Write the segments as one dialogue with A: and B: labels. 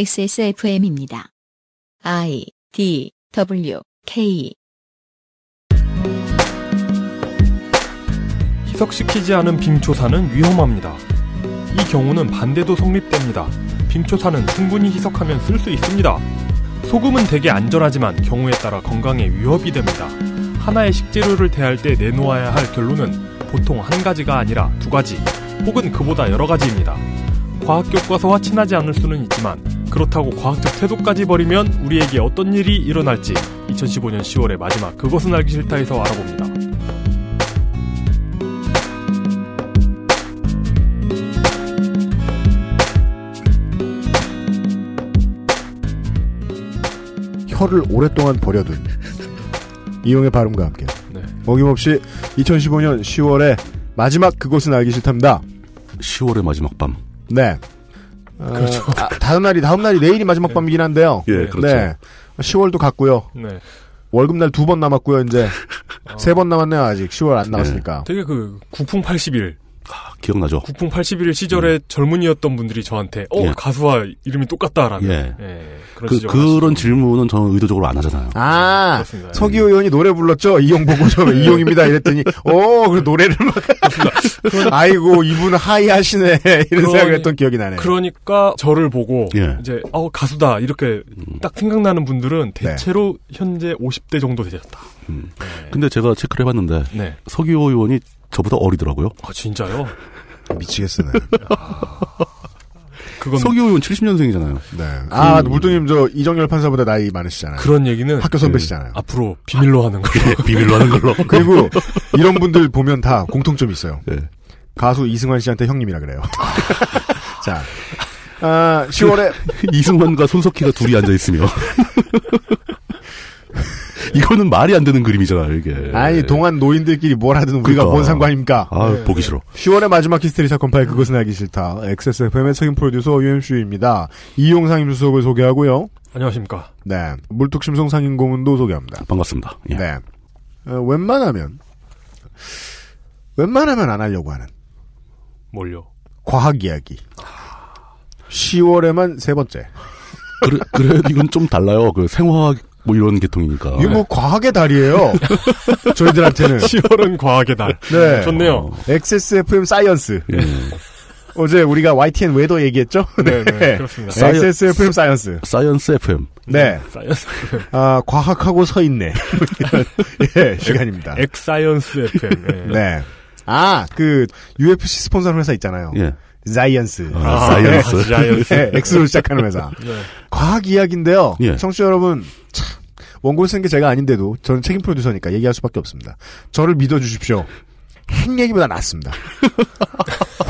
A: XSFM입니다. I D W K
B: 희석시키지 않은 빙초산은 위험합니다. 이 경우는 반대도 성립됩니다. 빙초산은 충분히 희석하면 쓸 수 있습니다. 소금은 되게 안전하지만 경우에 따라 건강에 위협이 됩니다. 하나의 식재료를 대할 때 내놓아야 할 결론은 보통 한 가지가 아니라 두 가지, 혹은 그보다 여러 가지입니다. 과학 교과서와 친하지 않을 수는 있지만 그렇다고 과학적 태도까지 버리면 우리에게 어떤 일이 일어날지 2015년 10월의 마지막 그것은 알기 싫다에서 알아봅니다.
C: 혀를 오랫동안 버려둔 이용의 발음과 함께
B: 네.
C: 먹임없이 2015년 10월에 마지막 그곳은 알기 싫답니다.
D: 10월의 마지막 밤.
C: 네. 그렇죠. 다음 날이 다음 날이 내일이 마지막 밤이긴 한데요.
D: 예, 그렇죠.
C: 네. 10월도 갔고요.
B: 네.
C: 월급날 두 번 남았고요. 이제 세 번 남았네요. 아직 10월 안 남았으니까.
B: 되게 그 국풍 81,
D: 아, 기억나죠?
B: 국풍 81 시절에 젊은이였던 분들이 저한테 어
D: 예.
B: 가수와 이름이 똑같다라는
D: 예.
B: 예, 그런
D: 그,
B: 지적을 하시죠.
D: 그런 질문은 저는 의도적으로 안 하잖아요.
C: 아,
B: 그렇습니다.
C: 서기호 의원이 노래 불렀죠. 이용 보고 처음에 이용입니다. 이랬더니 오, 그 노래를 막 아이고 이분 하이하시네 이런 생각을 했던 기억이 나네요.
B: 그러니까 저를 보고
D: 예.
B: 이제 어 가수다 이렇게 딱 생각나는 분들은 대체로 현재 50대 정도 되셨다.
D: 음.
B: 네.
D: 근데 제가 체크를 해봤는데
B: 네.
D: 서기호 의원이 저보다 어리더라고요.
B: 아 진짜요?
C: 미치겠으네.
B: 그건
D: 서기호 의원 70년생이잖아요.
C: 네. 아, 물뚱님 저 이정열 판사보다 나이 많으시잖아요.
B: 그런 얘기는 그
C: 학교 선배시잖아요.
B: 앞으로 비밀로 하는 거예요.
D: 비밀로 하는 걸로.
C: 그리고 이런 분들 보면 다 공통점이 있어요.
D: 예.
C: 가수 이승환 씨한테 형님이라 그래요. 자. 아, 10월에
D: 이승환과 손석희가 둘이 앉아 있으며. 이거는 말이 안 되는 그림이잖아요, 이게.
C: 아니 동안 노인들끼리 뭘 하든 우리가
D: 네. 그러니까.
C: 뭔 상관입니까?
D: 아,
B: 네,
D: 보기
B: 네.
D: 싫어.
C: 10월의 마지막 히스테리 사건 파일 그것은 알기 싫다. XSFM의 책임 프로듀서 UMC입니다. 이용상 임수석을 소개하고요.
B: 안녕하십니까?
C: 네. 물뚝심송 상임 고문도 소개합니다.
D: 반갑습니다. 예.
C: 네. 어, 웬만하면 웬만하면 안 하려고 하는
B: 뭘요?
C: 과학 이야기. 10월에만 세 번째.
D: 그래, 그래, 이건 좀 달라요. 그 생화학 뭐 이런 계통이니까.
C: 이게 뭐 과학의 달이에요. 저희들한테는.
B: 10월은 과학의 날.
C: 네.
B: 좋네요.
C: XSFM 사이언스.
D: 예.
C: 어제 우리가 YTN 웨더 얘기했죠?
B: 네, 네, 그렇습니다.
D: 사이언-
C: XSFM 사이언스.
D: 사이언스 FM.
C: 네.
B: 사이언스
C: 아, 과학하고 서 있네. 예, 시간입니다.
B: 엑사이언스 FM. 예.
C: 네. 아, 그, UFC 스폰서 회사 있잖아요.
D: 예.
C: 자이언스.
D: 아, 사이언스.
B: 아, 사이언스.
C: 네, X로 시작하는 회사.
B: 네.
C: 과학 이야기인데요.
D: 예.
C: 청취자 여러분, 참, 원고 쓴 게 제가 아닌데도 저는 책임 프로듀서니까 얘기할 수밖에 없습니다. 저를 믿어주십시오. 핵 얘기보다 낫습니다.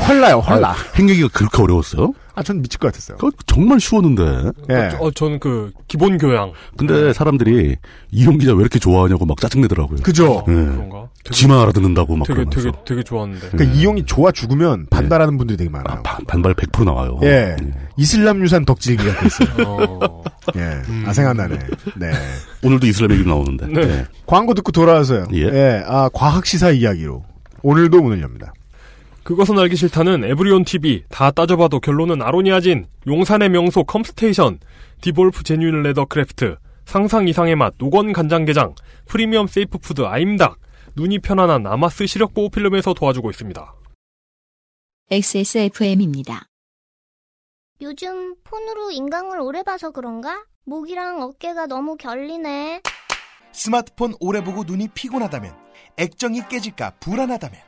C: 헐나요, 헐나.
D: 아, 행기가 그렇게 어려웠어요?
C: 아, 전 미칠 것 같았어요.
D: 그거 정말 쉬웠는데.
C: 예.
B: 어, 저는 그 기본 교양.
D: 근데 사람들이 이용 기자 왜 이렇게 좋아하냐고 막 짜증내더라고요.
C: 그죠?
D: 네.
B: 어, 그런가? 되게,
D: 지만 알아듣는다고 막
B: 되게,
D: 그러면서.
B: 되게, 되게 좋았는데.
C: 그러니까 이용이 좋아 죽으면 반발하는 분들이 되게 많아요.
D: 아, 반, 반발 100% 나와요.
C: 예. 이슬람 유산 덕질기가 있어요.
D: 네.
B: 어,
C: 예. 아, 생각나네. 네.
D: 오늘도 이슬람 얘기 나오는데.
B: 네.
D: 예.
C: 광고 듣고 돌아와서요.
D: 예.
C: 아, 과학시사 이야기로. 오늘도 문을 엽니다.
B: 그것은 알기 싫다는 에브리온 TV 다 따져봐도 결론은 아로니아진 용산의 명소 컴스테이션 디볼프 제뉴인 레더 크래프트 상상 이상의 맛 노건 간장게장 프리미엄 세이프푸드 아임닭 눈이 편안한 아마스 시력 보호 필름에서 도와주고 있습니다.
A: XSFM입니다.
E: 요즘 폰으로 인강을 오래 봐서 그런가? 목이랑 어깨가 너무 결리네.
F: 스마트폰 오래 보고 눈이 피곤하다면 액정이 깨질까 불안하다면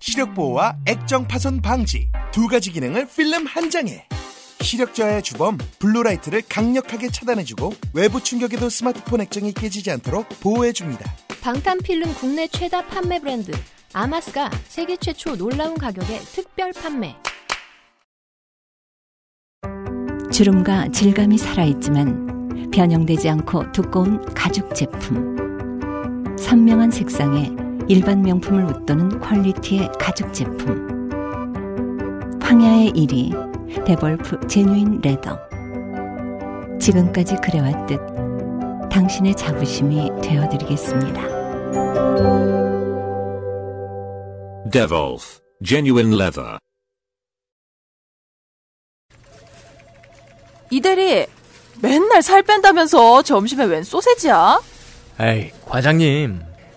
F: 시력 보호와 액정 파손 방지 두 가지 기능을 필름 한 장에 시력 저하의 주범 블루라이트를 강력하게 차단해주고 외부 충격에도 스마트폰 액정이 깨지지 않도록 보호해줍니다.
G: 방탄필름 국내 최다 판매 브랜드 아마스가 세계 최초 놀라운 가격에 특별 판매.
H: 주름과 질감이 살아있지만 변형되지 않고 두꺼운 가죽 제품. 선명한 색상에 일반 명품을 웃도는 퀄리티의 가죽 제품. 황야의 1위, 데볼프 제뉴인 레더. 지금까지 그래왔듯 당신의 자부심이 되어드리겠습니다.
I: Devolf, genuine leather. 이 대리, 맨날 살 뺀다면서 점심에 웬 소세지야?
J: 에이, 과장님.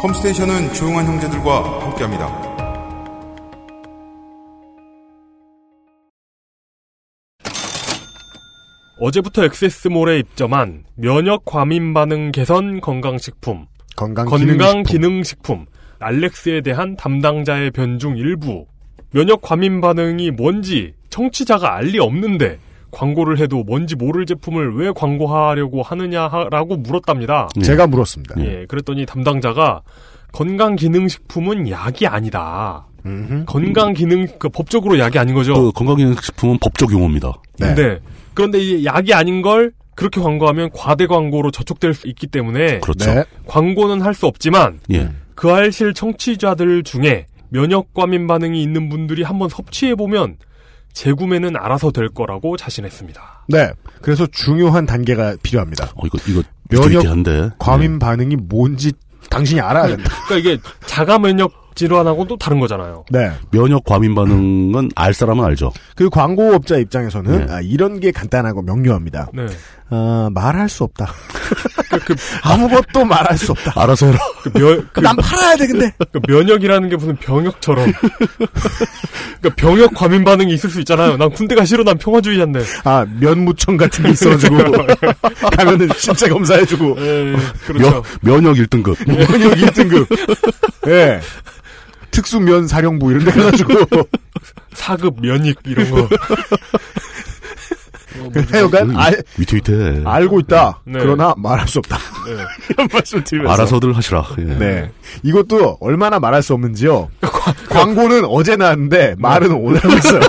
K: 컴스테이션은 조용한 형제들과 함께합니다.
B: 어제부터 엑세스몰에 입점한 면역 과민 반응 개선 건강식품
C: 건강
B: 건강 기능식품 알렉스에 대한 담당자의 변중 일부 면역 과민 반응이 뭔지 청취자가 알리 없는데 광고를 해도 뭔지 모를 제품을 왜 광고하려고 하느냐라고 물었답니다.
C: 제가 물었습니다.
B: 예, 그랬더니 담당자가 건강 기능식품은 약이 아니다. 건강 기능 그 법적으로 약이 아닌 거죠.
D: 그 건강기능식품은 법적 용어입니다.
B: 네. 그런데 이 약이 아닌 걸 그렇게 광고하면 과대 광고로 저촉될 수 있기 때문에
D: 그렇죠. 네.
B: 광고는 할 수 없지만
D: 예.
B: 그 알실 청취자들 중에 면역 과민 반응이 있는 분들이 한번 섭취해 보면 재구매는 알아서 될 거라고 자신했습니다.
C: 네. 그래서 중요한 단계가 필요합니다.
D: 어, 이거, 이거,
C: 면역
D: 한데.
C: 과민 반응이 뭔지 당신이 알아야 된다.
B: 그러니까 이게 자가 면역 질환하고 또 다른 거잖아요.
C: 네.
D: 면역 과민 반응은 알 사람은 알죠.
C: 그 광고업자 입장에서는
D: 네.
C: 아, 이런 게 간단하고 명료합니다.
B: 네.
C: 아, 말할 수 없다. 그, 아무것도 말할 수 없다.
D: 알아서 해라.
B: 그 면, 그-
C: 난 팔아야 돼 근데.
B: 그 면역이라는 게 무슨 병역처럼. 그러니까 병역 과민 반응이 있을 수 있잖아요. 난 군대가 싫어, 난 평화주의자인데.
C: 아 면무청 같은 게 있어가지고 네. 가면은 신체 검사해주고
B: 예, 예, 그렇죠.
D: 면, 면역 1등급.
C: 면역 1등급. 예. 특수면 사령부 이런 데 가가지고
B: 사급 면역 이런 거.
C: 하여간 알,
D: 위태위태.
C: 알고 있다.
B: 네.
C: 그러나 말할 수 없다.
B: 네.
C: 이런 말씀 드리면서.
D: 알아서들 하시라. 예.
C: 네. 이것도 얼마나 말할 수 없는지요. 광고는 어제 나왔는데
B: 네.
C: 말은 오늘 하고 있어요.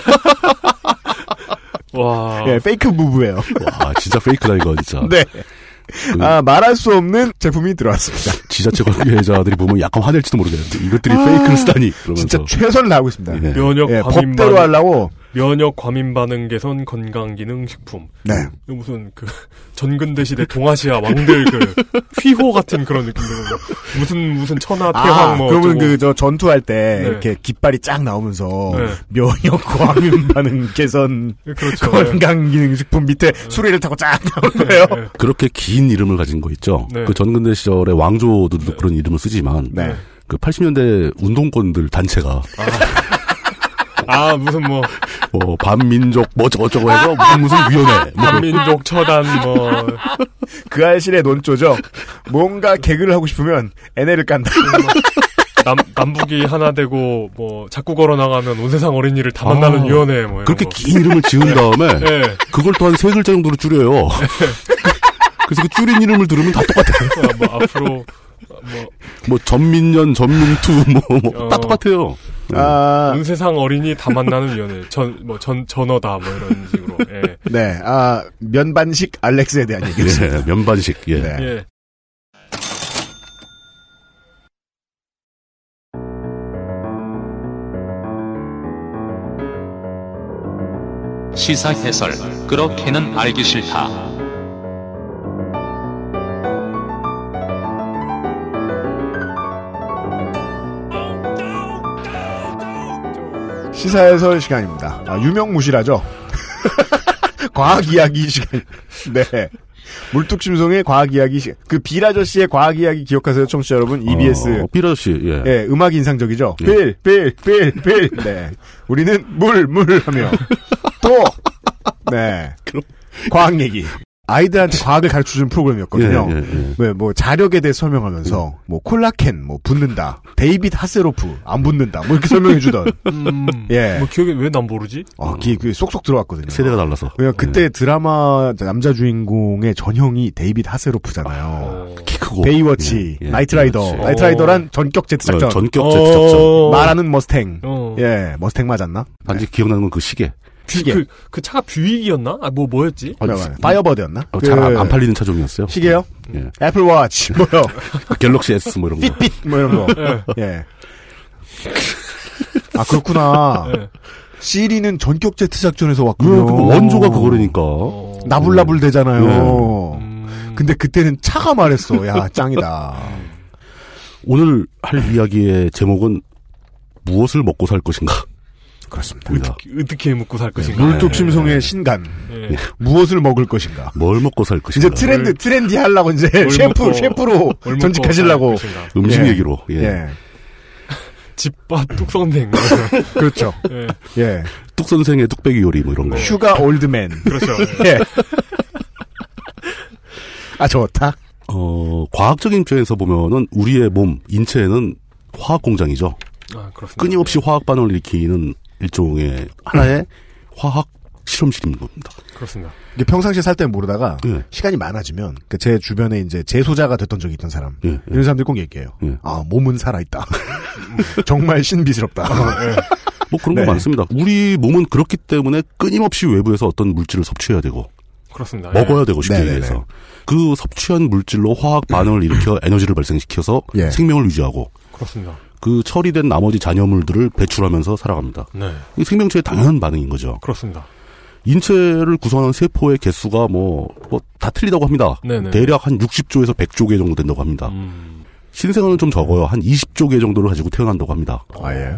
B: 와.
C: 예, 페이크 무브예요.
B: 어.
D: 와, 진짜 페이크다, 이거, 진짜.
C: 네.
B: 그
C: 아, 말할 수 없는 제품이 들어왔습니다.
D: 지자체 관계자들이 보면 약간 화낼지도 모르겠는데, 이것들이 페이크를 쓰다니. 그러면서.
C: 진짜 최선을 다하고 있습니다.
D: 예.
B: 면역
C: 예,
B: 과민
C: 법대로
B: 반응.
C: 하려고.
B: 면역 과민 반응 개선 건강 기능 식품.
C: 네.
B: 이거 무슨 그 전근대 시대 동아시아 왕들 그 휘호 같은 그런 느낌으로 무슨 무슨 천하 태왕
C: 아,
B: 뭐
C: 그러면
B: 어쩌고.
C: 그, 저, 전투할 때,
B: 네.
C: 이렇게 깃발이 쫙 나오면서,
B: 네.
C: 면역 과민 반응 개선,
B: 그렇죠.
C: 건강기능식품 밑에
B: 네.
C: 수리를 타고 쫙 나오는 거예요.
B: 예,
D: 그렇게 긴 이름을 가진 거 있죠.
B: 네.
D: 그 전근대 시절에 왕조들도 그런 이름을 쓰지만,
C: 네.
D: 그 80년대 운동권들 단체가,
B: 아 무슨 뭐
D: 뭐, 반민족, 뭐, 저거저거 해서 무슨, 무슨 위원회. 뭐,
B: 반민족 처단 뭐
C: 그 알실의 논조죠. 뭔가 개그를 하고 싶으면, NL을 깐다.
B: 남, 남북이 하나 되고 뭐 자꾸 걸어 나가면 온 세상 어린이를 다
D: 아,
B: 만나는 위원회 뭐 이런
D: 그렇게
B: 거.
D: 긴 이름을 지은 다음에,
C: 네.
B: 예.
D: 그걸 또 한 세 글자 정도로 줄여요. 그래서 그 줄인 이름을 들으면 다 똑같아요.
B: 아, 뭐 앞으로
D: 뭐, 전민년, 전민투, 뭐, 뭐, 다
B: 어.
D: 똑같아요.
C: 아,
B: 뭐온 세상 어린이 다 만나는 위원회 전 뭐 전 전어다 뭐 이런 식으로 예.
C: 네, 아, 면반식 알렉스에 대한 얘기였습니다.
D: 예, 면반식, 예.
C: 네.
B: 예.
L: 시사 해설. 그렇게는 알기 싫다.
D: 네.
C: 시사 해설 시간입니다. 아, 유명무실하죠? 과학 이야기 시간. 네. 물뚝심송의 과학 이야기 시간. 그 빌아저씨의 과학 이야기 기억하세요, 청취자 여러분? EBS.
D: 어, 삐라씨, 예.
C: E 예, 음악 인상적이죠?
D: 예.
C: 빌, 빌, 빌, 빌. 네. 우리는 물, 물 하며. 또! 네. 과학 얘기. 아이들한테 과학을 가르쳐 주는 프로그램이었거든요.
D: 예, 예, 예.
C: 네, 뭐 자력에 대해 설명하면서 뭐 콜라켄 뭐 붙는다, 데이빗 하세로프 안 붙는다, 뭐 이렇게 설명해 주던
B: 음,
C: 예.
B: 뭐 기억이 왜 난 모르지?
C: 아, 그게, 그게 쏙쏙 들어왔거든요.
D: 세대가 달라서.
C: 그냥 그때
D: 예.
C: 드라마 남자 주인공의 전형이 데이빗 하세로프잖아요.
B: 어.
D: 키 크고
C: 베이워치,
D: 예, 예,
C: 나이트라이더,
D: 베이워치.
C: 나이트라이더란 전격 제트 작전,
D: 어, 전격 제트 작전.
B: 어.
C: 말하는 머스탱,
B: 어.
C: 예, 머스탱 맞았나?
D: 단지 기억나는 건 그 시계.
C: 시계.
B: 그, 그 차가 뷰익이었나? 아, 뭐, 뭐였지?
C: 아, 파이어버드였나?
D: 어, 잘안 안 팔리는 차종이었어요.
C: 그 시계요?
D: 예.
C: 애플워치, 뭐요?
D: 갤럭시 S 뭐 이런 거.
C: 핏핏, 뭐 이런 거.
D: 네.
C: 예. 아, 그렇구나.
D: 네.
C: 시리는 전격 제트 작전에서 왔군요. 음.
D: 그 원조가 네. 그거라니까.
C: 나불나불 되잖아요.
D: 음.
C: 근데 그때는 차가 말했어. 야, 짱이다.
D: 네. 오늘 할 이야기의 제목은 무엇을 먹고 살 것인가?
C: 그렇습니다.
B: 어떻게 묵고 살
D: 네.
B: 것인가?
C: 물뚝심송의 신간.
B: 예.
C: 무엇을 먹을 것인가?
D: 뭘 먹고 살 것인가?
C: 이제 트렌드, 트렌디 하려고 이제
D: 뭘
C: 셰프,
D: 네. 먹고,
C: 셰프로
D: 뭘 먹고
C: 전직하시려고.
D: 살 것인가? 음식
C: 예.
D: 얘기로, 예.
B: 집밥 뚝성댕.
C: 그렇죠.
D: 네.
B: 예.
C: 예.
D: 뚝 선생의 뚝배기 요리 뭐 이런 거.
C: 휴가 올드맨.
B: 그렇죠.
D: 네.
C: 예. 아 좋다.
D: 어 과학적인 입장에서 보면은 우리의 몸 인체에는 화학 공장이죠.
B: 아, 그렇습니다.
D: 끊임없이 화학 반응을 일으키는 일종의 하나의
C: 음.
D: 화학 실험실인 겁니다.
B: 그렇습니다.
C: 이게 평상시에 살 때는 모르다가 시간이 많아지면 그제 주변에 이제 재소자가 됐던 적이 있던 사람 이런 사람들이 꼭 얘기해요. 아 몸은 살아있다. 정말 신비스럽다.
D: 뭐 그런
C: 네.
D: 거 많습니다. 우리 몸은 그렇기 때문에 끊임없이 외부에서 어떤 물질을 섭취해야 되고
B: 그렇습니다.
D: 먹어야
B: 예.
D: 되고 쉽게 얘기해서 그 섭취한 물질로 화학 반응을 일으켜 에너지를 발생시켜서 생명을 유지하고
B: 그렇습니다.
D: 그 처리된 나머지 잔여물들을 배출하면서 살아갑니다.
B: 네.
D: 이 생명체의 당연한 반응인 거죠.
B: 그렇습니다.
D: 인체를 구성하는 세포의 개수가 뭐, 뭐, 다 틀리다고 합니다.
B: 네네. 음.
D: 대략 한 60조에서 100조 개 정도 된다고 합니다. 신생아는 좀 적어요. 한 20조 개 정도를 가지고 태어난다고 합니다.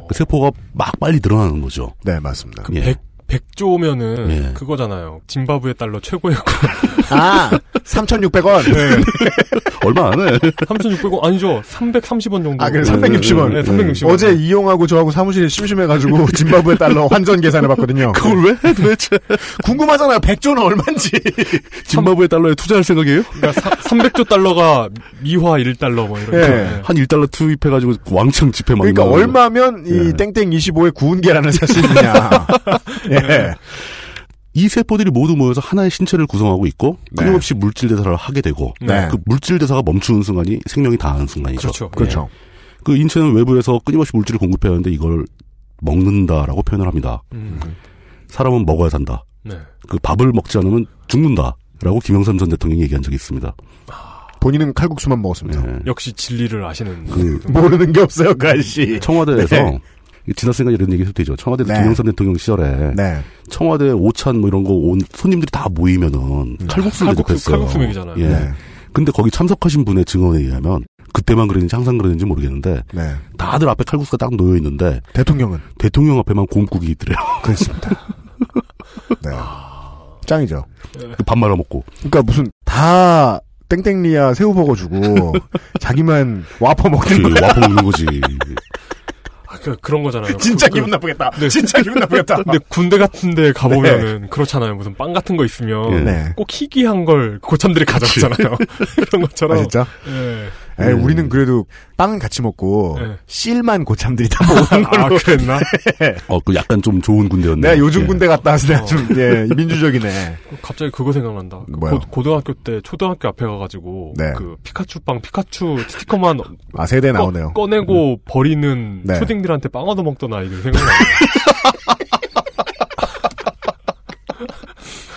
D: 그 세포가 막 빨리 늘어나는 거죠.
C: 아, 예. 네, 맞습니다.
D: 예.
B: 그 백 100조면은
D: 예.
B: 그거잖아요. 짐바브웨 달러 최고의 권.
C: 아 3,600원.
D: 얼마 안 해.
B: 3,600원 아니죠. 330원 정도.
C: 아, 그래, 360원.
B: 네, 360원.
C: 어제 이용하고 저하고 사무실에 심심해가지고, 짐바브웨 달러 환전 계산해봤거든요.
D: 그걸 왜? 해, 도대체.
C: 궁금하잖아요. 100조는 얼만지. 네.
D: 짐바브웨 달러에 투자할 생각이에요?
B: 그러니까 사- 300조 달러가 미화 1달러 뭐 이런.
C: 예.
D: 한 1달러 투입해가지고 왕창 집회 막
C: 그러니까
D: 나가고.
C: 얼마면 이 땡땡 25의 구운 계란을 살 수 있느냐. 예.
D: 이 세포들이 모두 모여서 하나의 신체를 구성하고 있고 끊임없이 물질 대사를 하게 되고
C: 네.
D: 그 물질 대사가 멈추는 순간이 생명이 다하는 순간이죠.
B: 그렇죠.
D: 예.
B: 그렇죠.
D: 그 인체는 외부에서 끊임없이 물질을 공급해야 하는데 이걸 먹는다라고 표현을 합니다.
B: 음.
D: 사람은 먹어야 산다.
B: 네.
D: 그 밥을 먹지 않으면 죽는다라고 김영삼 전 대통령이 얘기한 적이 있습니다. 네.
C: 본인은 칼국수만 먹었습니다.
D: 예.
B: 역시 진리를 아시는.
D: 그
C: 모르는 게 없어요, 그 아저씨.
D: 청와대에서
C: 네.
D: 지난 생각 이런 얘기 해도 되죠. 청와대
C: 네.
D: 김영삼 대통령 시절에
C: 네.
D: 청와대 오찬 뭐 이런 거 온 손님들이 다 모이면은
C: 네.
B: 칼국수,
D: 칼국수를 대접했어요.
B: 칼국수 먹이잖아요.
D: 예.
B: 네.
D: 근데 거기 참석하신 분의 증언에 의하면 그때만 그랬는지 항상 그랬는지 모르겠는데
C: 네.
D: 다들 앞에 칼국수가 딱 놓여 있는데
C: 대통령은
D: 대통령 앞에만 곰국이 있더래요.
C: 그렇습니다. 네. 짱이죠.
D: 그 밥 말아 먹고.
C: 그러니까 무슨 다 땡땡리야 새우버거 주고 자기만 와퍼 먹는
D: 그
C: 거야.
D: 와퍼 먹는 거지.
B: 아, 그, 그런 거잖아요.
C: 진짜
B: 그- 그-
C: 기분 나쁘겠다. 진짜 기분 나쁘겠다.
B: 근데 군대 같은 데 가보면은 그렇잖아요. 무슨 빵 같은 거 있으면
C: 네.
B: 꼭 희귀한 걸 고참들이 가져오잖아요. 이런 것처럼.
C: 아, 진짜?
B: 예.
C: 에이, 네, 우리는 그래도 빵은 같이 먹고 실만 고참들이 다 먹는
B: 네. 아,
C: 걸로.
B: 그랬나?
C: 네.
D: 어, 그 약간 좀 좋은 군대였네. 예.
C: 내가 요즘 군대 갔다 와서 내가
B: 어.
C: 좀 예, 민주적이네.
B: 갑자기 그거 생각난다. 그
C: 뭐요?
B: 고, 등학교때 초등학교 앞에 가가지고
C: 네.
B: 그 피카츄 빵 피카츄 스티커만
C: 아 세대
B: 꺼,
C: 나오네요.
B: 내고 버리는
C: 네.
B: 초딩들한테 빵 얻어 먹던 아이들 생각나.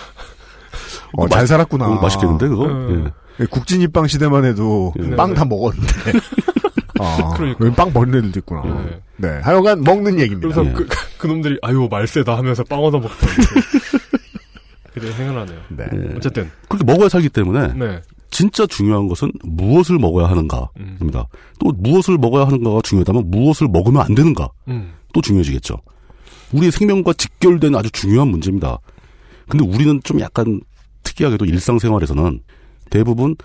C: 어, 잘 살았구나.
D: 어, 맛있겠는데 그거?
B: 음.
C: 예, 국진입빵 시대만 해도 빵 다 먹었는데. 아,
B: 예. 그러니까.
C: 여기 빵 버리는 애들도 있구나.
B: 네.
C: 네. 하여간 먹는 얘기입니다.
B: 그래서 그, 그 놈들이 아유 말세다 하면서 빵 얻어 먹던. 그- 그게 생각나네요.
C: 네.
B: 어쨌든
D: 그렇게 먹어야 살기 때문에
B: 네.
D: 진짜 중요한 것은 무엇을 먹어야 하는가입니다. 또 무엇을 먹어야 하는가가 중요하다면 무엇을 먹으면 안 되는가
B: 음.
D: 또 중요해지겠죠. 우리의 생명과 직결된 아주 중요한 문제입니다. 근데 우리는 좀 약간 특이하게도 일상생활에서는 대부분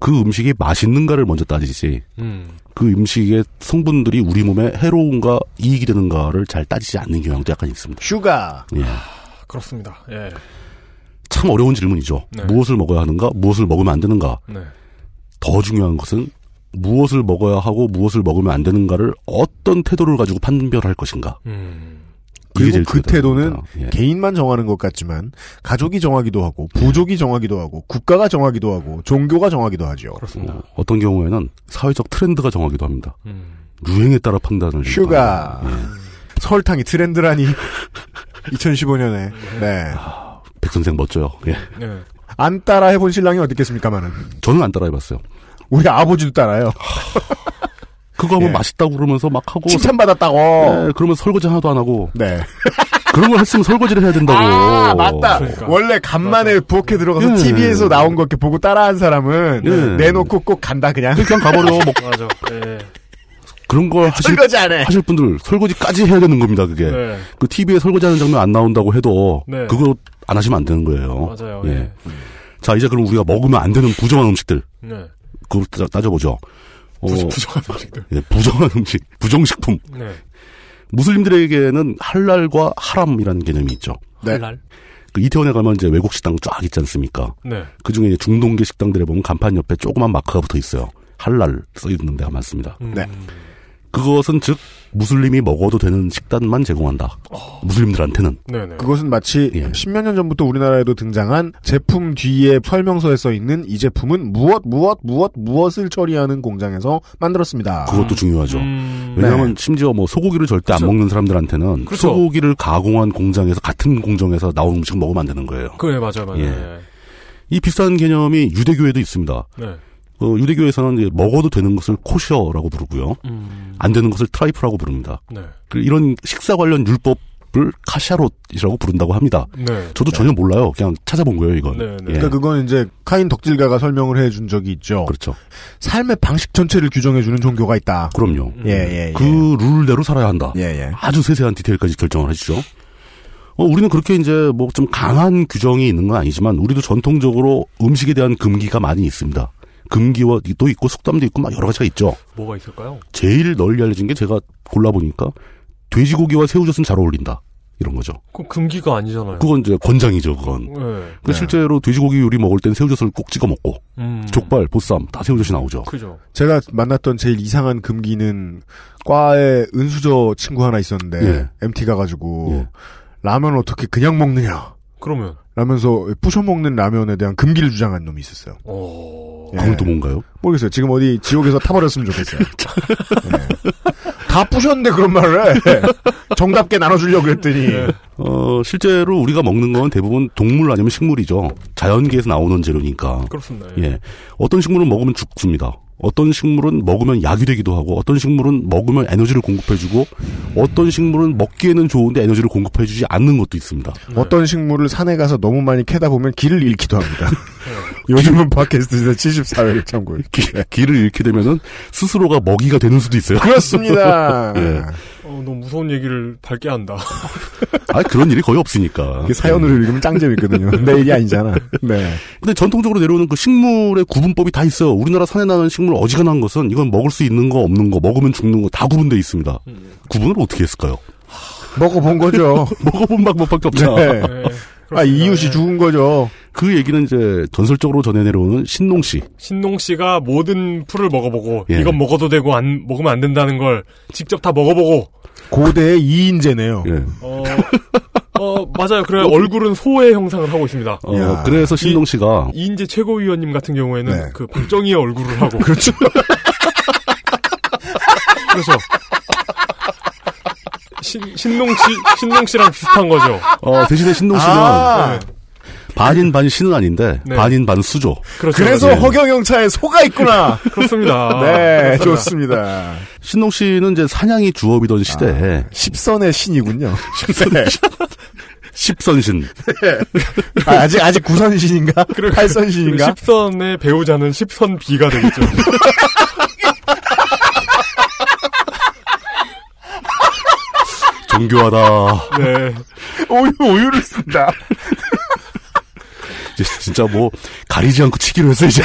D: 그 음식이 맛있는가를 먼저 따지지
B: 음.
D: 그 음식의 성분들이 우리 몸에 해로운가 이익이 되는가를 잘 따지지 않는 경향도 약간 있습니다.
C: 슈가.
D: 예.
B: 그렇습니다. 예.
D: 참 어려운 질문이죠.
B: 네.
D: 무엇을 먹어야 하는가, 무엇을 먹으면 안 되는가.
B: 네.
D: 더 중요한 것은 무엇을 먹어야 하고 무엇을 먹으면 안 되는가를 어떤 태도를 가지고 판별할 것인가.
B: 음.
C: 그리고 그 태도는
D: 예.
C: 개인만 정하는 것 같지만 가족이 정하기도 하고 부족이 정하기도 하고 국가가 정하기도 하고 종교가 정하기도 하죠.
D: 어, 어떤 경우에는 사회적 트렌드가 정하기도 합니다.
B: 음.
D: 유행에 따라 판단을.
C: 슈가
B: 예.
C: 설탕이 트렌드라니 2015년에 네.
D: 백 선생 멋져요. 예.
B: 네,
C: 안 따라 해본 신랑이 어디 있겠습니까만은
D: 저는 안 따라해봤어요.
C: 우리 아버지도 따라요.
D: 그거 하면
C: 예.
D: 맛있다고 그러면서 막
B: 어.
D: 하고.
C: 칭찬받았다고.
B: 네.
D: 예, 그러면 설거지 하나도 안 하고.
C: 네.
D: 그런 걸 했으면 설거지를 해야 된다고.
C: 아 맞다. 원래 간만에 부엌에 들어가서
D: 예.
C: TV에서 나온 거 이렇게 보고 따라한 사람은
D: 예.
C: 내놓고 꼭 간다 그냥.
D: 그냥 가버려. 뭐
B: 맞아. 예,
D: 그런 걸 하실,
C: 설거지 안 해.
D: 하실 분들 설거지까지 해야 되는 겁니다. 그게
B: 네.
D: 그 TV에 설거지하는 장면 안 나온다고 해도
B: 네.
D: 그거 안 하시면 안 되는 거예요.
B: 맞아요,
D: 예.
B: 예.
D: 자 이제 그럼 우리가 먹으면 안 되는 부정한 음식들
B: 네.
D: 그걸 따- 따져보죠. 어,
B: 부- 부정한 음식들.
D: 예, 부정한 음식, 부정식품.
B: 네.
D: 무슬림들에게는 할랄과 하람이라는 개념이 있죠.
B: 할랄?
D: 그 이태원에 가면 이제 외국 식당 쫙 있지 않습니까?
B: 네.
D: 그 중에 중동계 식당들에 보면 간판 옆에 조그만 마크가 붙어 있어요. 할랄 써 있는 데가 많습니다.
C: 네.
D: 그것은 즉 무슬림이 먹어도 되는 식단만 제공한다.
B: 어.
D: 무슬림들한테는.
B: 네,
C: 그것은 마치
D: 예.
C: 십몇 년 전부터 우리나라에도 등장한 제품 뒤에 설명서에 써 있는 이 제품은 무엇 무엇 무엇 무엇을 처리하는 공장에서 만들었습니다.
B: 아.
D: 그것도
B: 음.
D: 중요하죠. 왜냐하면 심지어 뭐 소고기를 절대 안 먹는 사람들한테는
B: 네. 그렇죠.
D: 소고기를 가공한 공장에서 같은 공정에서 나온 음식 먹으면 안 되는 거예요.
B: 그래 맞아요 맞아요.
D: 예. 이 비슷한 개념이 유대교에도 있습니다.
B: 네.
D: 어, 유대교에서는 이제 먹어도 되는 것을 코셔라고 부르고요.
B: 음.
D: 안 되는 것을 트라이프라고 부릅니다.
B: 네.
D: 그 이런 식사 관련 율법을 카샤롯이라고 부른다고 합니다.
B: 네.
D: 저도 전혀 몰라요. 그냥 찾아본 거예요, 이건.
C: 그러니까 그건 이제 카인 덕질가가 설명을 해준 적이 있죠.
D: 그렇죠.
B: 음.
C: 삶의 방식 전체를 규정해주는 종교가 있다.
D: 그럼요.
C: 예, 예, 예.
D: 그 룰대로 살아야 한다. 아주 세세한 디테일까지 결정을 해주죠. 어, 우리는 그렇게 이제 뭐 좀 강한 규정이 있는 건 아니지만 우리도 전통적으로 음식에 대한 금기가 많이 있습니다. 금기와 또 있고 숙담도 있고 막 여러 가지가 있죠.
B: 뭐가 있을까요?
D: 제일 널리 알려진 게 제가 골라보니까 돼지고기와 새우젓은 잘 어울린다. 이런 거죠.
B: 그 금기가 아니잖아요.
D: 그건 이제 권장이죠, 그건.
B: 네.
D: 그 실제로 돼지고기 요리 먹을 땐 새우젓을 꼭 찍어 먹고
B: 음.
D: 족발, 보쌈 다 새우젓이 나오죠.
B: 그죠.
C: 제가 만났던 제일 이상한 금기는 과에 은수저 친구 하나 있었는데
D: 예.
C: MT 가가지고 라면 어떻게 그냥 먹느냐
B: 그러면
C: 라면서 부셔 먹는 라면에 대한 금기를 주장한 놈이 있었어요. 예.
B: 네.
D: 그건 또 뭔가요?
C: 모르겠어요. 지금 어디 지옥에서 타버렸으면 좋겠어요. 예. 다 부셨는데 그런 말을 해. 정답게 나눠주려고 그랬더니 예.
D: 어, 실제로 우리가 먹는 건 대부분 동물 아니면 식물이죠. 자연계에서 나오는 재료니까.
B: 그렇습니다.
D: 예. 어떤 식물은 먹으면 죽습니다. 어떤 식물은 먹으면 약이 되기도 하고, 어떤 식물은 먹으면 에너지를 공급해주고, 어떤 식물은 먹기에는 좋은데 에너지를 공급해주지 않는 것도 있습니다.
C: 어떤 식물을 산에 가서 너무 많이 캐다 보면 길을 잃기도 합니다. 요즘은 팟캐스트에서 74회를 참고해요.
D: 길을 잃게 되면은 스스로가 먹이가 되는 수도 있어요.
C: 그렇습니다.
D: 예.
B: 어, 너무 무서운 얘기를 밝게 한다.
D: 아 그런 일이 거의 없으니까. 예.
C: 이게 사연으로 읽으면 짱 재밌거든요. 내 일이 아니잖아. 네.
D: 근데 전통적으로 내려오는 그 식물의 구분법이 다 있어요. 우리나라 산에 나는 식물 어지간한 것은 이건 먹을 수 있는 거 없는 거 먹으면 죽는 거 다 구분돼 있습니다. 구분을 어떻게 했을까요?
C: 먹어본 거죠.
D: 먹어본 방법밖에 없잖아.
C: 네. 아, 이웃이 죽은 거죠.
D: 그 얘기는 이제 전설적으로 전해 내려오는 신농 씨.
B: 신농 씨가 모든 풀을 먹어보고
D: 예.
B: 이건 먹어도 되고 안 먹으면 안 된다는 걸 직접 다 먹어보고
C: 고대의 2인제네요.
D: 예.
B: 어, 어 맞아요. 그래
C: 뭐,
B: 얼굴은 소의 형상을 하고 있습니다.
D: 어, 그래서 신농 씨가
B: 이인재 최고위원님 같은 경우에는 그 박정희의 얼굴을 하고
C: 네. 그렇죠.
B: 그래서 그렇죠. 신 신농 씨 신농 씨랑 비슷한 거죠.
D: 어, 대신에 신농 씨는
C: 네,
B: 아.
D: 반인 반 신은 아닌데
B: 네.
D: 반인 반 수죠.
B: 그렇죠.
C: 그래서
D: 예.
C: 허경영차에 소가 있구나.
B: 아, 그렇습니다.
C: 네, 좋습니다.
D: 신농 씨는 이제 사냥이 주업이던 시대에
C: 아. 십선의 신이군요. 네.
D: 십선신.
C: 아, 아직 아직 구선신인가? 팔선신인가?
B: 십선의 배우자는 십선 B가 되겠죠.
D: 정교하다.
B: 네.
C: 오유 오유를 쓴다.
D: 이제 진짜 뭐 가리지 않고 치기로 했어 이제.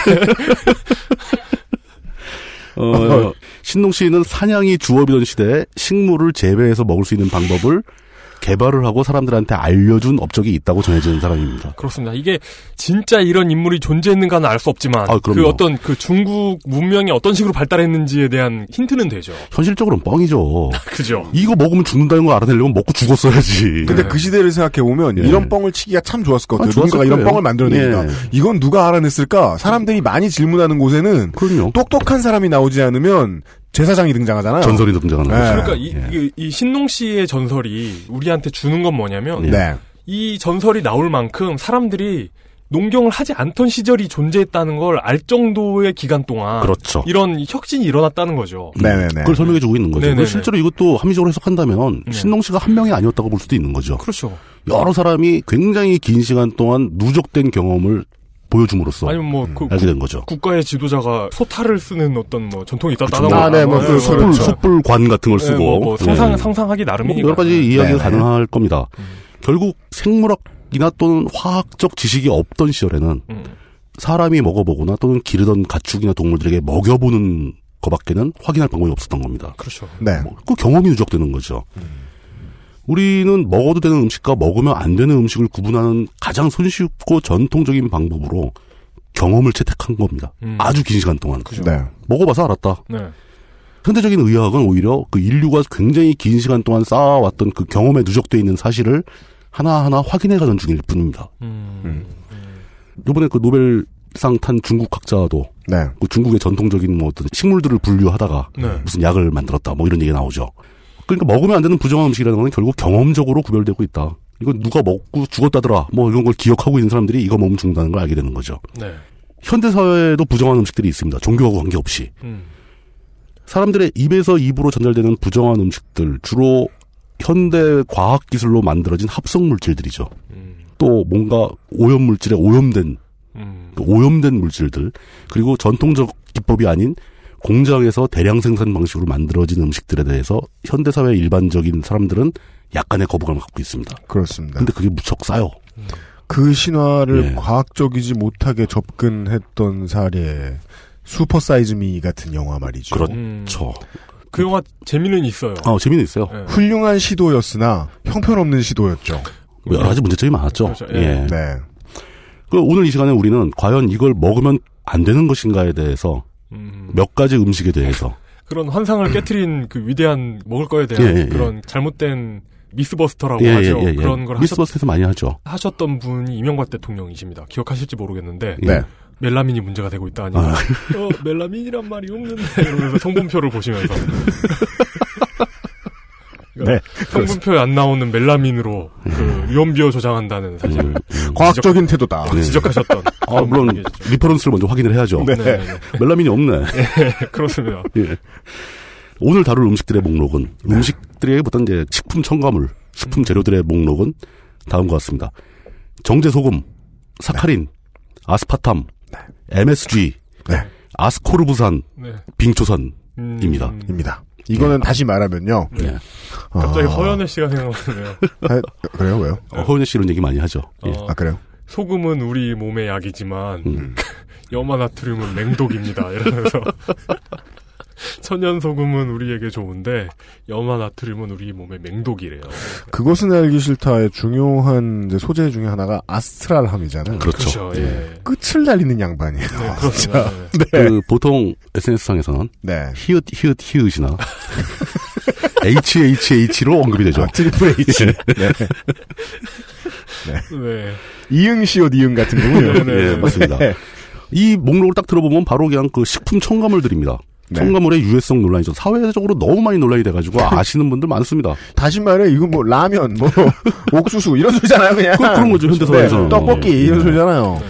D: 어, 신농 씨는 사냥이 주업이던 시대에 식물을 재배해서 먹을 수 있는 방법을 개발을 하고 사람들한테 알려준 업적이 있다고 전해지는 사람입니다.
B: 그렇습니다. 이게 진짜 이런 인물이 존재했는가는 알 수 없지만
D: 아, 그럼요.
B: 그 어떤 그 중국 문명이 어떤 식으로 발달했는지에 대한 힌트는 되죠.
D: 현실적으로는 뻥이죠.
B: 그죠.
D: 이거 먹으면 죽는다는 걸 알아내려면 먹고 죽었어야지.
C: 근데 그 시대를 생각해 보면 이런 뻥을 치기가 참 좋았을 것 같아요.
D: 네. 아, 좋았을
C: 누군가가 이런
D: 거예요.
C: 뻥을 만들어내니까
D: 예.
C: 이건 누가 알아냈을까? 사람들이 많이 질문하는 곳에는 똑똑한 사람이 나오지 않으면 제사장이 등장하잖아요.
D: 전설이 등장하는
C: 예.
B: 그러니까
D: 네.
B: 이, 이- 이 신농 씨의 전설이 우리한테 주는 건 뭐냐면
C: 네.
B: 이 전설이 나올 만큼 사람들이 농경을 하지 않던 시절이 존재했다는 걸 알 정도의 기간 동안
D: 그렇죠. 음.
B: 이런 혁신이 일어났다는 거죠.
D: 그걸 설명해주고 있는 거죠.
B: 네네네. 네.
D: 그걸 실제로 이것도 합리적으로 해석한다면 신동 씨가 한 명이 아니었다고 볼 수도 있는 거죠.
B: 그렇죠.
D: 여러 사람이 굉장히 긴 시간 동안 누적된 경험을 보여줌으로써
B: 아니면 뭐 그
D: 음. 알게 된 거죠.
B: 국가의 지도자가 소타를 쓰는 어떤 뭐 전통이 있다다는
D: 아, 네, 뭐, 그, 숯불,
B: 숯
D: 숯불관 같은 걸
B: 그렇죠. 네,
D: 쓰고.
B: 뭐, 뭐 상상-
D: 네.
B: 상상하기 나름이니까.
D: 뭐 여러 가지 이야기가
B: 네, 음. 네.
D: 가능할 겁니다. 결국 생물학이나 또는 화학적 지식이 없던 시절에는
B: 음.
D: 사람이 먹어보거나 또는 기르던 가축이나 동물들에게 먹여보는 것밖에는 확인할 방법이 없었던 겁니다.
B: 그렇죠.
C: 네.
D: 그 경험이 누적되는 거죠.
B: 음.
D: 우리는 먹어도 되는 음식과 먹으면 안 되는 음식을 구분하는 가장 손쉽고 전통적인 방법으로 경험을 채택한 겁니다.
B: 음.
D: 아주 긴 시간 동안.
C: 네.
D: 먹어봐서 알았다.
B: 네.
D: 현대적인 의학은 오히려 그 인류가 굉장히 긴 시간 동안 쌓아왔던 그 경험에 누적돼 있는 사실을 하나하나 확인해가는 중일 뿐입니다.
B: 음,
D: 음. 이번에 그 노벨상 탄 중국 학자도
C: 네.
D: 그 중국의 전통적인 뭐 어떤 식물들을 분류하다가
C: 네.
D: 무슨 약을 만들었다 뭐 이런 얘기 나오죠. 그러니까 먹으면 안 되는 부정한 음식이라는 건 결국 경험적으로 구별되고 있다. 이건 누가 먹고 죽었다더라 뭐 이런 걸 기억하고 있는 사람들이 이거 먹으면 죽는다는 걸 알게 되는 거죠.
B: 네.
D: 현대 사회에도 부정한 음식들이 있습니다. 종교하고 관계없이.
B: 음.
D: 사람들의 입에서 입으로 전달되는 부정한 음식들 주로 현대 과학 기술로 만들어진 합성 물질들이죠.
B: 음,
D: 또 뭔가 오염 물질에 오염된
B: 음.
D: 그 오염된 물질들 그리고 전통적 기법이 아닌 공장에서 대량 생산 방식으로 만들어진 음식들에 대해서 현대 사회 일반적인 사람들은 약간의 거부감을 갖고 있습니다.
C: 네. 그렇습니다.
D: 근데 그게 무척 싸요.
C: 그 신화를 과학적이지 못하게 접근했던 사례 슈퍼 사이즈 미 같은 영화 말이죠.
D: 그렇죠.
B: 그 영화 재미는 있어요.
D: 아, 재미는 있어요.
B: 네.
C: 훌륭한 시도였으나 형편없는 시도였죠.
D: 뭐 여러 가지 문제점이 많았죠.
C: 그렇죠. 예.
D: 예.
C: 네.
D: 그 오늘 이 시간에 우리는 과연 이걸 먹으면 안 되는 것인가에 대해서
B: 음.
D: 몇 가지 음식에 대해서
B: 그런 환상을 깨트린 그 위대한 먹을 거에 대한
D: 예, 예,
B: 그런 잘못된 미스버스터라고
D: 예, 예,
B: 하죠.
D: 예, 예.
B: 그런 걸
D: 미스버스에서 많이 하죠.
B: 하셨, 던 분이 이명박 대통령이십니다. 기억하실지 모르겠는데
D: 네.
B: 멜라민이 문제가 되고 있다 아니면 어, 멜라민이란 말이 없는데 이러면서 성분표를 보시면서
C: 네.
B: 성분표에 안 나오는 멜라민으로
D: 예.
B: 그 위험비어 조장한다는 사실을
C: 과학적인 태도다.
B: 음.
D: 네.
B: 지적하셨던
D: 예, 아, 물론 리퍼런스를 먼저 확인을 해야죠.
B: 어, 네. 네, 네.
D: 멜라민이 없네.
B: 예, 그렇습니다.
D: 예. 오늘 다룰 음식들의 목록은 음식들의 보통 이제 식품 첨가물, 식품 재료들의 목록은 다음과 같습니다. 정제 소금, 사카린, 아스파탐, MSG,
C: 네,
D: 아스코르부산,
B: 네. 음,
D: 빙초산입니다.
C: 입니다. 이거는 다시 말하면요.
D: 네.
B: 갑자기
C: 아.
B: 허연의 씨가 생각나네요.
C: 아, 그래요, 왜요?
D: 어, 허은혜 씨는 얘기 많이 하죠. 예.
B: 어,
C: 아 그래요?
B: 소금은 우리 몸의 약이지만
D: 음.
B: 염화나트륨은 맹독입니다. 이러면서 천연 소금은 우리에게 좋은데 염화나트륨은 우리 몸의 맹독이래요.
C: 그것은 알기 싫다의 중요한 이제 소재 중에 하나가 아스트랄함이잖아요.
D: 그렇죠.
B: 그렇죠, 예.
C: 끝을 날리는 양반이에요.
B: 네, 그렇습니다.
C: 진짜. 네.
D: 그 보통 SNS상에서는
C: 네.
D: 히읗 히읗 히읗이나 HHH로 언급이 되죠.
C: 아, 트리플 H. 네.
B: 네.
C: 이응 시옷 이응 같은 경우는
D: 예,
B: 뭐,
D: 맞습니다.
C: 네.
D: 이 목록을 딱 들어보면 바로 그냥 그 식품 첨가물들입니다. 첨가물의 유해성 논란이죠. 사회적으로 너무 많이 논란이 돼가지고 아시는 분들 많습니다.
C: 다시 말해 이건 뭐 라면, 뭐 옥수수 이런 소리잖아요, 그냥.
D: 그, 런 거죠 현대사회에서
C: 네, 떡볶이 이런 소리잖아요.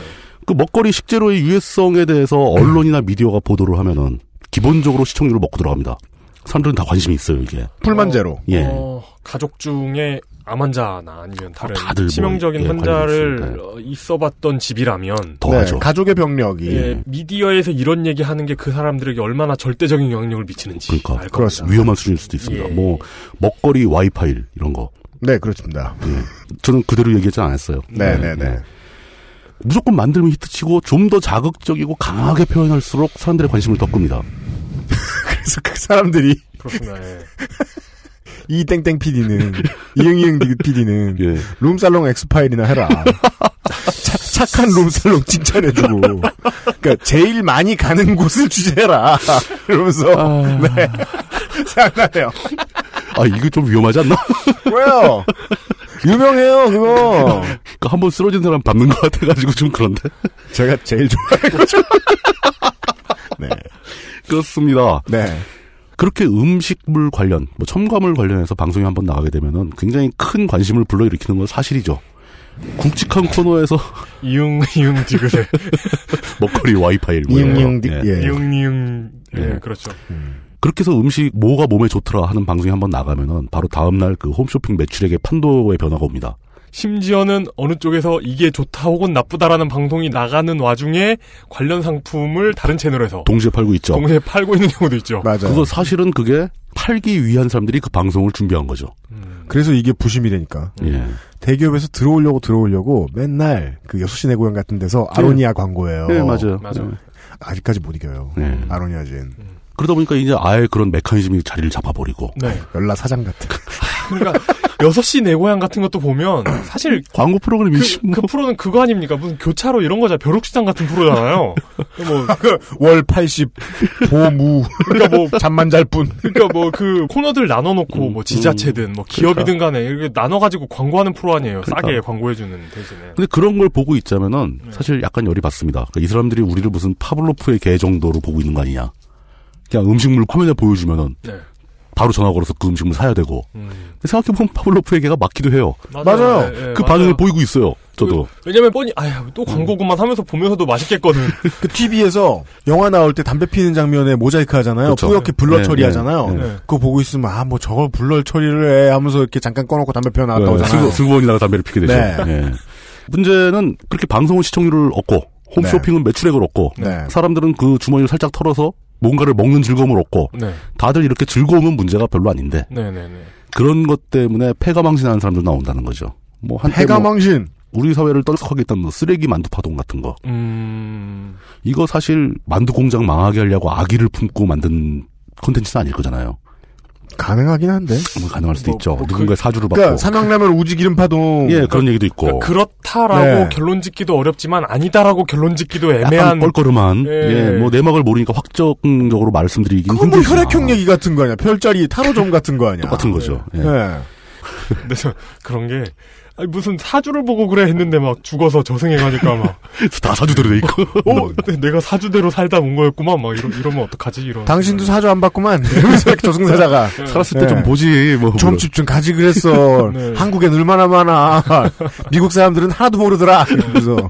D: 그 먹거리 식재료의 유해성에 대해서 언론이나 미디어가 보도를 하면은 기본적으로 시청률을 먹고 들어갑니다. 사람들은 다 관심이 있어요 이게.
C: 풀만제로.
D: 예.
B: 어, 가족 중에 암 환자나 아니면 다른
D: 다들 뭐,
B: 치명적인
D: 예,
B: 환자를
D: 관련이 있으니까요.
B: 어, 있어봤던 집이라면
D: 뭐
C: 네, 가족의 병력이
B: 예, 미디어에서 이런 얘기 하는 게 그 사람들에게 얼마나 절대적인 영향력을 미치는지
D: 그러니까
B: 알 겁니다.
D: 그렇습니다. 위험한 수준일 수도 있습니다. 뭐 먹거리 와이파이 이런 거.
C: 네, 그렇습니다.
D: 저는 그대로 얘기하지 않았어요.
C: 네, 네, 네.
D: 무조건 만들면 히트치고 좀 더 자극적이고 강하게 표현할수록 사람들의 관심을 더 끕니다.
C: 그래서 그 사람들이
B: 그렇습니다. 예.
C: 이 땡땡 PD는 이응이응 PD는
D: 예.
C: 룸살롱 엑스파일이나 해라. 차- 착한 룸살롱 칭찬해주고. 그러니까 제일 많이 가는 곳을 주제해라. 이러면서 네. 생각나네요.
D: 아, 이거 좀 위험하지 않나?
C: 왜요? 유명해요, 그거.
D: 그 한번 쓰러진 사람 밟는 것 같아가지고 좀 그런데.
C: 제가 제일 좋아하는 거죠. 네.
D: 그렇습니다.
C: 네.
D: 그렇게 음식물 관련, 뭐 첨가물 관련해서 방송이 한번 나가게 되면은 굉장히 큰 관심을 불러일으키는 건 사실이죠. 굵직한 코너에서
B: 이응 이응 디귿에
D: 먹거리 와이파이
B: 이응, 디- 예. 이응, 이응. 예, 그렇죠.
D: 그렇게 해서 음식 뭐가 몸에 좋더라 하는 방송이 한번 나가면은 바로 다음 날 그 홈쇼핑 매출액의 판도의 변화가 옵니다.
B: 심지어는 어느 쪽에서 이게 좋다 혹은 나쁘다라는 방송이 나가는 와중에 관련 상품을 다른 채널에서
D: 동시에 팔고 있죠.
B: 동시에 네. 팔고 있는 경우도 있죠.
D: 그거 사실은 그게 팔기 위한 사람들이 그 방송을 준비한 거죠.
B: 음.
C: 그래서 이게 부심이라니까.
D: 예.
C: 대기업에서 들어오려고 들어오려고 맨날 그 6시 내 고향 같은 데서
D: 예.
C: 아로니아
B: 어.
C: 광고예요. 네.
D: 예, 맞아요. 맞아요.
C: 직까지못 이겨요. 아로니아 진.
D: 그러다 보니까 이제 아예 그런 메커니즘이 자리를 잡아버리고.
B: 네.
C: 연라 사장 같은.
B: 그러니까 6시 내 고향 같은 것도 보면 사실
D: 광고 프로그램이
B: 그, 그 프로는 그거 아닙니까? 무슨 교차로 이런 거잖아. 벼룩시장 같은 프로잖아요.
C: 월 80, 보무,
B: 그러니까 뭐
C: 잠만 잘 뿐.
B: 그러니까 뭐 그 코너들 나눠 놓고
D: 음,
B: 뭐 지자체든 뭐 기업이든 간에 이렇게 나눠 가지고 광고하는 프로 아니에요. 싸게
D: 그러니까.
B: 광고해 주는 대신에.
D: 근데 그런 걸 보고 있자면은 사실 약간 열이 받습니다. 그러니까 이 사람들이 우리를 무슨 파블로프의 개 정도로 보고 있는 거 아니냐. 그냥 음식물 화면에 보여주면은
B: 네.
D: 바로 전화 걸어서 그 음식물 사야 되고. 근데 생각해보면 파블로프의 개가 맞기도 해요.
B: 맞아요. 네, 네,
D: 그
B: 맞아요.
D: 반응을 보이고 있어요. 저도.
B: 왜냐면 뻔히 아야
D: 음.
B: 또 광고구만 하면서 보면서도 맛있겠거든.
C: 그 TV에서 영화 나올 때 담배 피는 장면에 모자이크 하잖아요.
B: 그렇죠.
C: 뿌옇게 블러
B: 네,
C: 처리하잖아요.
B: 네, 네.
C: 그거 보고 있으면 아 뭐 저걸 블러 처리를 해 하면서 이렇게 잠깐 꺼놓고 담배 피워 나갔다 오잖아요.
D: 승부- 승부원이다가 담배를 피게 되죠.
C: 네.
D: 예. 문제는 그렇게 방송은 시청률을 얻고 홈쇼핑은 매출액을 얻고
C: 네.
D: 사람들은 그 주머니를 살짝 털어서 뭔가를 먹는 즐거움을 얻고
B: 네.
D: 다들 이렇게 즐거움은 문제가 별로 아닌데
B: 네, 네, 네.
D: 그런 것 때문에 폐가망신하는 사람들 나온다는 거죠. 뭐 한때
C: 폐가망신.
D: 뭐 우리 사회를 떨썩하게 했던 뭐 쓰레기 만두 파동 같은 거.
B: 음.
D: 이거 사실 만두 공장 망하게 하려고 악의를 품고 만든 콘텐츠는 아닐 거잖아요.
C: 가능하긴 한데.
D: 뭐 가능할 수도 있죠. 누군가 사주를 받고.
C: 그 그러니까 삼양라면 우지 기름 파동.
D: 뭐 예, 그런 얘기도 있고.
B: 그렇다라고
D: 네.
B: 결론 짓기도 어렵지만 아니다라고 결론 짓기도
C: 그
D: 약간
B: 애매한
D: 껄끄름한.
B: 예.
D: 예. 뭐 내막을 모르니까 확정적으로 말씀드리긴
C: 그건 뭐
D: 힘들지만
C: 혈액형 얘기 같은 거 아니야. 별자리 타로점 같은 거 아니야.
D: 똑같은 거죠. 예.
C: 네.
B: 그래서 그런 게 아니 무슨 사주를 보고 그래 했는데 막 죽어서 저승에 가니까 막
D: 다 사주대로 돼 있고.
C: 뭐
B: 어, 내- 내가 사주대로 살다 온 거였구만. 막 이러, 이러면 어떡하지? 이런.
C: 당신도 사주 안 받구만. 이러면서 이렇게 저승사자가.
D: 살았을 때 좀 보지. 뭐
C: 예. 좀
D: 그런.
C: 집중 가지 그랬어.
B: 네.
C: 한국엔 얼마나 많아. 미국 사람들은 하나도 모르더라. 이러면서.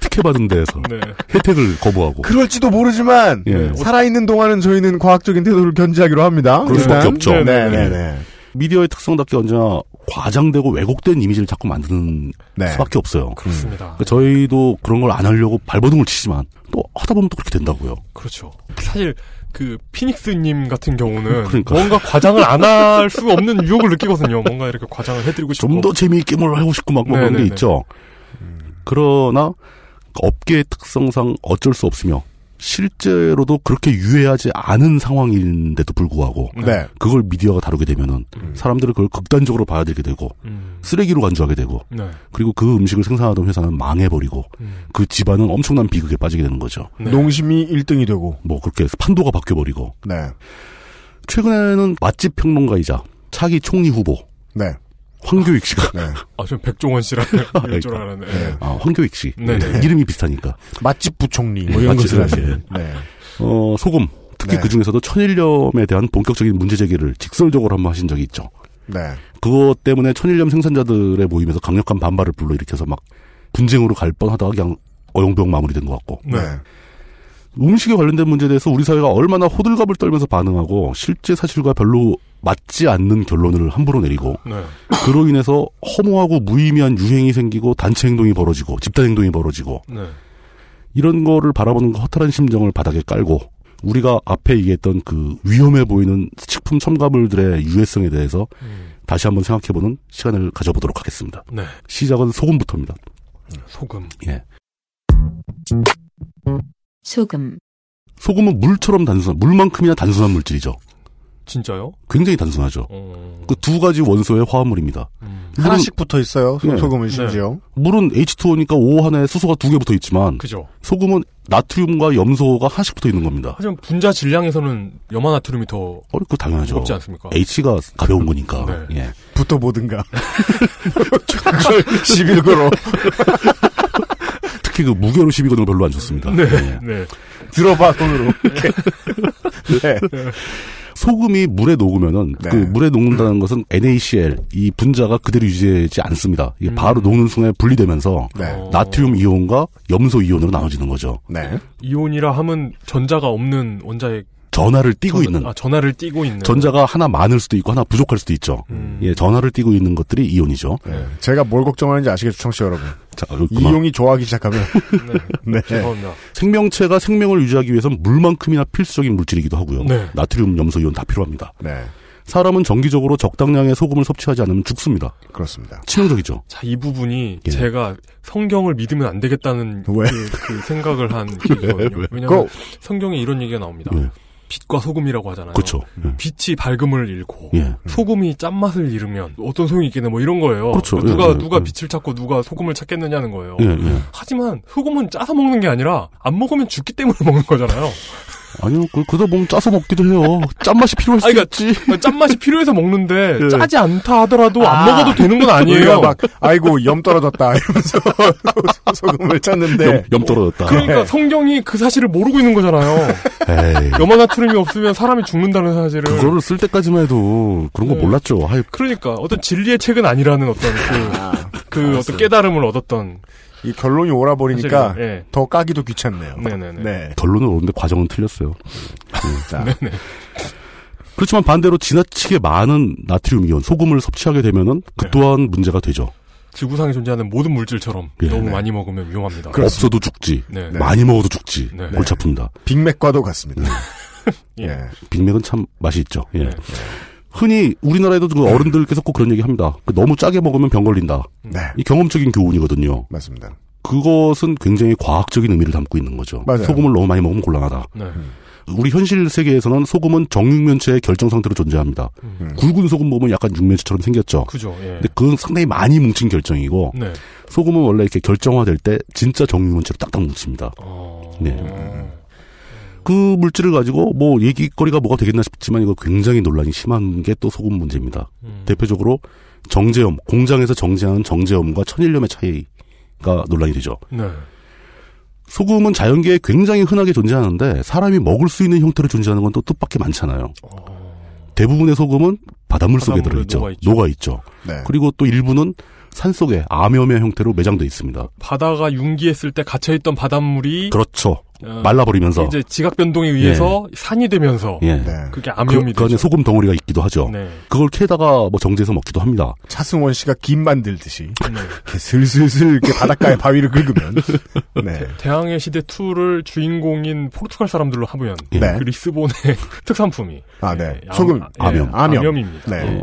D: 특혜 받은 데에서
B: 네.
D: 혜택을 거부하고.
C: 그럴지도 모르지만
D: 예.
C: 살아있는 동안은 저희는 과학적인 태도를 견지하기로 합니다.
D: 그럴 수밖에
C: 일단.
D: 없죠.
C: 네네네.
D: 예. 미디어의 특성답게 언제나 과장되고 왜곡된 이미지를 자꾸 만드는
C: 네.
D: 수밖에 없어요.
B: 그렇습니다.
D: 그러니까 저희도 그런 걸 안 하려고 발버둥을 치지만 또 하다 보면 또 그렇게 된다고요.
B: 그렇죠. 사실 그 피닉스님 같은 경우는
D: 그러니까.
B: 뭔가 과장을 안 할 수 없는 유혹을 느끼거든요. 뭔가 이렇게 과장을 해드리고 싶고
D: 좀 더 재미있게 뭘 하고 싶고 막뭐 그런 게
B: 네네네.
D: 있죠. 그러나 업계의 특성상 어쩔 수 없으며 실제로도 그렇게 유해하지 않은 상황인데도 불구하고
C: 네.
D: 그걸 미디어가 다루게 되면은
B: 음.
D: 사람들은 그걸 극단적으로 봐야되게 되고 쓰레기로 간주하게 되고
B: 네. 음.
D: 그리고 그 음식을 생산하던 회사는 망해버리고 그 집안은 엄청난 비극에 빠지게 되는 거죠.
C: 농심이 1등이 되고
D: 뭐 그렇게 해서 판도가 바뀌어버리고
C: 네.
D: 최근에는 맛집 평론가이자 차기 총리 후보
C: 네.
D: 황교익 씨가
B: 아, 전 백종원 씨라
D: 그러니까.
B: 이럴 줄 알았네.
D: 아, 황교익 씨
B: 네, 네.
D: 이름이 비슷하니까
C: 맛집 부총리 뭐 이런
D: 맛집,
C: 것을 하시는.
D: 예.
C: 네.
D: 어, 소금 특히
C: 네.
D: 그 중에서도 천일염에 대한 본격적인 문제 제기를 직설적으로 한번 하신 적이 있죠.
C: 네.
D: 그것 때문에 천일염 생산자들의 모임에서 강력한 반발을 불러일으켜서 막 분쟁으로 갈 뻔하다가 그냥 어용병 마무리된 것 같고
C: 네.
D: 음식에 관련된 문제에 대해서 우리 사회가 얼마나 호들갑을 떨면서 반응하고 실제 사실과 별로 맞지 않는 결론을 함부로 내리고
B: 네.
D: 그로 인해서 허무하고 무의미한 유행이 생기고 단체 행동이 벌어지고 집단 행동이 벌어지고
B: 네.
D: 이런 거를 바라보는 그 허탈한 심정을 바닥에 깔고 우리가 앞에 얘기했던 그 위험해 보이는 식품 첨가물들의 유해성에 대해서 다시 한번 생각해보는 시간을 가져보도록 하겠습니다.
B: 네.
D: 시작은 소금부터입니다.
B: 소금.
D: 예.
A: 소금,
D: 소금은 물처럼 단순한 물만큼이나 단순한 물질이죠.
B: 진짜요?
D: 굉장히 단순하죠.
B: 어.
D: 그 두 가지 원소의 화합물입니다. 물은-
C: 하나씩 붙어 있어요. 소-
D: 네.
C: 소금은 심지어.
D: 물은 H2O니까 O 하나에 수소가 두 개 붙어 있지만
B: 그죠.
D: 소금은 나트륨과 염소가 하나씩 붙어 있는 겁니다.
B: 하지만 분자 질량에서는 염화나트륨이 더
D: 어, 그 당연하죠.
B: 무겁지 않습니까? 네.
D: H가 가벼운 거니까. 예.
C: 붙어 보든가. 11고로.
D: 특히 그 무게로 12거는 별로 안 좋습니다. 예.
B: 네.
C: 들어봐 손으로. 이렇게. 네.
D: 소금이 물에 녹으면은 그 물에 녹는다는 것은 NaCl 이 분자가 그대로 유지되지 않습니다.
B: 음.
D: 이게 바로 녹는 순간에 분리되면서
C: 네.
D: 나트륨 이온과 염소 이온으로 나눠지는 거죠.
C: 네.
B: 이온이라 함은 전자가 없는 원자의
D: 전하를 띄고 있는
B: 아, 전하를 띄고 있는
D: 전자가 하나 많을 수도 있고 하나 부족할 수도 있죠.
B: 음.
D: 예, 전하를 띄고 있는 것들이 이온이죠.
C: 네. 제가 뭘 걱정하는지 아시겠죠, 청취자 여러분.
D: 자, 어, 그만.
C: 이용이 좋아하기 시작하면. 네.
D: 생명체가 생명을 유지하기 위해선 물만큼이나 필수적인 물질이기도 하고요.
C: 네.
D: 나트륨, 염소, 이온 다 필요합니다.
C: 네.
D: 사람은 정기적으로 적당량의 소금을 섭취하지 않으면 죽습니다.
C: 그렇습니다.
D: 치명적이죠.
B: 자, 이 부분이 제가 성경을 믿으면 안 되겠다는
D: 예. 왜?
B: 그, 그 생각을 한 계기거든요.
D: 왜?
B: 왜냐하면
D: 고! 예.
B: 성경에 이런 얘기가 나옵니다. 빛과 소금이라고 하잖아요.
D: 그렇죠.
B: 빛이 밝음을 잃고
D: 예.
B: 소금이 짠맛을 잃으면 어떤 소용이 있겠냐 뭐 이런 거예요.
D: 그렇죠.
B: 누가
D: 예, 예,
B: 누가
D: 예.
B: 빛을 찾고 누가 소금을 찾겠느냐는 거예요.
D: 예, 예.
B: 하지만 소금은 짜서 먹는 게 아니라 안 먹으면 죽기 때문에 먹는 거잖아요.
D: 아니요, 그, 그러다 보면 짜서 먹기도 해요. 짠맛이 필요할 수도
B: 아니, 그러니까
D: 있지.
B: 짠맛이 필요해서 먹는데
D: 예.
B: 짜지 않다 하더라도 안
C: 아.
B: 먹어도 되는 건 아니에요.
C: 우리가 막 아이고 염 떨어졌다 이러면서 소금을
D: 염,
C: 짰는데
D: 염 떨어졌다.
B: 네. 그러니까 성경이 그 사실을 모르고 있는 거잖아요.
D: 에이,
B: 네. 염화나트륨이 없으면 사람이 죽는다는 사실을.
D: 그거를 쓸 때까지만 해도 그런 거
B: 네.
D: 몰랐죠. 하이,
B: 그러니까 어떤 진리의 책은 아니라는 어떤 그, 그
C: 알았어요.
B: 어떤 깨달음을 얻었던
C: 이 결론이
D: 그러니까.
C: 오라버리니까
B: 사실은, 예.
C: 더 까기도 귀찮네요.
B: 네네네.
C: 네.
D: 결론은 오는데 과정은 틀렸어요. 예.
C: 자.
D: 그렇지만 반대로 지나치게 많은 나트륨 이온, 소금을 섭취하게 되면은
B: 네.
D: 그 또한 문제가 되죠.
B: 지구상에 존재하는 모든 물질처럼
D: 예.
B: 너무
D: 네.
B: 많이 먹으면 위험합니다.
D: 없어도 죽지.
B: 네.
D: 많이 먹어도 죽지.
B: 네.
D: 골치 아픕니다.
C: 빅맥과도 같습니다. 예.
D: 빅맥은 참 맛이 있죠.
C: 네,
D: 예. 흔히 우리나라에도 그 어른들께서 꼭 그런 얘기 합니다. 그 너무 짜게 먹으면 병 걸린다.
C: 네.
D: 이 경험적인 교훈이거든요.
C: 맞습니다.
D: 그것은 굉장히 과학적인 의미를 담고 있는 거죠.
C: 맞아요.
D: 소금을 너무 많이 먹으면 곤란하다.
B: 네.
D: 우리 현실 세계에서는 소금은 정육면체의 결정 상태로 존재합니다.
C: 음.
D: 굵은 소금 보면 약간 육면체처럼 생겼죠.
C: 그렇죠.
B: 그죠, 예.
D: 근데 그건 상당히 많이 뭉친 결정이고
C: 음.
B: 네.
D: 소금은 원래 이렇게 결정화될 때 진짜 정육면체로 딱딱 뭉칩니다. 네. 그 물질을 가지고 뭐 얘기거리가 뭐가 되겠나 싶지만 이거 굉장히 논란이 심한 게 또 소금 문제입니다.
B: 음.
D: 대표적으로 정제염 공장에서 정제하는 정제염과 천일염의 차이가 논란이 되죠.
B: 네.
D: 소금은 자연계에 굉장히 흔하게 존재하는데 사람이 먹을 수 있는 형태로 존재하는 건 또 뜻밖의 많잖아요. 대부분의 소금은 바닷물 속에
B: 어. 바닷물에
D: 들어있죠.
B: 녹아있죠.
D: 녹아있죠.
C: 네.
D: 그리고 또 일부는 산 속에 암염의 형태로 매장돼 있습니다.
B: 바다가 융기했을 때 갇혀있던 바닷물이
D: 그렇죠.
B: 어,
D: 말라버리면서.
B: 이제 지각 변동에 의해서 산이 되면서
D: 예.
C: 네.
B: 그게 암염이
D: 그, 그 안에
B: 되죠.
D: 소금 덩어리가 있기도 하죠.
B: 네.
D: 그걸 캐다가 뭐 정제해서 먹기도 합니다.
C: 차승원 씨가 김 만들듯이 이렇게 슬슬슬 이렇게 바닷가에 바위를 긁으면 네.
B: 대항해 시대 2를 주인공인 포르투갈 사람들로 하면
D: 예.
B: 그 리스본의 특산품이
C: 네. 아, 네.
B: 예,
C: 소금,
B: 암, 예,
D: 암염.
B: 암염입니다.
C: 네.
D: 어,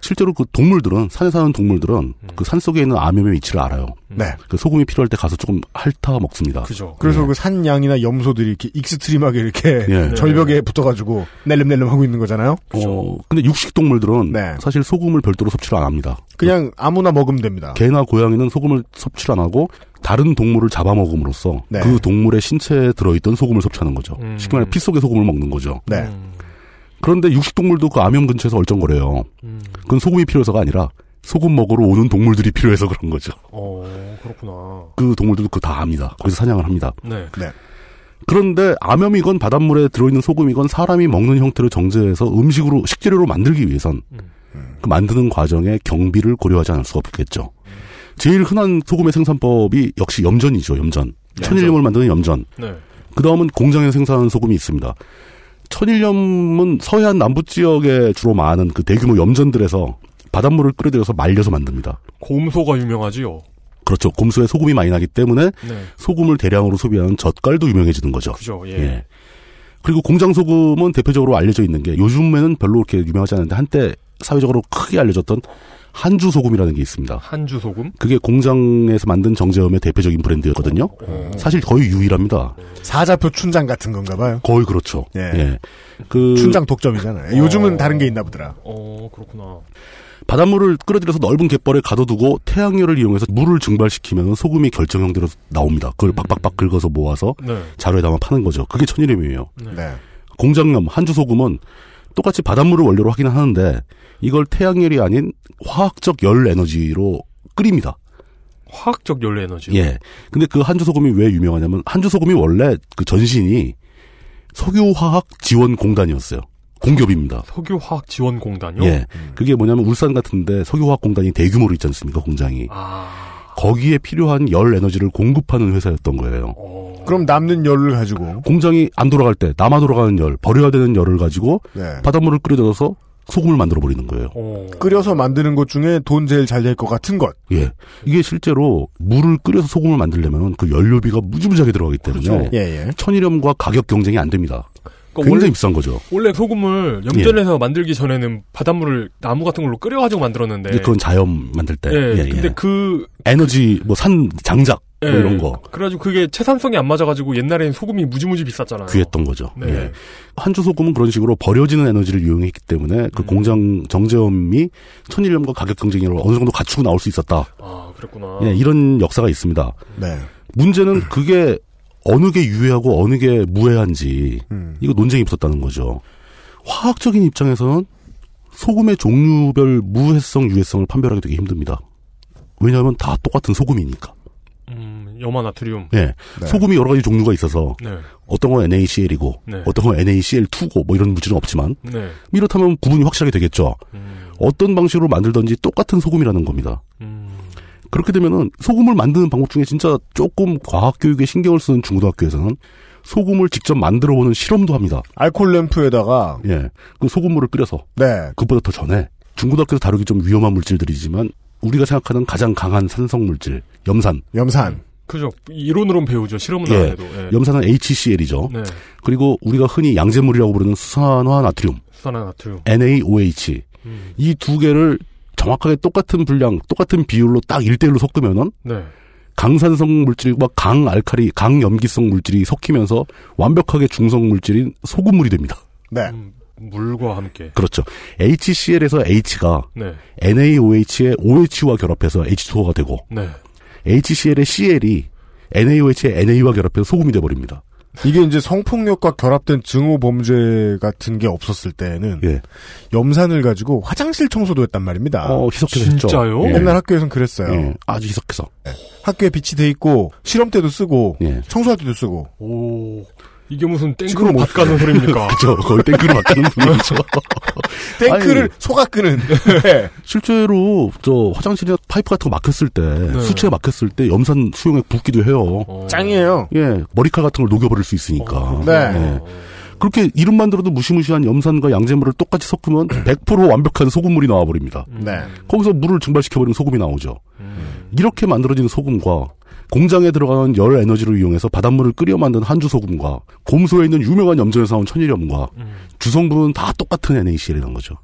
D: 실제로 그 동물들은 산에 사는 동물들은 그 산 속에 있는 암염의 위치를 알아요.
C: 네.
D: 그 소금이 필요할 때 가서 조금 핥아 먹습니다.
B: 그죠.
C: 그래서 그 산양이나 염소들이 이렇게 익스트림하게 이렇게
D: 예.
C: 절벽에 붙어가지고 낼름낼름 하고 있는 거잖아요.
D: 어, 근데 육식 동물들은 사실 소금을 별도로 섭취를 안 합니다.
C: 그냥 아무나 먹으면 됩니다.
D: 개나 고양이는 소금을 섭취를 안 하고 다른 동물을 잡아먹음으로써
C: 네.
D: 그 동물의 신체에 들어있던 소금을 섭취하는 거죠.
C: 음.
D: 쉽게 말해 피 속의 소금을 먹는 거죠.
B: 음.
C: 네.
D: 그런데 육식동물도 그 암염 근처에서 얼쩡거려요.
B: 음.
D: 그건 소금이 필요해서가 아니라 소금 먹으러 오는 동물들이 필요해서 그런 거죠.
B: 어, 그렇구나.
D: 그 동물들도 그거 다 압니다. 거기서 사냥을 합니다.
B: 네.
D: 그런데 암염이건 바닷물에 들어있는 소금이건 사람이 먹는 형태로 정제해서 음식으로 식재료로 만들기 위해선 그 만드는 과정에 경비를 고려하지 않을 수가 없겠죠. 제일 흔한 소금의 생산법이 역시 염전이죠. 염전. 천일염을 만드는 염전.
B: 네.
D: 그 다음은 공장에서 생산하는 소금이 있습니다. 천일염은 서해안 남부 지역에 주로 많은 그 대규모 염전들에서 바닷물을 끌어들여서 말려서 만듭니다.
B: 곰소가 유명하지요.
D: 그렇죠. 곰소에 소금이 많이 나기 때문에
B: 네.
D: 소금을 대량으로 소비하는 젓갈도 유명해지는 거죠.
B: 그죠, 예.
D: 그리고 공장 소금은 대표적으로 알려져 있는 게 요즘에는 별로 그렇게 유명하지 않은데 한때 사회적으로 크게 알려졌던 한주 소금이라는 게 있습니다.
B: 한주 소금?
D: 그게 공장에서 만든 정제음의 대표적인 브랜드였거든요. 사실 거의 유일합니다.
C: 사자표 춘장 같은 건가 봐요.
D: 거의 그렇죠.
C: 예.
D: 그
C: 춘장 독점이잖아요.
D: 어.
C: 요즘은 다른 게 있나 보더라.
B: 어, 그렇구나.
D: 바닷물을 끌어들여서 넓은 갯벌에 가둬두고 태양열을 이용해서 물을 증발시키면 소금이 결정 형태로 나옵니다. 그걸 박박박 긁어서 모아서
B: 네.
D: 자루에 담아 파는 거죠. 그게 천일염이에요.
C: 네.
D: 공장염 한주 소금은 똑같이 바닷물을 원료로 하긴 하는데 이걸 태양열이 아닌 화학적 열 에너지로 끓입니다.
B: 화학적 연료 에너지.
D: 예. 근데 그 한주 소금이 왜 유명하냐면 한주 소금이 원래 그 전신이 석유화학 지원 공단이었어요. 공기업입니다.
B: 석유화학 지원공단요.
D: 예. 그게 뭐냐면 울산 같은데 석유화학 공단이 대규모로 있지 않습니까?
B: 아.
D: 공장이. 거기에 필요한 열 에너지를 공급하는 회사였던 거예요.
C: 그럼 남는 열을 가지고
D: 공장이 안 돌아갈 때 남아 돌아가는 열, 버려야 되는 열을 가지고
C: 네.
D: 바닷물을 끓여들어서 소금을 만들어 버리는 거예요.
B: 그러니까
C: 끓여서 만드는 것 중에 돈 제일 잘 될 것 같은 것.
D: 예. 이게 실제로 물을 끓여서 소금을 만들려면 그 연료비가 무지무지하게 들어가기 때문에
B: 그렇죠.
D: 예. 천일염과 가격 경쟁이 안 됩니다.
B: 그러니까
D: 굉장히 예.
B: 원래-
D: 비싼 거죠.
B: 원래 소금을 염전해서 만들기 전에는 바닷물을 나무 같은 걸로 끓여가지고 만들었는데.
D: 이제 그건 자연 만들 때.
B: 네. 예, 근데 그
D: 에너지 뭐 산 장작 뭐
B: 예,
D: 이런 거
B: 그래가지고 그게 채산성이 안 맞아가지고 옛날에는 소금이 무지무지 비쌌잖아요.
D: 귀했던 거죠.
B: 네.
D: 예. 한주 소금은 그런 식으로 버려지는 에너지를 이용했기 때문에
B: 음.
D: 그 공장 정제염이 천일염과 가격 경쟁력을 어느 정도 갖추고 나올 수 있었다.
B: 아, 그랬구나.
D: 예, 이런 역사가 있습니다.
C: 네.
D: 문제는 그게 어느 게 유해하고 어느 게 무해한지 이거 논쟁이 붙었다는 거죠. 화학적인 입장에서는 소금의 종류별 무해성 유해성을 판별하기 되게 힘듭니다. 왜냐하면 다 똑같은 소금이니까.
B: 음, 염화 나트륨.
D: 예. 소금이 여러 가지 종류가 있어서
B: 네.
D: 어떤 건 NaCl이고
B: 네.
D: 어떤 건 NaCl2고 뭐 이런 물질은 없지만
B: 네.
D: 이렇다면 구분이 확실하게 되겠죠. 어떤 방식으로 만들든지 똑같은 소금이라는 겁니다.
B: 음,
D: 그렇게 되면은 소금을 만드는 방법 중에 진짜 조금 과학 교육에 신경을 쓰는 중고등학교에서는 소금을 직접 만들어 보는 실험도 합니다.
C: 알콜 램프에다가
D: 예. 그 소금물을 끓여서
C: 네.
D: 그보다 더 전에 중고등학교에서 다루기 좀 위험한 물질들이지만 우리가 생각하는 가장 강한 산성 물질 염산.
C: 염산.
B: 그죠. 이론으론 배우죠. 실험은 안
D: 예.
B: 해도. 예.
D: 염산은 HCl이죠.
B: 네.
D: 그리고 우리가 흔히 양잿물이라고 부르는 수산화 나트륨.
B: 수산화 나트륨.
D: NaOH. 이 두 개를 정확하게 똑같은 분량, 똑같은 비율로 딱 1대1로 섞으면은
B: 네.
D: 강산성 물질과 강알칼리, 강염기성 물질이 섞이면서 완벽하게 중성 물질인 소금물이 됩니다.
C: 네.
D: 음.
B: 물과 함께.
D: 그렇죠. HCl에서 H가
B: 네.
D: NaOH의 OH와 결합해서 H2O가 되고
B: 네.
D: HCl의 CL이 NaOH의 NA와 결합해서 소금이 돼버립니다.
C: 이게 이제 성폭력과 결합된 증오 범죄 같은 게 없었을 때는 염산을 가지고 화장실 청소도 했단 말입니다.
D: 예. 어, 희석해서 했죠. 진짜요? 예.
C: 아, 옛날 학교에선 그랬어요.
D: 예, 아주 희석해서.
C: 학교에 빛이 돼 있고 실험 때도 쓰고
D: 예.
C: 청소할 때도 쓰고.
B: 오. 이게 무슨 땡크로
C: 지금은 못
B: 밭 가는
C: 써요.
B: 소리입니까?
D: 그죠. 거의 땡크로 밭 가는 소리죠.
C: 탱크를
D: 아니.
C: 소가 끄는.
D: 실제로 저 화장실이나 파이프 같은 거 막혔을 때 수채 막혔을 때 염산 수용액 붓기도 해요.
C: 짱이에요.
D: 예, 머리칼 같은 걸 녹여버릴 수 있으니까.
C: 네.
D: 예. 그렇게 이름만 들어도 무시무시한 염산과 양잿물을 똑같이 섞으면 100% 완벽한 소금물이 나와버립니다.
K: 음.
C: 네.
D: 거기서 물을 증발시켜버리면 소금이 나오죠. 이렇게 만들어지는 소금과 공장에 들어가는 열 에너지를 이용해서 바닷물을 끓여 만든 한주 소금과 곰소에 있는 유명한 염전에서 나온 천일염과 주성분은 다 똑같은 NaCl이라는 거죠.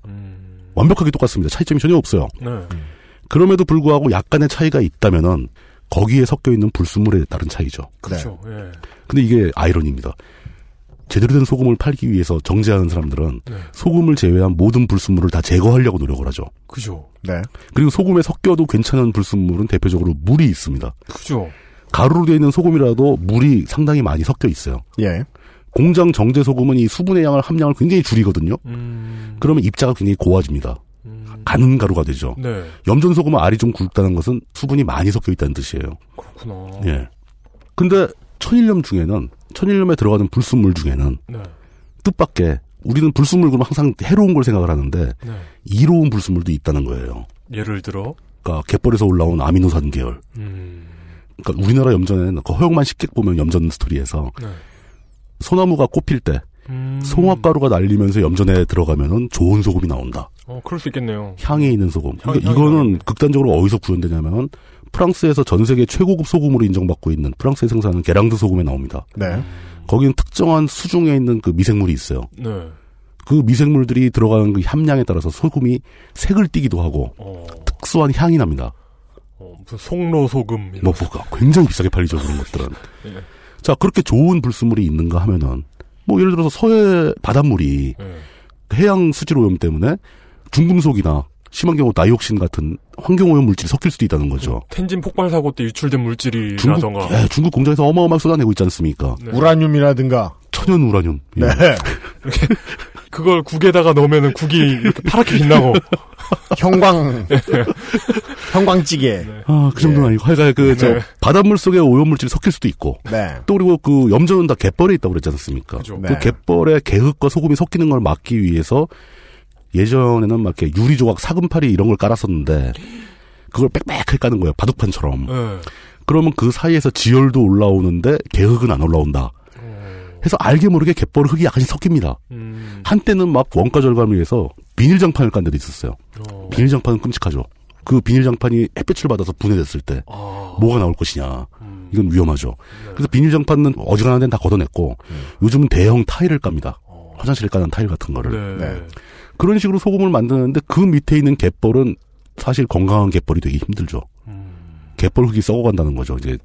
D: 완벽하게 똑같습니다. 차이점이 전혀 없어요.
B: 네.
D: 그럼에도 불구하고 약간의 차이가 있다면은 거기에 섞여 있는 불순물에 따른 차이죠.
B: 그렇죠.
D: 네.
B: 예.
D: 근데 이게 아이러니입니다. 제대로 된 소금을 팔기 위해서 정제하는 사람들은
B: 네.
D: 소금을 제외한 모든 불순물을 다 제거하려고 노력을 하죠.
B: 그죠.
C: 네.
D: 그리고 소금에 섞여도 괜찮은 불순물은 대표적으로 물이 있습니다.
B: 그죠.
D: 가루로 되어 있는 소금이라도 물이 상당히 많이 섞여 있어요.
C: 예.
D: 공장 정제 소금은 이 수분의 양을 함량을 굉장히 줄이거든요. 그러면 입자가 굉장히 고와집니다. 가는 가루가 되죠.
B: 네.
D: 염전 소금은 알이 좀 굵다는 것은 수분이 많이 섞여 있다는 뜻이에요.
B: 그렇구나.
D: 예. 근데 천일염 중에는 천일염에 들어가는 불순물 중에는
B: 네.
D: 뜻밖의 우리는 불순물 그러면 항상 해로운 걸 생각을 하는데
B: 네.
D: 이로운 불순물도 있다는 거예요.
B: 예를 들어.
D: 그러니까 갯벌에서 올라온 아미노산 계열.
B: 음,
D: 그러니까 우리나라 염전에는 그 허영만 식객 보면 염전 스토리에서
B: 네.
D: 소나무가 꽃필 때
B: 음.
D: 송화가루가 날리면서 염전에 들어가면은 좋은 소금이 나온다.
B: 어, 그럴 수 있겠네요.
D: 향에 있는 소금.
B: 향-
D: 그러니까
B: 향이
D: 이거는 극단적으로 어디서 구현되냐면 프랑스에서 전 세계 최고급 소금으로 인정받고 있는 프랑스에 생산하는 게랑드 소금에 나옵니다.
C: 네.
D: 거기는 특정한 수중에 있는 그 미생물이 있어요.
B: 네.
D: 그 미생물들이 들어가는 그 함량에 따라서 소금이 색을 띠기도 하고 특수한 향이 납니다.
B: 어, 무슨 송로 소금
D: 뭐 뭐가 굉장히 비싸게 팔리죠 그런 것들은. 자 그렇게 좋은 불순물이 있는가 하면은 뭐 예를 들어서 서해 바닷물이
B: 예.
D: 해양 수질 오염 때문에 중금속이나 심한 경우 나이옥신 같은 환경 오염 물질이 섞일 수도 있다는 거죠.
B: 텐진 폭발 사고 때 유출된
D: 중국,
B: 물질이라던가
D: 예, 중국 공장에서 어마어마하게 쏟아내고 있지 않습니까?
C: 음.
B: 네.
C: 우라늄이라든가 네.
D: 천연 우라늄. 예.
B: 그걸 국에다가 넣으면은 국이 이렇게 파랗게 빛나고
C: 형광 형광찌개
D: 아, 그 정도는 아니고 하여간 그 저
C: 네.
D: 바닷물 속에 오염 물질이 섞일 수도 있고.
C: 네.
D: 또 그리고 그 염전은 다 갯벌에 있다고 그랬지 않습니까? 그
C: 네.
D: 갯벌에 개흙과 소금이 섞이는 걸 막기 위해서 예전에는 막 이렇게 유리 조각 사금팔이 이런 걸 깔았었는데 그걸 빽빽하게 까는 거예요. 바둑판처럼.
B: 네.
D: 그러면 그 사이에서 지열도 올라오는데 개흙은 안 올라온다. 해서 알게 모르게 갯벌 흙이 약간씩 섞입니다.
B: 음,
D: 한때는 막 원가 절감을 위해서 비닐장판을 깐 데도 있었어요. 비닐장판은 끔찍하죠. 그 비닐장판이 햇빛을 받아서 음. 네. 분해됐을 때 뭐가 나올 것이냐. 이건 위험하죠. 그래서 비닐장판은 어지간한 데는 다 걷어냈고 요즘은 대형 타일을 깝니다.
B: 어,
D: 화장실에 까는 타일 같은
B: 네.
D: 거를. 그런 식으로 소금을 만드는데 그 밑에 있는 갯벌은 사실 건강한 갯벌이 되기 힘들죠.
B: 음,
D: 갯벌 흙이 썩어간다는 거죠. 이제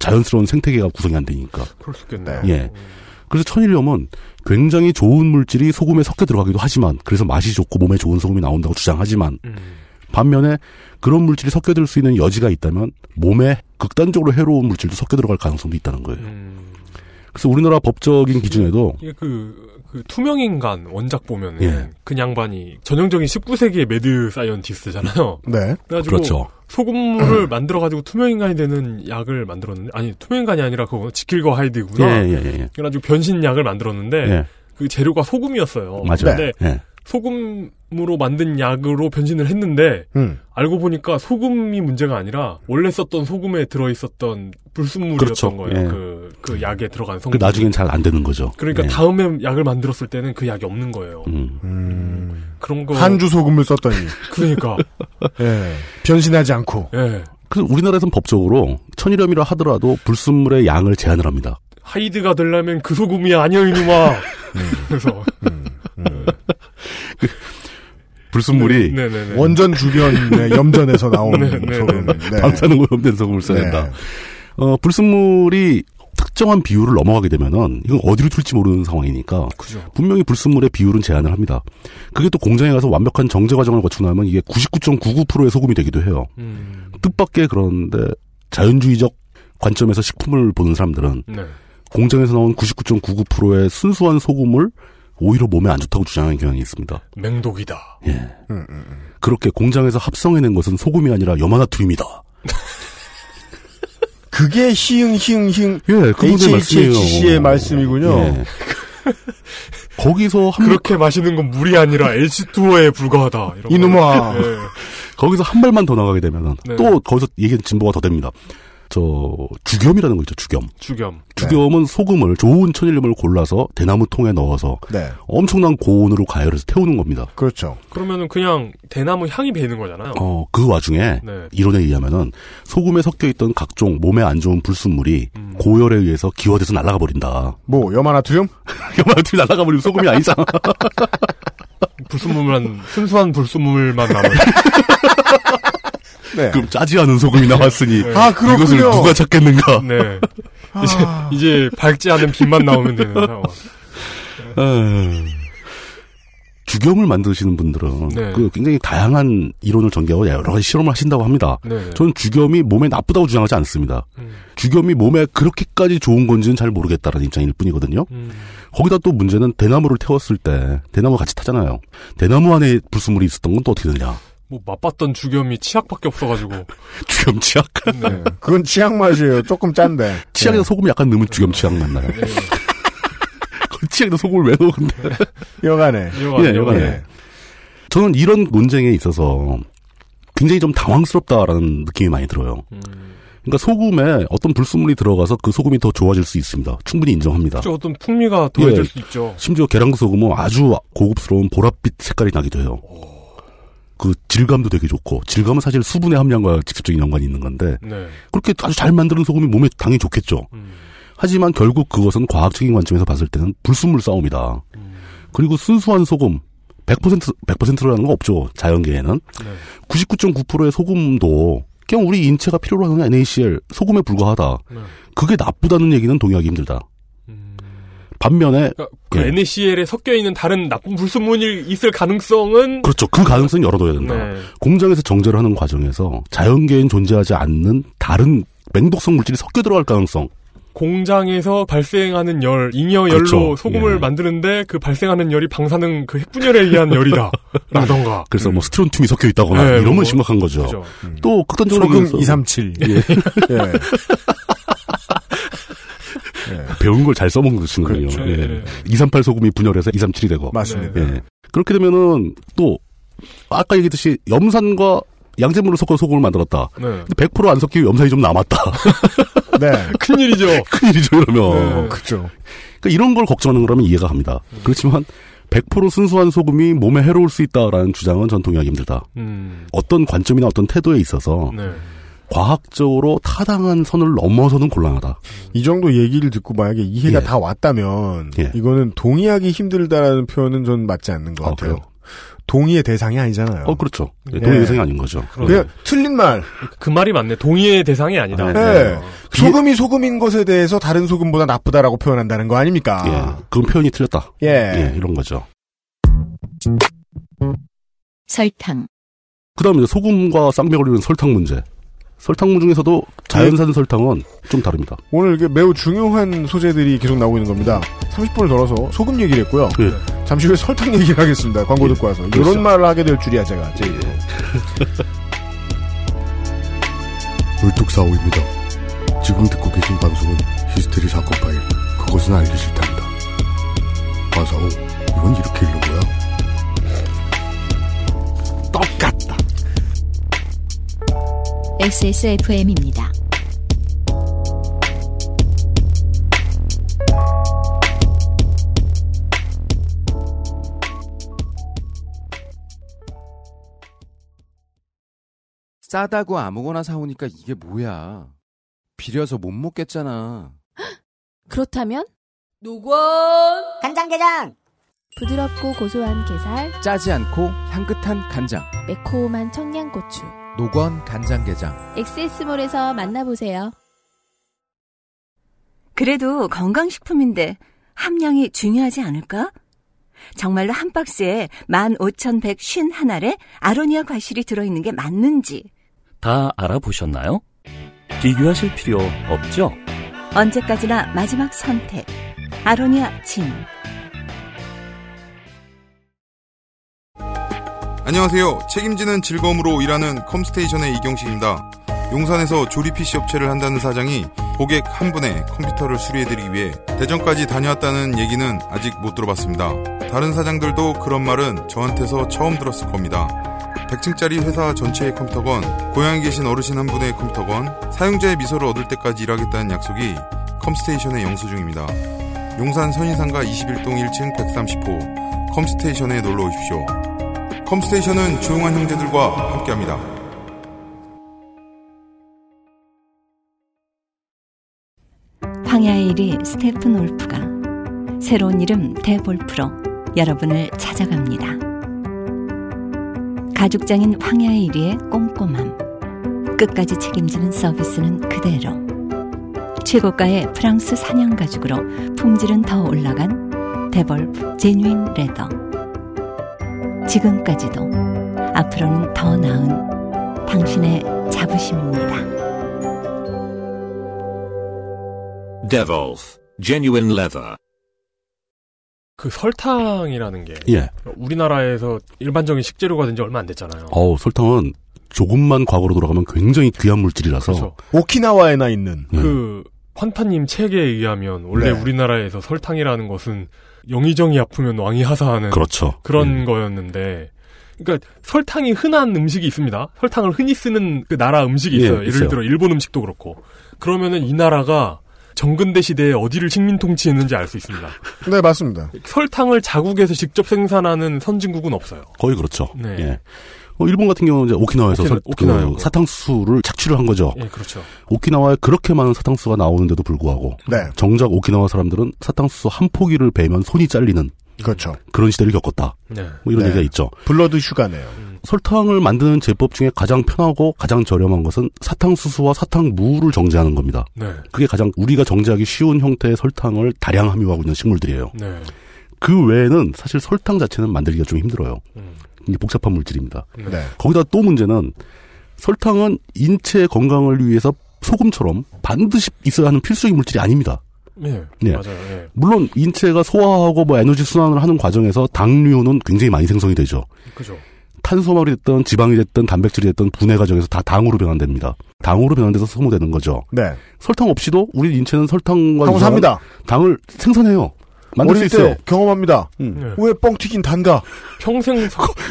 D: 자연스러운 생태계가 구성이 안 되니까.
B: 그럴 수 있겠네.
D: 예. 그래서 천일염은 굉장히 좋은 물질이 소금에 섞여 들어가기도 하지만 그래서 맛이 좋고 몸에 좋은 소금이 나온다고 주장하지만
B: 음,
D: 반면에 그런 물질이 섞여들 수 있는 여지가 있다면 몸에 극단적으로 해로운 물질도 섞여 들어갈 가능성도 있다는 거예요.
B: 음.
D: 그래서 우리나라 법적인 기준에도
B: 이게 그, 그 투명인간 원작 보면은
D: 예.
B: 그 양반이 전형적인 19세기의 매드 사이언티스트잖아요.
C: 네.
B: 그래가지고
D: 그렇죠.
B: 소금물을 만들어가지고 투명인간이 되는 약을 만들었는데 아니 투명인간이 아니라 그거 지킬거 하이드구나.
D: 예, 예, 예, 예.
B: 그래가지고 변신약을 만들었는데
D: 예.
B: 그 재료가 소금이었어요.
D: 맞아요.
B: 근데
D: 예.
B: 소금으로 만든 약으로 변신을 했는데
C: 음.
B: 알고 보니까 소금이 문제가 아니라 원래 썼던 소금에 들어있었던 불순물이었던
D: 그렇죠.
B: 거예요.
D: 예.
B: 그, 그 약에 들어간
D: 그
B: 성분.
D: 나중엔 잘 안 되는 거죠.
B: 그러니까
D: 예.
B: 다음에 약을 만들었을 때는 그 약이 없는 거예요.
D: 음.
B: 그런 거
C: 한주 소금을 썼더니
B: 그러니까 예.
C: 예. 변신하지 않고
D: 그래서 우리나라에선 법적으로 천일염이라 하더라도 불순물의 양을 제한을 합니다.
B: 하이드가 되려면 그 소금이 아니야 이놈아.
D: 음.
B: 그래서
C: 음.
D: 불순물이
B: 네, 네, 네.
C: 원전 주변의 염전에서 나온 소금. 네.
D: 방사능 오염된 소금을 써낸다.
C: 네.
D: 어, 불순물이 특정한 비율을 넘어가게 되면은 이건 어디로 튈지 모르는 상황이니까 분명히 불순물의 비율은 제한을 합니다. 그게 또 공장에 가서 완벽한 정제 과정을 거치고 나면 이게 99.99%의 소금이 되기도 해요.
B: 음.
D: 뜻밖의 그런데 자연주의적 관점에서 식품을 보는 사람들은
B: 네.
D: 공장에서 나온 99.99%의 순수한 소금을 오히려 몸에 안 좋다고 주장하는 경향이 있습니다.
B: 맹독이다.
D: 예. 그렇게 공장에서 합성해낸 것은 소금이 아니라 염화나트륨이다.
C: 그게 희응 희응 희응
D: 예, 그분의 말씀이에요.
C: HHC의 말씀이군요.
D: 예. 거기서 한
B: 그렇게 마시는 건 물이 아니라 H2O에 불과하다.
D: 네.
B: 이런
D: 이놈아.
B: 거. 예.
D: 거기서 한 발만 더 나가게 되면은
B: 네.
D: 또 거기서 얘기 진보가 더 됩니다. 저 주겸이라는 거 있죠. 주겸.
B: 주겸.
D: 주겸은 소금을 좋은 천일염을 골라서 대나무 통에 넣어서
C: 네.
D: 엄청난 고온으로 가열해서 태우는 겁니다.
C: 그렇죠.
B: 그러면은 그냥 대나무 향이 배는 거잖아요.
D: 어, 그 와중에
B: 네.
D: 이론에 의하면은 소금에 섞여 있던 각종 몸에 안 좋은 불순물이 고열에 의해서 기화돼서 날아가 버린다.
C: 뭐 염화나트륨?
D: 염화나트륨 날아가 버리면 소금이 아니잖아.
B: 불순물만 순수한 불순물만 남은.
C: 네.
D: 그럼 짜지 않은 소금이 나왔으니
B: 네. 아, 그렇군요.
D: 이것을 누가 찾겠는가?
B: 네. 이제
D: 아.
B: 이제 밝지 않은 빛만 나오면 되는 상황. 네.
D: 에휴. 네. 주겸을 만드시는 분들은
B: 네.
D: 그 굉장히 다양한 이론을 전개하고 여러 가지 실험을 하신다고 합니다.
B: 네. 음.
D: 저는 주겸이 몸에 나쁘다고 주장하지 않습니다. 주겸이 몸에 그렇게까지 좋은 건지는 잘 모르겠다는 입장일 뿐이거든요.
B: 음.
D: 거기다 또 문제는 대나무를 태웠을 때 대나무 같이 타잖아요. 대나무 안에 불순물이 있었던 건 또 어떻게 되냐?
B: 뭐 맛봤던 주겸이 치약밖에 없어가지고.
D: 예, 주겸 치약.
C: 네. 그건 치약 맛이에요. 조금 짠데.
D: 치약에다 소금 약간 넣으면 주겸 치약 맛나요. 그 치약에다 소금을 왜 넣어 근데?
C: 여간에.
D: 예, 여간에.
C: 네.
D: 저는 이런 논쟁에 있어서 굉장히 좀 당황스럽다라는 느낌이 많이 들어요.
B: 음.
D: 그러니까 소금에 어떤 불순물이 들어가서 그 소금이 더 좋아질 수 있습니다. 충분히 인정합니다.
B: 그렇죠. 어떤 풍미가
D: 예.
B: 더해질 수 있죠.
D: 심지어 계량구 소금은 아주 고급스러운 보랏빛 색깔이 나기도 해요. 그 질감도 되게 좋고 질감은 사실 수분의 함량과 직접적인 연관이 있는 건데
B: 네. 음,
D: 그렇게 아주 잘 만드는 소금이 몸에 당연히
B: 음,
D: 좋겠죠. 하지만 결국 그것은 과학적인 관점에서 봤을 때는 불순물 싸움이다. 그리고 순수한 소금 100% 100%라는 거 없죠 자연계에는
B: 네.
D: 99.9%의 소금도 그냥 우리 인체가 필요로 하는 NaCl 소금에 불과하다.
B: 네.
D: 그게 나쁘다는 얘기는 동의하기 힘들다. 반면에
B: 음. 그
D: 예.
B: NACL에 섞여 있는 다른 나쁜 불순물이 있을 가능성은
D: 그렇죠. 그 가능성 열어둬야 된다.
B: 네.
D: 공장에서 정제를 하는 과정에서 자연계엔 존재하지 않는 다른 맹독성 물질이 섞여 들어갈 가능성.
B: 공장에서 발생하는 열, 잉여 열로
D: 그렇죠.
B: 소금을
D: 예.
B: 만드는데 그 발생하는 열이 방사능 그 핵분열에 의한 열이다. 라던가.
D: 그래서 뭐 스트론튬이 섞여 있다거나
B: 음. 네,
D: 이러면
B: 뭐,
D: 심각한 거죠.
B: 그죠.
D: 또 극단적으로
C: 소금
D: 얘기해서-
C: 237.
D: 예.
C: 예.
D: 배운 걸 잘 써먹는 것이군요.
C: 그렇죠.
D: 예.
C: 네.
D: 238 소금이 분열해서 237이 되고.
C: 맞습니다.
D: 예. 그렇게 되면은 또 아까 얘기했듯이 염산과 양잿물을 섞어 소금을 만들었다.
B: 네.
D: 근데 100%안 섞이고 염산이 좀 남았다.
C: 네. 어,
B: 큰일이죠.
D: 큰일이죠, 이러면.
B: 네.
C: 그죠.
D: 그러니까 이런 걸 걱정하는 거라면 이해가 갑니다. 그렇지만 100% 순수한 소금이 몸에 해로울 수 있다라는 주장은 전 동의하기 힘들다.
B: 음.
D: 어떤 관점이나 어떤 태도에 있어서
B: 네.
D: 과학적으로 타당한 선을 넘어서는 곤란하다.
C: 이 정도 얘기를 듣고 만약에 이해가 다 왔다면 이거는 동의하기 힘들다라는 표현은 전 맞지 않는 것 예. 같아요. 동의의 대상이 아니잖아요.
D: 어, 그렇죠. 예, 동의 대상이 아닌 거죠.
C: 그냥 틀린 말.
B: 그 말이 맞네. 동의의 대상이 아니다.
C: 네. 소금이 소금인 것에 대해서 다른 소금보다 나쁘다라고 표현한다는 거 아닙니까?
D: 예. 그건 표현이 틀렸다.
C: 예.
D: 이런 거죠.
A: 설탕,
D: 그다음에 이제 소금과 쌍벽을리는 설탕 문제. 설탕 중에서도 자연산 설탕은 좀 다릅니다.
C: 오늘 이게 매우 중요한 소재들이 계속 나오고 있는 겁니다. 30분을 덜어서 소금 얘기를 했고요. 잠시 후에 설탕 얘기를 하겠습니다. 광고 듣고 와서.
D: 그렇죠.
C: 이런 말을 하게 될 줄이야, 제가.
B: 네.
C: 제
B: 예.
M: 울뚝사오입니다. 지금 듣고 계신 방송은 히스테리 사건 파일 그것은 알기 싫답니다. 마사오 이건 이렇게 읽는 거야?
D: 똑같다.
A: XSFM입니다.
N: 싸다고 아무거나 사오니까 이게 뭐야. 비려서 못 먹겠잖아.
G: 그렇다면 노건
O: 간장게장
G: 부드럽고 고소한 게살,
N: 짜지 않고 향긋한 간장.
G: 매콤한 청양고추.
N: 노건 간장게장.
G: 엑세스몰에서 만나보세요.
P: 그래도 건강식품인데 함량이 중요하지 않을까? 정말로 한 박스에 15,151알에 아로니아 과실이 들어있는 게 맞는지
Q: 다 알아보셨나요? 비교하실 필요 없죠?
P: 언제까지나 마지막 선택 아로니아 진
K: 안녕하세요. 책임지는 즐거움으로 일하는 컴스테이션의 이경식입니다. 용산에서 조립 PC 업체를 한다는 사장이 고객 한 분의 컴퓨터를 수리해드리기 위해 대전까지 다녀왔다는 얘기는 아직 못 들어봤습니다. 다른 사장들도 그런 말은 저한테서 처음 들었을 겁니다. 100층짜리 회사 전체의 컴퓨터건, 고향에 계신 어르신 한 분의 컴퓨터건, 사용자의 미소를 얻을 때까지 일하겠다는 약속이 컴스테이션의 영수증입니다. 용산 선인상가 21동 1층 130호 컴스테이션에 놀러 오십시오. 컴스테이션은 조용한 형제들과 함께합니다.
H: 황야의 일이 스테픈 올프가 새로운 이름 대볼프로 여러분을 찾아갑니다. 가죽장인 황야의 일이의 꼼꼼함, 끝까지 책임지는 서비스는 그대로 최고가의 프랑스 사냥 가죽으로 품질은 더 올라간 데볼프 제뉴인 레더. 지금까지도 앞으로는 더 나은 당신의 자부심입니다.
R: Devolf, genuine leather.
B: 그 설탕이라는 게
D: 예.
B: 우리나라에서 일반적인 식재료가 된 지 얼마 안 됐잖아요.
D: 어우, 설탕은 조금만 과거로 돌아가면 굉장히 귀한 물질이라서 예.
B: 그렇죠.
C: 오키나와에나 있는
B: 그 환타님 책에 의하면 원래
D: 네.
B: 우리나라에서 설탕이라는 것은 영의정이 아프면 왕이 하사하는
D: 그렇죠.
B: 런 거였는데 그러니까 설탕이 흔한 음식이 있습니다. 설탕을 흔히 쓰는 그 나라 음식이
D: 예,
B: 있어요. 예를
D: 있어요.
B: 들어 일본 음식도 그렇고 그러면은 이 나라가 정근대 시대에 어디를 식민 통치했는지 알 수 있습니다.
C: 네, 맞습니다.
B: 설탕을 자국에서 직접 생산하는 선진국은 없어요.
D: 거의 그렇죠.
B: 네.
D: 예. 어, 일본 같은 경우는 이제 오키나와에서
B: 오키나-
D: 설- 그
B: 오키나와요.
D: 사탕수를 착취를 한 거죠.
B: 예, 그렇죠.
D: 오키나와에 그렇게 많은 사탕수가 나오는데도 불구하고
C: 네.
D: 정작 오키나와 사람들은 사탕수 한 포기를 베면 손이 잘리는
C: 그렇죠.
D: 그런 시대를 겪었다.
C: 네.
D: 뭐 이런
C: 네.
D: 얘기가 있죠.
C: 블러드 슈가네요.
D: 설탕을 만드는 제법 중에 가장 편하고 가장 저렴한 것은 사탕수수와 사탕무를 정제하는 겁니다.
B: 네.
D: 그게 가장 우리가 정제하기 쉬운 형태의 설탕을 다량 함유하고 있는 식물들이에요.
B: 네.
D: 그 외에는 사실 설탕 자체는 만들기가 좀 힘들어요. 이게 복잡한 물질입니다.
C: 네.
D: 거기다 또 문제는 설탕은 인체 건강을 위해서 소금처럼 반드시 있어야 하는 필수적인 물질이 아닙니다.
B: 네.
D: 예.
B: 맞아요. 예.
D: 물론 인체가 소화하고 뭐 에너지 순환을 하는 과정에서 당류는 굉장히 많이 생성이 되죠.
B: 그죠.
D: 탄수화물이 됐든 지방이 됐든 단백질이 됐든 분해 과정에서 다 당으로 변환됩니다. 당으로 변환돼서 소모되는 거죠.
C: 네.
D: 설탕 없이도 우리 인체는 설탕과
C: 하고
D: 유사한
C: 삽니다.
D: 당을 생산해요. 만들 수
C: 어릴
D: 있어요.
C: 때 경험합니다. 왜 뻥튀긴 단가?
B: 평생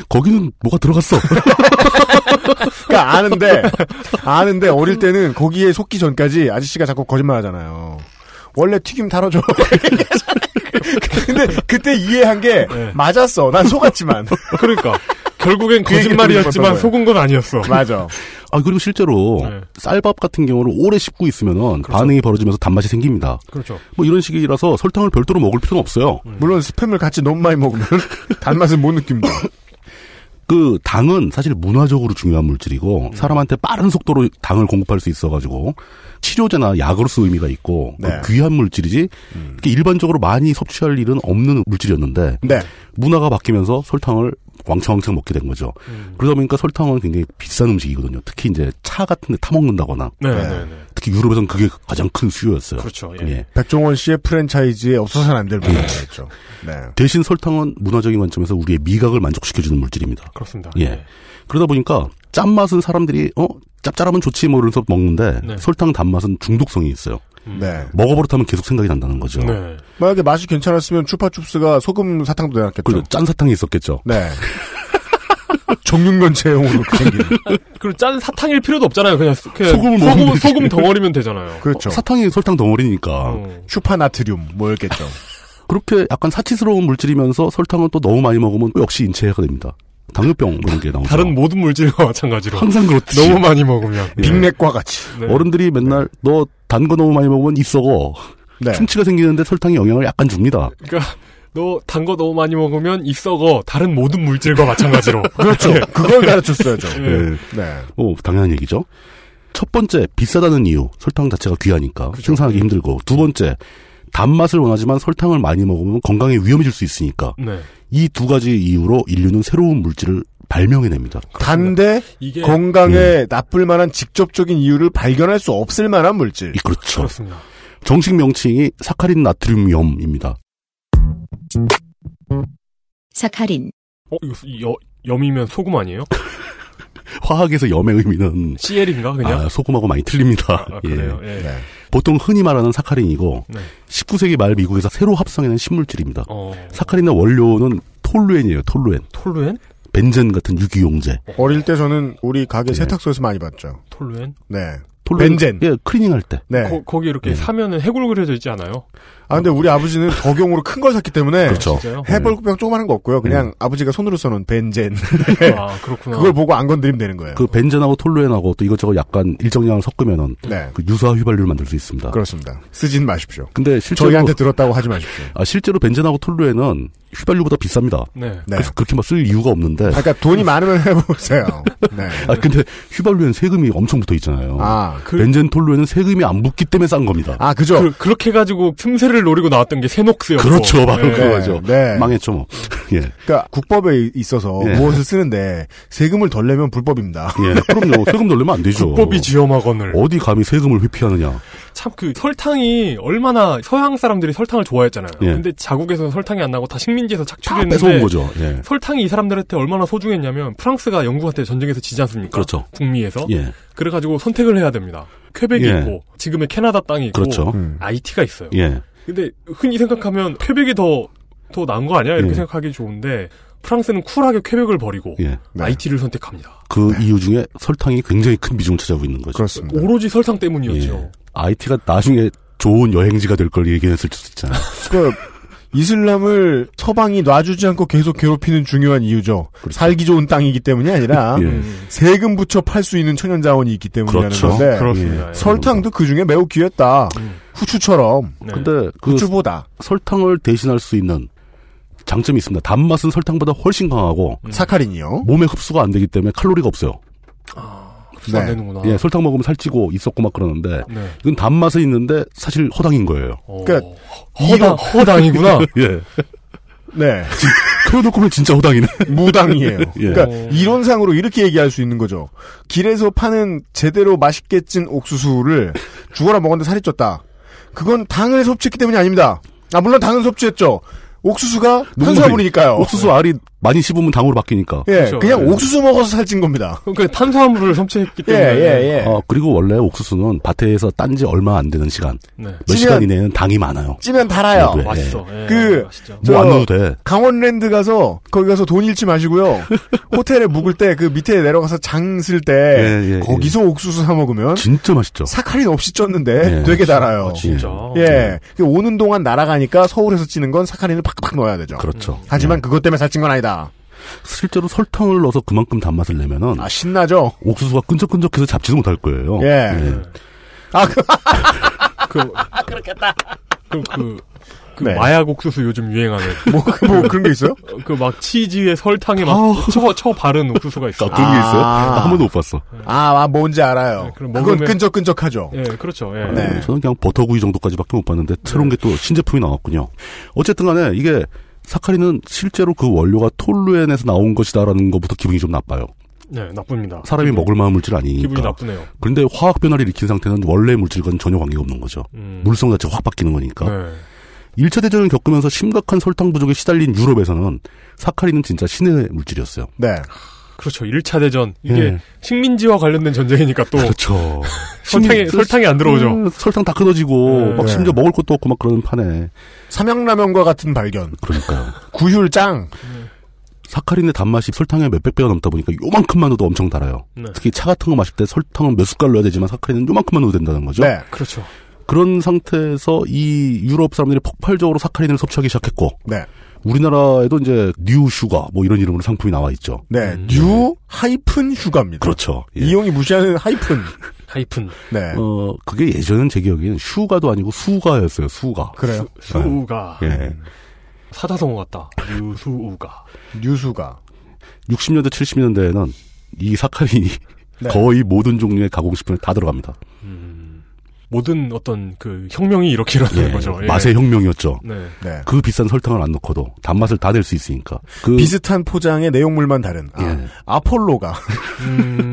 D: 거기는 뭐가 들어갔어.
C: 그러니까 아는데 아는데 어릴 때는 거기에 속기 전까지 아저씨가 자꾸 거짓말하잖아요. 원래 튀김 달아줘. 근데 그때 이해한 게 맞았어. 난 속았지만.
B: 그러니까 결국엔
D: 그 얘기를 들은
B: 거짓말이었지만
D: 거예요.
B: 속은 건 아니었어.
C: 맞아.
D: 아 그리고 실제로 쌀밥 같은 경우를 오래 씹고 있으면
C: 그렇죠.
D: 반응이 벌어지면서 단맛이 생깁니다.
B: 그렇죠.
D: 뭐 이런 식이라서 설탕을 별도로 먹을 필요는 없어요.
C: 물론 스팸을 같이 너무 많이 먹으면 단맛을 못 느낍니다.
D: 그 당은 사실 문화적으로 중요한
B: 음.
D: 물질이고 사람한테 빠른 속도로 당을 공급할 수 있어가지고 치료제나 약으로서 의미가 있고
C: 네.
D: 그 귀한 물질이지
B: 음.
D: 이렇게 일반적으로 많이 섭취할 일은 없는 물질이었는데
C: 네.
D: 문화가 바뀌면서 설탕을 왕창왕창 먹게 된 거죠.
B: 음.
D: 그러다 보니까 설탕은 굉장히 비싼 음식이거든요. 특히 이제 차 같은데 타 먹는다거나
B: 네, 네, 네.
D: 특히 유럽에선 그게 가장 큰 수요였어요.
B: 그렇죠.
D: 예.
C: 백종원 씨의 프랜차이즈에 없어서는 안 될 문제였죠. 네.
D: 대신 설탕은 문화적인 관점에서 우리의 미각을 만족시켜주는 물질입니다.
B: 그렇습니다.
D: 예. 그러다 보니까 짠맛은 사람들이 어 짭짤하면 좋지 뭐 이러면서 먹는데
C: 네.
D: 설탕 단맛은 중독성이 있어요.
C: 네.
D: 먹어버릇하면 계속 생각이 난다는 거죠.
B: 예. 네.
C: 만약에 맛이 괜찮았으면 추파춥스가 소금 사탕도 내놨겠죠.
D: 그리고 짠 사탕이 있었겠죠.
C: 네. 정육면체용으로 그 생기는.
B: 그리고 짠 사탕일 필요도 없잖아요. 그냥 소- 그냥
D: 소금을 먹으면
B: 소금,
D: 되지.
B: 소금 덩어리면 되잖아요.
C: 그렇죠.
D: 사탕이 설탕 덩어리니까.
B: 음.
C: 슈파나트륨 뭐였겠죠.
D: 그렇게 약간 사치스러운 물질이면서 설탕은 또 너무 많이 먹으면 또 역시 인체해가 됩니다. 당뇨병 뭐 이런 게 나오죠.
B: 다른 모든 물질과 마찬가지로
D: 항상 그렇듯이.
B: 너무 많이 먹으면
D: 예.
C: 빅맥과 같이.
B: 네.
D: 어른들이 맨날 너 단 거 너무 많이 먹으면 입 썩어.
C: 네.
D: 충치가 생기는데 설탕이 영향을 약간 줍니다.
B: 그러니까 너 단 거 너무 많이 먹으면 입 썩어. 다른 모든 물질과 마찬가지로.
C: 그렇죠.
B: 예. 예.
C: 네.
D: 오, 당연한 얘기죠. 첫 번째, 비싸다는 이유. 설탕 자체가 귀하니까. 생산하기 힘들고. 두 번째, 단맛을 원하지만 설탕을 많이 먹으면 건강에 위험해질 수 있으니까.
B: 네.
D: 이 두 가지 이유로 인류는 새로운 물질을 발명해냅니다.
C: 단데
B: 이게-
C: 건강에 나쁠 만한 직접적인 이유를 발견할 수 없을 만한 물질.
D: 그렇죠.
B: 그렇습니다.
D: 정식 명칭이 사카린 나트륨염입니다.
A: 사카린,
B: 어, 이거 수- 여, 염이면 소금 아니에요?
D: 화학에서 염의 의미는
B: CL인가 그냥?
D: 아, 소금하고 많이 틀립니다.
B: 아, 그래요.
D: 예.
B: 예.
C: 네.
D: 보통 흔히 말하는 사카린이고
B: 네.
D: 19세기 말 미국에서 새로 합성해낸 신물질입니다.
B: 어.
D: 사카린의 원료는 톨루엔이에요. 톨루엔.
B: 톨루엔?
D: 벤젠 같은 유기용제.
C: 어릴 때 저는 우리 가게 세탁소에서 많이 봤죠.
B: 톨루엔?
C: 네.
D: 톨루엔.
C: 벤젠.
D: 예, 크리닝 할 때.
C: 네.
B: 거, 거기 이렇게
D: 음.
B: 사면은 해골 그려져 있지 않아요?
C: 아 근데 우리 아버지는 덕용으로 큰 걸 샀기 때문에
D: 어.
B: 그렇죠. 진짜요?
C: 해벌구병 조그마한 거 없고요. 그냥 아버지가 손으로 써놓은 벤젠.
D: 네.
C: 네.
B: 아, 그렇구나.
C: 그걸 보고 안 건드리면 되는 거예요.
D: 그 벤젠하고 톨루엔하고 또 이것저것 약간 일정량을 섞으면은
C: 네.
D: 그 유사 휘발유를 만들 수 있습니다.
C: 그렇습니다. 쓰진 마십시오.
D: 근데 실제로
C: 저희한테 들었다고 하지 마십시오.
D: 아, 실제로 벤젠하고 톨루엔은 휘발유보다 비쌉니다.
C: 네. 네.
D: 그래서 그렇게 막 쓸 이유가 없는데.
C: 아, 그러니까 돈이 많으면 해보세요. 네.
D: 아, 근데 휘발유엔 세금이 엄청 붙어 있잖아요.
C: 아, 그-
D: 벤젠 톨루엔은 세금이 안 붙기 때문에 싼 겁니다.
C: 아, 그죠?
B: 그, 렇게 해가지고 틈새를 노리고 나왔던 게 세녹스였고.
D: 뭐 그렇죠. 바로
B: 예.
D: 그거죠.
C: 네.
D: 망했죠, 뭐. 예.
C: 그러니까 국법에 있어서
D: 예.
C: 무엇을 쓰는데 세금을 덜 내면 불법입니다.
D: 예. 그럼요. 세금 돌리면 안 되죠.
B: 국법이 지엄하거늘.
D: 어디 감히 세금을 회피하느냐.
B: 참 그 설탕이 얼마나 서양 사람들이 설탕을 좋아했잖아요.
D: 예.
B: 근데 자국에서는 설탕이 안 나고 다 식민지에서 착취했는데
D: 뺏어온 거죠. 예.
C: 그
B: 설탕이 이 사람들한테 얼마나 소중했냐면 프랑스가 영국한테 전쟁에서 지지 않습니까?
D: 그렇죠.
C: 어?
B: 북미에서.
D: 예.
B: 그래가지고 선택을 해야 됩니다. 쾌백이
D: 예.
B: 있고 지금의 캐나다 땅이 있고
D: 그렇죠. 음.
B: IT가 있어요.
D: 예.
B: 근데 흔히 생각하면 쾌백이 더 더 나은 거 아니야? 이렇게
D: 예.
B: 생각하기 좋은데 프랑스는 쿨하게 쾌백을 버리고
D: 예.
B: IT를 선택합니다.
D: 그 이유 중에 설탕이 굉장히 큰 비중을 차지하고 있는 거죠.
C: 그렇습니다.
B: 오로지 설탕 때문이었죠.
D: IT가 나중에 좋은 여행지가 될 걸 얘기했을 수도 있잖아요.
C: 그 이슬람을 서방이 놔주지 않고 계속 괴롭히는 중요한 이유죠. 살기 좋은 땅이기 때문이 아니라
D: 그렇죠. 예.
B: 음.
C: 세금 붙여 팔 수 있는 천연 자원이 있기 때문이라는
D: 그렇죠.
C: 건데
D: 그렇습니다. 예.
C: 네, 설탕도 그 중에 매우 귀했다. 후추처럼.
B: 네.
D: 근데 그
C: 후추보다
D: 설탕을 대신할 수 있는 장점이 있습니다. 단맛은 설탕보다 훨씬 강하고
C: 사카린이요.
D: 몸에 흡수가 안 되기 때문에 칼로리가 없어요.
B: 흡수 안 되는구나.
D: 예, 설탕 먹으면 살찌고 있었고 막 그러는데
B: 네. 어.
D: 이건 단맛은 있는데 사실 허당인 거예요.
C: 그러니까
B: 허당, 허당이구나.
D: 예.
C: 네.
D: 그래놓고 보면 진짜 호당이네.
C: 무당이에요.
D: 예.
C: 그러니까 이론상으로 이렇게 얘기할 수 있는 거죠. 길에서 파는 제대로 맛있게 찐 옥수수를 죽어라 먹었는데 살이 쪘다. 그건 당을 섭취했기 때문이 아닙니다. 아 물론 당은 섭취했죠. 옥수수가 탄수화물이니까요.
D: 옥수수 그렇죠. 알이 많이 씹으면 당으로 바뀌니까.
C: 예, 그냥 옥수수 먹어서 살찐 겁니다.
B: 그러니까 탄수화물을 섭취했기
C: 예,
D: 어, 그리고 원래 옥수수는 밭에서 딴 지 얼마 안 되는 시간.
B: 네. 예,
D: 몇
C: 찌면-
D: 시간 이내에는 당이 많아요.
C: 찌면 달아요.
D: 네, 네.
C: 예. 그,
D: 뭐
C: 저
D: 안 넣어도 돼.
C: 강원랜드 가서, 거기 가서 돈 잃지 마시고요. 호텔에 묵을 때, 그 밑에 내려가서 장 쓸 때,
D: 예, 예,
C: 거기서 옥수수 사먹으면,
D: 진짜 맛있죠.
C: 사카린 없이 쪘는데,
D: 예.
C: 되게 달아요.
D: 아, 진짜.
C: 예. 그 오는 동안 날아가니까 서울에서 찌는 건 사카린을 팍팍 넣어야 되죠.
D: 그렇죠. 네.
C: 하지만 그것 때문에 살찐 건 아니다.
D: 실제로 설탕을 넣어서 그만큼 단맛을 내면은
C: 아 신나죠.
D: 옥수수가 끈적끈적해서 잡지도 못할 거예요. 네.
C: 예. 아 그,
B: 그렇겠다. 그럼 그, 그
D: 네.
B: 마약 옥수수 요즘 유행하는.
C: 뭐, 뭐 그런 게 있어요?
B: 그 막 치즈에 설탕에 막 쳐, 쳐 바른 옥수수가 있어요.
C: 아, 그런 게 있어요? 아. 나한 번도
D: 못 봤어.
C: 아, 아, 뭔지
D: 네,
C: 알아요.
B: 그럼
C: 그건
B: 먹으면-
C: 끈적끈적하죠.
B: 예, 그렇죠. 예.
D: 어, 저는 그냥 버터구이 정도까지밖에 못 봤는데 새로운 게 또 신제품이 나왔군요. 어쨌든 간에 이게 사카린은 실제로 그 원료가 톨루엔에서 나온 것이다라는 것부터 기분이 좀 나빠요.
B: 네, 나쁩니다.
D: 사람이 먹을 만한 물질 아니니까.
B: 기분이 나쁘네요.
D: 그런데 화학 변화를 일으킨 상태는 원래 물질과는 전혀 관계가 없는 거죠.
B: 음.
D: 물성 자체가 확 바뀌는 거니까.
B: 네.
D: 일 1차 대전을 겪으면서 심각한 설탕 부족에 시달린 유럽에서는 사카린은 진짜 신의 물질이었어요.
C: 네.
B: 그렇죠. 1차 대전. 이게
D: 예.
B: 식민지와 관련된 전쟁이니까 또.
D: 그렇죠.
B: 설탕이,
D: 식민지-
B: 설탕이 안 들어오죠.
D: 음, 설탕 다 끊어지고
B: 예.
D: 막 심지어 먹을 것도 없고 막 그러는 판에
C: 삼양라면과 같은 발견.
D: 그러니까요.
C: 구휼 짱.
D: 사카린의 단맛이 설탕의 몇백 배가 넘다 보니까 요만큼만 넣어도 엄청 달아요.
B: 네.
D: 특히 차 같은 거 마실 때 설탕은 몇 숟갈 넣어야 되지만 사카린은 요만큼만 넣어도 된다는 거죠.
C: 네.
B: 그렇죠.
D: 그런 상태에서 이 유럽 사람들이 폭발적으로 사카린을 섭취하기 시작했고
C: 네.
D: 우리나라에도 이제 뉴 슈가 뭐 이런 이름으로 상품이 나와 있죠.
C: 네. 뉴 하이픈 휴가입니다.
D: 음. 그렇죠.
C: 이용이 무시하는 하이픈.
B: 하이픈.
C: 네.
D: 어 그게 예전 제 기억에는 슈가도 아니고 수가였어요. 수가.
C: 그래요? 아, 음.
B: 수- 수가.
D: 예.
B: 사자성어 같다. 유수우가.
C: 뉴수가.
D: 60년대 70년대에는 이 사카린이
B: 네.
D: 거의 모든 종류의 가공식품에 다 들어갑니다.
B: 모든 어떤 그 혁명이 이렇게 일어나는
D: 예,
B: 거죠. 예.
D: 맛의 혁명이었죠.
B: 네.
C: 그렇죠. 네.
D: 그 비싼 설탕을 안 넣고도 단맛을 다 낼 수 있으니까. 그 예.
C: 비슷한 포장의 내용물만 다른. 아, 아폴로가.
B: 음.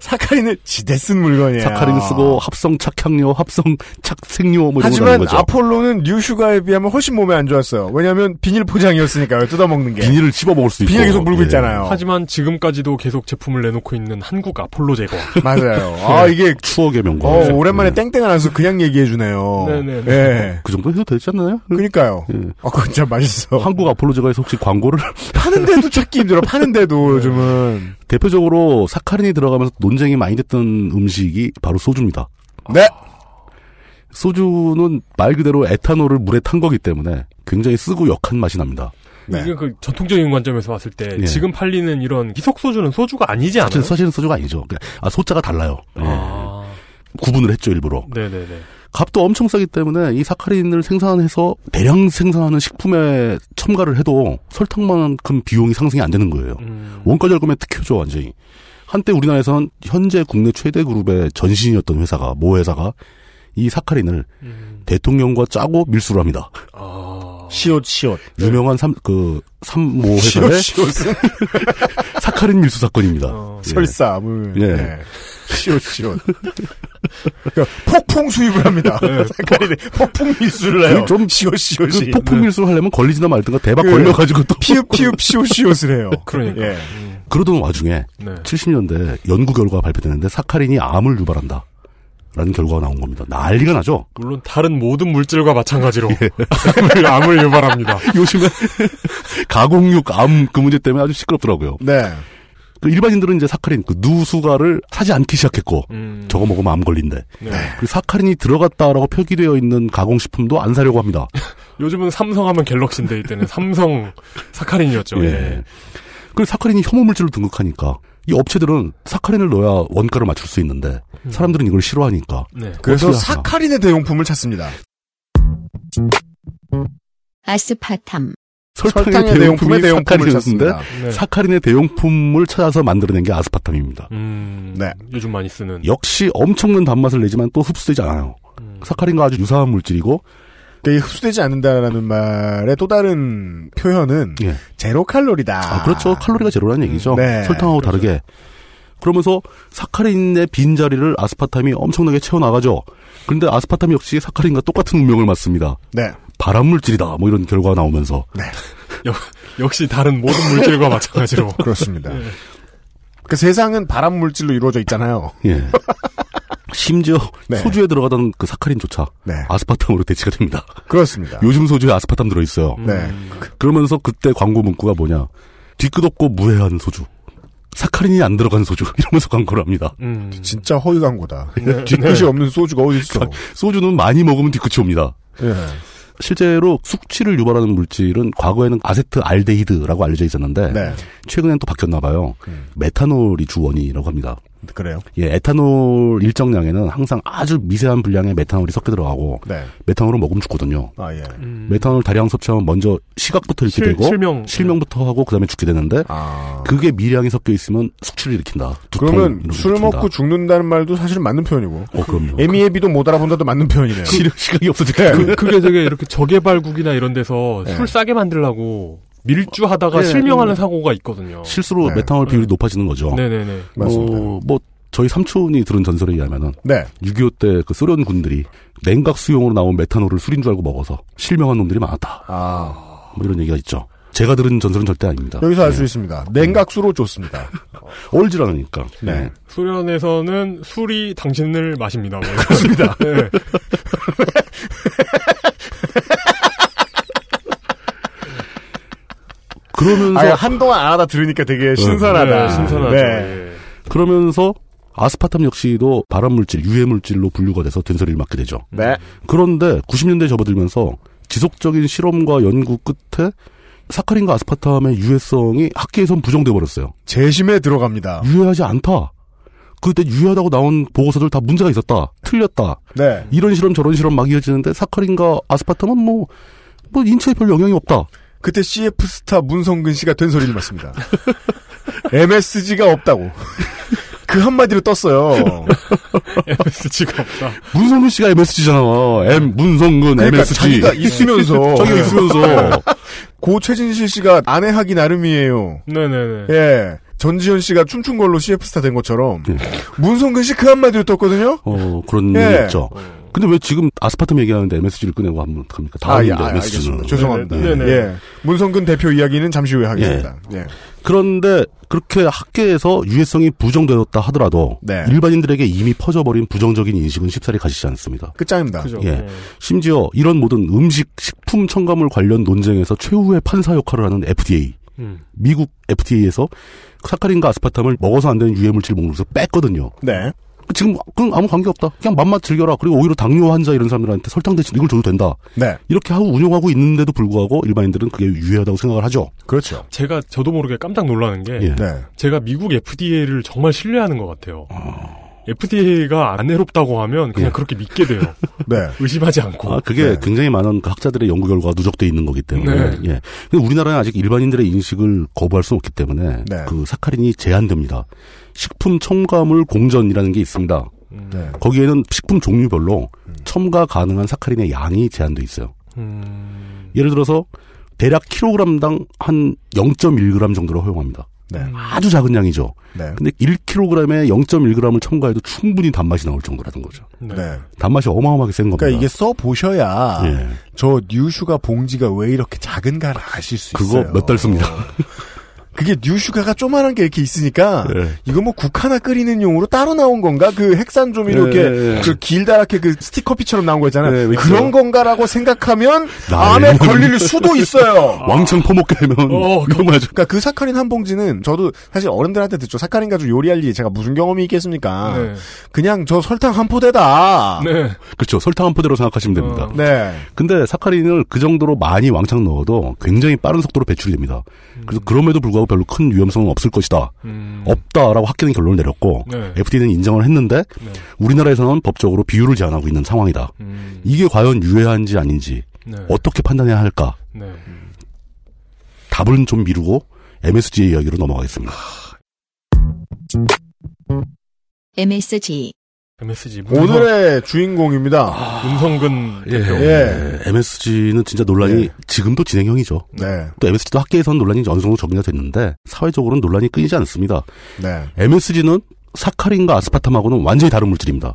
C: 사카린을 지대 쓴 물건이에요.
D: 사카린 쓰고 합성 착향료, 합성 착색료 뭐 이런 거 나온
C: 하지만
D: 거죠.
C: 아폴로는 뉴슈가에 비하면 훨씬 몸에 안 좋았어요. 왜냐하면 비닐 포장이었으니까요. 뜯어먹는 게.
D: 비닐을 씹어 먹을 예. 수
C: 비닐 계속 물고
D: 어.
C: 있잖아요.
B: 하지만 지금까지도 계속 제품을 내놓고 있는 한국 아폴로 제거.
C: 맞아요. 아, 이게
D: 추억의 명곡. 예.
C: 어, 오랜만에 땡땡을 안서 그냥 얘기해주네요.
B: 네네네.
C: 예.
D: 그 정도 해도 되지 않나요?
C: 그니까요.
D: 예.
C: 아, 그건 진짜 맛있어.
D: 한국 아폴로제가에서 혹시 광고를
C: 파는데도 찾기 힘들어.
D: 네.
C: 파는데도 요즘은.
D: 대표적으로 사카린이 들어가면서 논쟁이 많이 됐던 음식이 바로 소주입니다.
C: 네.
D: 소주는 말 그대로 에탄올을 물에 탄 거기 때문에 굉장히 쓰고 역한 맛이 납니다.
B: 이게 그 전통적인 관점에서 봤을 때
D: 네. 예.
B: 지금 팔리는 이런 희석소주는 소주가 아니지 않아요? 아.
D: 사실, 사실은 소주가 아니죠. 그러니까, 아, 소자가 달라요. 예. 구분을 했죠 일부러.
B: 네네네.
D: 값도 엄청 싸기 때문에 이 사카린을 생산해서 대량 생산하는 식품에 첨가를 해도 설탕만큼 비용이 상승이 안 되는 거예요.
C: 음.
D: 원가 절감에 특효죠 완전히. 한때 우리나라에서는 현재 국내 최대 그룹의 전신이었던 회사가 모 회사가 이 사카린을
B: 음.
D: 대통령과 짜고 밀수를 합니다.
B: 아,
C: 시옷 시옷
D: 유명한 삼그 삼모
C: 네. 시옷,
D: 뭐 회사의
C: 시옷은
D: 사카린 밀수 사건입니다. 예.
C: 어, 설사, 물.
D: 예.
C: 네. 시옷, 시옷. 그러니까 폭풍 수입을 합니다. 사카린에 폭풍 밀수를 해요.
D: 그좀
C: 시옷, 시옷.
D: 그 폭풍 밀수를 하려면 걸리지나 말든가 대박
C: 그
D: 걸려가지고 또
C: 피읍, 피읍, 시옷, 시옷을 해요.
B: 그러니까.
C: 예.
D: 그러던 와중에
B: 네.
D: 70년대 연구 결과가 발표되는데 사카린이 암을 유발한다. 라는 결과가 나온 겁니다. 난리가 나죠?
B: 물론 다른 모든 물질과 마찬가지로
D: 예.
B: 암을, 암을 유발합니다.
D: 요즘에 가공육 암 그 문제 때문에 아주 시끄럽더라고요.
C: 네.
D: 그 일반인들은 이제 사카린, 그 누수가를 사지 않기 시작했고,
B: 음.
D: 저거 먹으면 암 걸린대.
B: 네.
D: 그 사카린이 들어갔다라고 표기되어 있는 가공식품도 안 사려고 합니다.
B: 요즘은 삼성하면 갤럭시인데 이때는 삼성 사카린이었죠.
D: 예.
B: 예.
D: 그 사카린이 혐오 물질로 등극하니까 이 업체들은 사카린을 넣어야 원가를 맞출 수 있는데 사람들은 이걸 싫어하니까.
B: 네.
C: 그래서
D: 어떻게 하나.
C: 사카린의 대용품을 찾습니다.
A: 아스파탐.
D: 설탕의,
C: 설탕의
D: 대용품이
C: 대용품의 대용품을
D: 사카린인데
C: 찾습니다. 네.
D: 사카린의 대용품을 찾아서 만들어낸 게 아스파탐입니다.
B: 네. 요즘 많이
C: 음.
B: 쓰는.
D: 역시 엄청난 단맛을 내지만 또 흡수되지 않아요.
B: 음.
D: 사카린과 아주 유사한 물질이고
C: 되게 흡수되지 않는다라는 말의 또 다른 표현은 제로 칼로리다.
D: 예. 아, 그렇죠. 칼로리가 제로라는 얘기죠.
C: 네.
D: 설탕하고 다르게. 그러면서 사카린의 빈자리를 아스파탐이 엄청나게 채워나가죠. 그런데 아스파탐 역시 사카린과 똑같은 운명을 맞습니다.
C: 네.
D: 발암물질이다. 뭐 이런 결과가 나오면서.
B: 역시 다른 모든 물질과 마찬가지로.
C: 그렇습니다.
D: 예.
C: 그 세상은 발암 물질로 이루어져 있잖아요.
D: 예. 심지어
C: 네.
D: 소주에 들어가던 그 사카린조차 아스파탐으로 대체가 됩니다.
C: 그렇습니다.
D: 요즘 소주에 아스파탐 들어있어요.
C: 네.
D: 그러면서 그때 광고 문구가 뭐냐. 뒤끝없고 무해한 소주. 사카린이 안 들어간 소주. 이러면서 광고를 합니다.
B: 음.
C: 진짜 허위 광고다.
D: 네.
C: 뒤끝이
D: 네.
C: 없는 소주가 어디 있어?
D: 소주는 많이 먹으면 뒤끝이 옵니다.
C: 예.
D: 실제로 숙취를 유발하는 물질은 과거에는 아세트 알데히드라고 알려져 있었는데
C: 네.
D: 최근엔 또 바뀌었나 봐요.
C: 음.
D: 메탄올이 주원이라고 합니다.
C: 그래요.
D: 예, 에탄올 일정량에는 항상 아주 미세한 분량의 메탄올이 섞여 들어가고
C: 네.
D: 메탄올은 먹으면 죽거든요.
C: 아 예.
B: 음.
D: 메탄올 다량 섭취하면 먼저 시각부터 잃게
C: 실-
D: 되고
C: 실명.
D: 부터 하고 그다음에 죽게 되는데 그게 미량이 섞여 있으면 숙취를 일으킨다. 두통
C: 그러면
D: 이런 걸
C: 술을
D: 일으킨다.
C: 먹고 죽는다는 말도 사실 맞는 표현이고.
D: 어, 그럼요.
C: 에미에비도 못 알아본다도 맞는 표현이네요. 네.
D: 시력 시각이
B: 그, 그게 되게 이렇게 저개발국이나 이런 데서 술 싸게 만들려고 밀주하다가
D: 예,
B: 실명하는
D: 음.
B: 사고가 있거든요.
D: 실수로 메탄올 비율이 높아지는 거죠.
B: 네네네.
C: 네. 맞습니다.
D: 어, 뭐 저희 삼촌이 들은 전설에 의하면은
C: 네.
D: 6.25 때 그 소련 군들이 냉각 수용으로 나온 메탄올을 술인 줄 알고 먹어서 실명한 놈들이 많았다.
C: 아.
D: 뭐 이런 얘기가 있죠. 제가 들은 전설은 절대 아닙니다. 네.
C: 여기서 알 수 있습니다. 냉각수로 좋습니다.
D: 얼지라니까. 네.
B: 소련에서는 술이 당신을 마십니다. 뭐 그렇습니다. 네.
D: 그러면서
C: 아니, 한동안 안 하다 들으니까 되게
B: 네,
C: 신선하다. 네.
B: 예.
D: 그러면서 아스파탐 역시도 발암 물질, 유해 물질로 분류가 돼서 된소리를 맡게 되죠.
C: 네.
D: 그런데 90년대 접어들면서 지속적인 실험과 연구 끝에 사카린과 아스파탐의 유해성이 학계에선 부정돼 버렸어요.
C: 재심에 들어갑니다.
D: 유해하지 않다. 그때 유해하다고 나온 보고서들 다 문제가 있었다. 틀렸다.
C: 네.
D: 이런 실험 저런 실험 막 이어지는데 사카린과 아스파탐은 뭐, 뭐 인체에 별 영향이 없다.
C: 그때 CF 스타 문성근 씨가 된소리를 맞습니다. MSG가 없다고. 그 한마디로 떴어요.
B: MSG가 없다.
D: 문성근 씨가 MSG잖아. M 문성근
C: 그러니까
D: MSG.
C: 자기가 있으면서.
D: 자기가 있으면서.
C: 고 최진실 씨가 아내하기 나름이에요.
B: 네네네.
C: 예. 전지현 씨가 춤춘 걸로 CF 스타 된 것처럼. 문성근 씨 그 한마디로 떴거든요?
D: 어 그런
C: 예.
D: 게 있죠. 근데 왜 지금 아스파탐 얘기하는데 MSG를 꺼내고 하면 어떡합니까? 다음
C: 예,
D: 문제 MSG는.
C: 알겠습니다. 죄송합니다. 예. 문성근 대표 이야기는 잠시 후에 하겠습니다. 예.
D: 그런데 그렇게 학계에서 유해성이 부정되었다 하더라도
C: 네.
D: 일반인들에게 이미 퍼져버린 부정적인 인식은 쉽사리 가시지 않습니다.
C: 끝장입니다. 그죠.
D: 예.
C: 네.
D: 심지어 이런 모든 음식, 식품 첨가물 관련 논쟁에서 최후의 판사 역할을 하는 FDA.
B: 음.
D: 미국 FDA에서 사카린과 아스파탐을 먹어서 안 되는 유해물질 목록에서 뺐거든요.
C: 네.
D: 지금 그럼 아무 관계 없다. 그냥 맘맛 즐겨라. 그리고 오히려 당뇨 환자 이런 사람들한테 설탕 대신 이걸 줘도 된다.
C: 네.
D: 이렇게 하고 운영하고 있는데도 불구하고 일반인들은 그게 유해하다고 생각을 하죠.
C: 그렇죠.
B: 제가 저도 모르게 깜짝 놀라는 게
D: 예. 네.
B: 제가 미국 FDA를 정말 신뢰하는 것 같아요. FDA가 안 해롭다고 하면
C: 예.
B: 그냥 그렇게 믿게 돼요.
C: 네.
B: 의심하지 않고.
D: 아, 그게 굉장히 많은 그 학자들의 연구 결과가 누적돼 있는 거기 때문에.
B: 네.
D: 예. 근데 우리나라는 아직 일반인들의 인식을 거부할 수 없기 때문에
C: 네.
D: 그 사카린이 제한됩니다. 식품 첨가물 공전이라는 게 있습니다.
C: 네.
D: 거기에는 식품 종류별로
C: 음.
D: 첨가 가능한 사카린의 양이 제한돼 있어요.
B: 음.
D: 예를 들어서 대략 킬로그램당 한 0.1g 정도를 허용합니다.
C: 네.
D: 아주 작은 양이죠.
C: 네.
D: 근데 1kg에 0.1g을 첨가해도 충분히 단맛이 나올 정도라는 거죠.
C: 네.
D: 단맛이 어마어마하게 센 겁니다.
C: 그러니까 이게 써 보셔야
D: 예.
C: 저 뉴슈가 봉지가 왜 이렇게 작은가를 아실 수
D: 그거
C: 있어요.
D: 몇 달 씁니다.
C: 그게 뉴슈가가 조만한 게 이렇게 있으니까
D: 예.
C: 이거 뭐 국 하나 끓이는 용으로 따로 나온 건가? 그 핵산 좀 이렇게
D: 예, 예.
C: 그 길다랗게 그 스티커피처럼 나온 거
D: 예,
C: 있잖아요.
D: 왜
C: 그런
D: 있어요?
C: 건가라고 생각하면 암에 걸릴 수도 있어요.
D: 아. 왕창 퍼먹게 되면 명하죠.
C: 그러니까 그 사카린 한 봉지는 저도 사실 어른들한테 듣죠. 사카린 가지고 요리할 일이 제가 무슨 경험이 있겠습니까?
D: 네.
C: 그냥 저 설탕 한 포대다.
B: 네.
D: 그렇죠. 설탕 한 포대로 생각하시면 됩니다.
C: 네.
D: 근데 사카린을 그 정도로 많이 왕창 넣어도 굉장히 빠른 속도로 배출이 됩니다.
C: 음.
D: 그래서 그럼에도 불구하고 별로 큰 위험성은 없을 것이다. 없다라고 학계는 결론을 내렸고
B: 네.
D: FDA는 인정을 했는데
C: 네.
D: 우리나라에서는 법적으로 비율을 제한하고 있는 상황이다.
C: 음.
D: 이게 과연 유해한지 아닌지
B: 음. 네.
D: 어떻게 판단해야 할까?
B: 네.
D: 답은 좀 미루고 MSG 이야기로 넘어가겠습니다.
A: MSG
B: MSG
C: 오늘의 주인공입니다.
B: 문성근
D: 예. MSG는 진짜 논란이
C: 예.
D: 지금도 진행형이죠.
C: 네.
D: 또 MSG도 학계에서는 논란이 어느 정도 정리가 됐는데 사회적으로는 논란이 끊이지 않습니다.
C: 네.
D: MSG는 사카린과 아스파탐하고는 완전히 다른 물질입니다.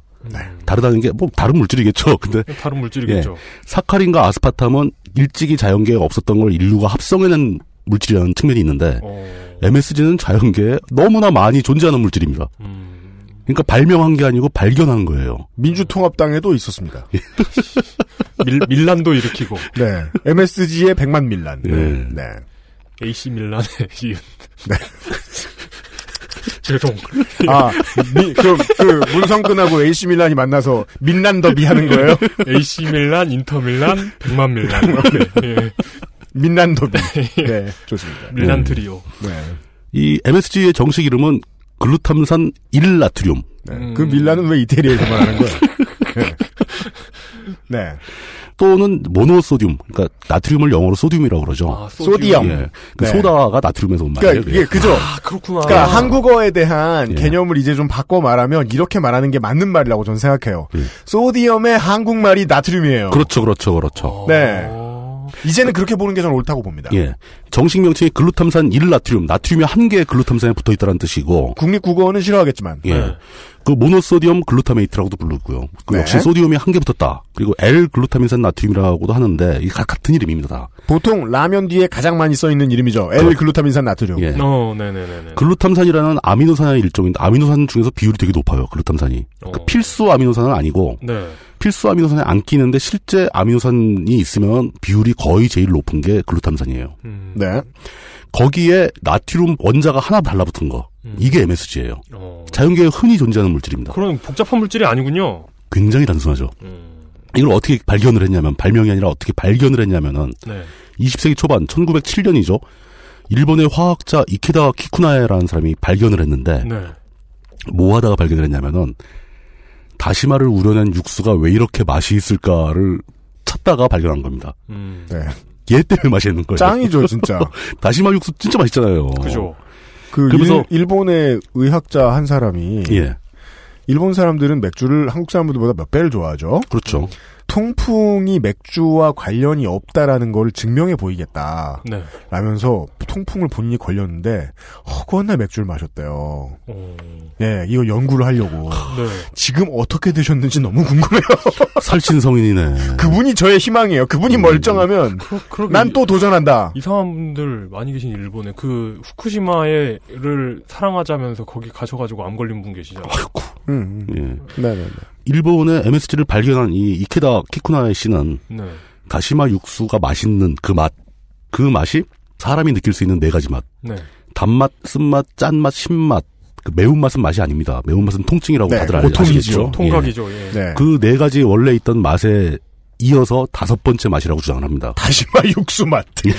D: 다르다는 게 뭐 다른 물질이겠죠. 근데
B: 다른 물질이겠죠.
D: 예. 사카린과 아스파탐은 일찍이 자연계에 없었던 걸 인류가 합성해낸 물질이라는 측면이 있는데
B: 어.
D: MSG는 자연계에 너무나 많이 존재하는 물질입니다.
B: 음.
D: 그러니까 발명한 게 아니고 발견한 거예요.
C: 민주통합당에도 있었습니다.
D: 예.
B: 밀, 란도 일으키고.
C: 네. MSG의 백만 밀란.
D: 예.
C: 네.
B: AC 밀란의 이윤. 죄송.
C: 아, 미- 그럼 그 문성근하고 AC 밀란이 만나서 밀란 더비 하는 거예요?
B: AC 밀란, 인터 밀란, 백만 밀란. 네, 예.
C: 밀란 더비.
D: 예.
C: 네, 좋습니다.
B: 밀란 트리오.
C: 네.
D: 이 MSG의 정식 이름은 글루탐산 1나트륨.
C: 그 밀란은 왜 이태리에서만 하는 거예요? 네.
D: 또는 모노소듐, 그러니까 나트륨을 영어로 소듐이라고 그러죠.
C: 아, 소듐.
D: 예. 그
C: 네.
D: 소다가 나트륨에서 온 말이에요. 아. 예.
C: 그러니까 이게 그죠?
B: 아, 그렇구나.
C: 그러니까 한국어에 대한 개념을 이제 좀 바꿔 말하면 이렇게 말하는 게 맞는 말이라고 저는 생각해요. 소디움의 한국말이 나트륨이에요.
D: 예. 그렇죠, 그렇죠, 그렇죠.
B: 어.
C: 네. 이제는 그렇게 보는 게 저는 옳다고 봅니다.
D: 예. 정식 명칭이 글루탐산 1나트륨, 나트륨이 한 개의 글루탐산에 붙어 있다는 뜻이고.
C: 국립국어는 싫어하겠지만.
D: 예. 그 모노소디움 글루타메이트라고도 부르고요. 그
C: 네.
D: 역시 소디움이 한 개 붙었다. 그리고 L-글루타민산 나트륨이라고도 하는데 이게 가- 같은 이름입니다. 다.
C: 보통 라면 뒤에 가장 많이 써 있는 이름이죠. L글루타민산 나트륨.
D: 예.
B: 어, 네네네네.
D: 글루탐산이라는 아미노산의 일종인데 아미노산 중에서 비율이 되게 높아요. 글루탐산이.
C: 어.
D: 그러니까 필수 아미노산은 아니고
B: 네.
D: 필수 아미노산에 안 끼는데 실제 아미노산이 있으면 비율이 거의 제일 높은 게 글루탐산이에요.
B: 음,
C: 네.
D: 거기에 나트륨 원자가 하나 달라붙은 거.
C: 음.
D: 이게 MSG예요. 자연계에 흔히 존재하는
B: 음.
D: 물질입니다.
B: 어. 그런 복잡한 물질이 아니군요.
D: 굉장히 단순하죠. 이걸 어떻게 발견을 했냐면 발명이 아니라 어떻게 발견을 했냐면은
B: 네.
D: 20세기 초반 1907년이죠. 일본의 화학자 이케다 키쿠나에라는 사람이 발견을
C: 음.
D: 했는데
B: 네.
D: 뭐 하다가 발견을 했냐면은 다시마를 우려낸 육수가 왜 이렇게 맛이 있을까를 찾다가 발견한 겁니다.
B: 음.
C: 네.
D: 얘 때문에 맛있는 거예요.
C: 짱이죠, 진짜.
D: 다시마 육수 진짜 맛있잖아요.
C: 그죠. 그
D: 그래서-
C: 일, 본의 의학자 한 사람이
D: 예.
C: 일본 사람들은 맥주를 한국 사람들보다 몇 배를 좋아하죠.
D: 그렇죠.
C: 통풍이 맥주와 관련이 없다라는 걸 증명해 보이겠다.
B: 네.
C: 라면서 통풍을 본인이 걸렸는데 허구한 날 맥주를 마셨대요.
B: 어.
C: 예, 이거 연구를 하려고.
B: 네.
C: 지금 어떻게 되셨는지 너무 궁금해요.
D: 살찐 성인이네.
C: 그분이 저의 희망이에요. 그분이
D: 음.
C: 멀쩡하면 난 또 도전한다.
B: 이상한 분들 많이 계신 일본에 그 후쿠시마를 사랑하자면서 거기 가셔가지고 암 걸린 분 계시잖아요.
C: 음.
D: 예.
C: 네네네.
D: 일본의 MSG를 발견한 이 이케다 키쿠나에 씨는
B: 네.
D: 다시마 육수가 맛있는 그 맛, 그 맛이 사람이 느낄 수 있는 네 가지 맛.
B: 네.
D: 단맛, 쓴맛, 짠맛, 신맛. 그 매운맛은 맛이 아닙니다. 매운맛은 통증이라고
B: 네,
D: 다들 알-
B: 고통이죠.
D: 아시겠죠.
B: 통각이죠, 예. 네.
D: 그 네 가지 원래 있던 맛에 이어서 다섯 번째 맛이라고 주장을 합니다.
C: 다시마 육수 맛.
D: 예.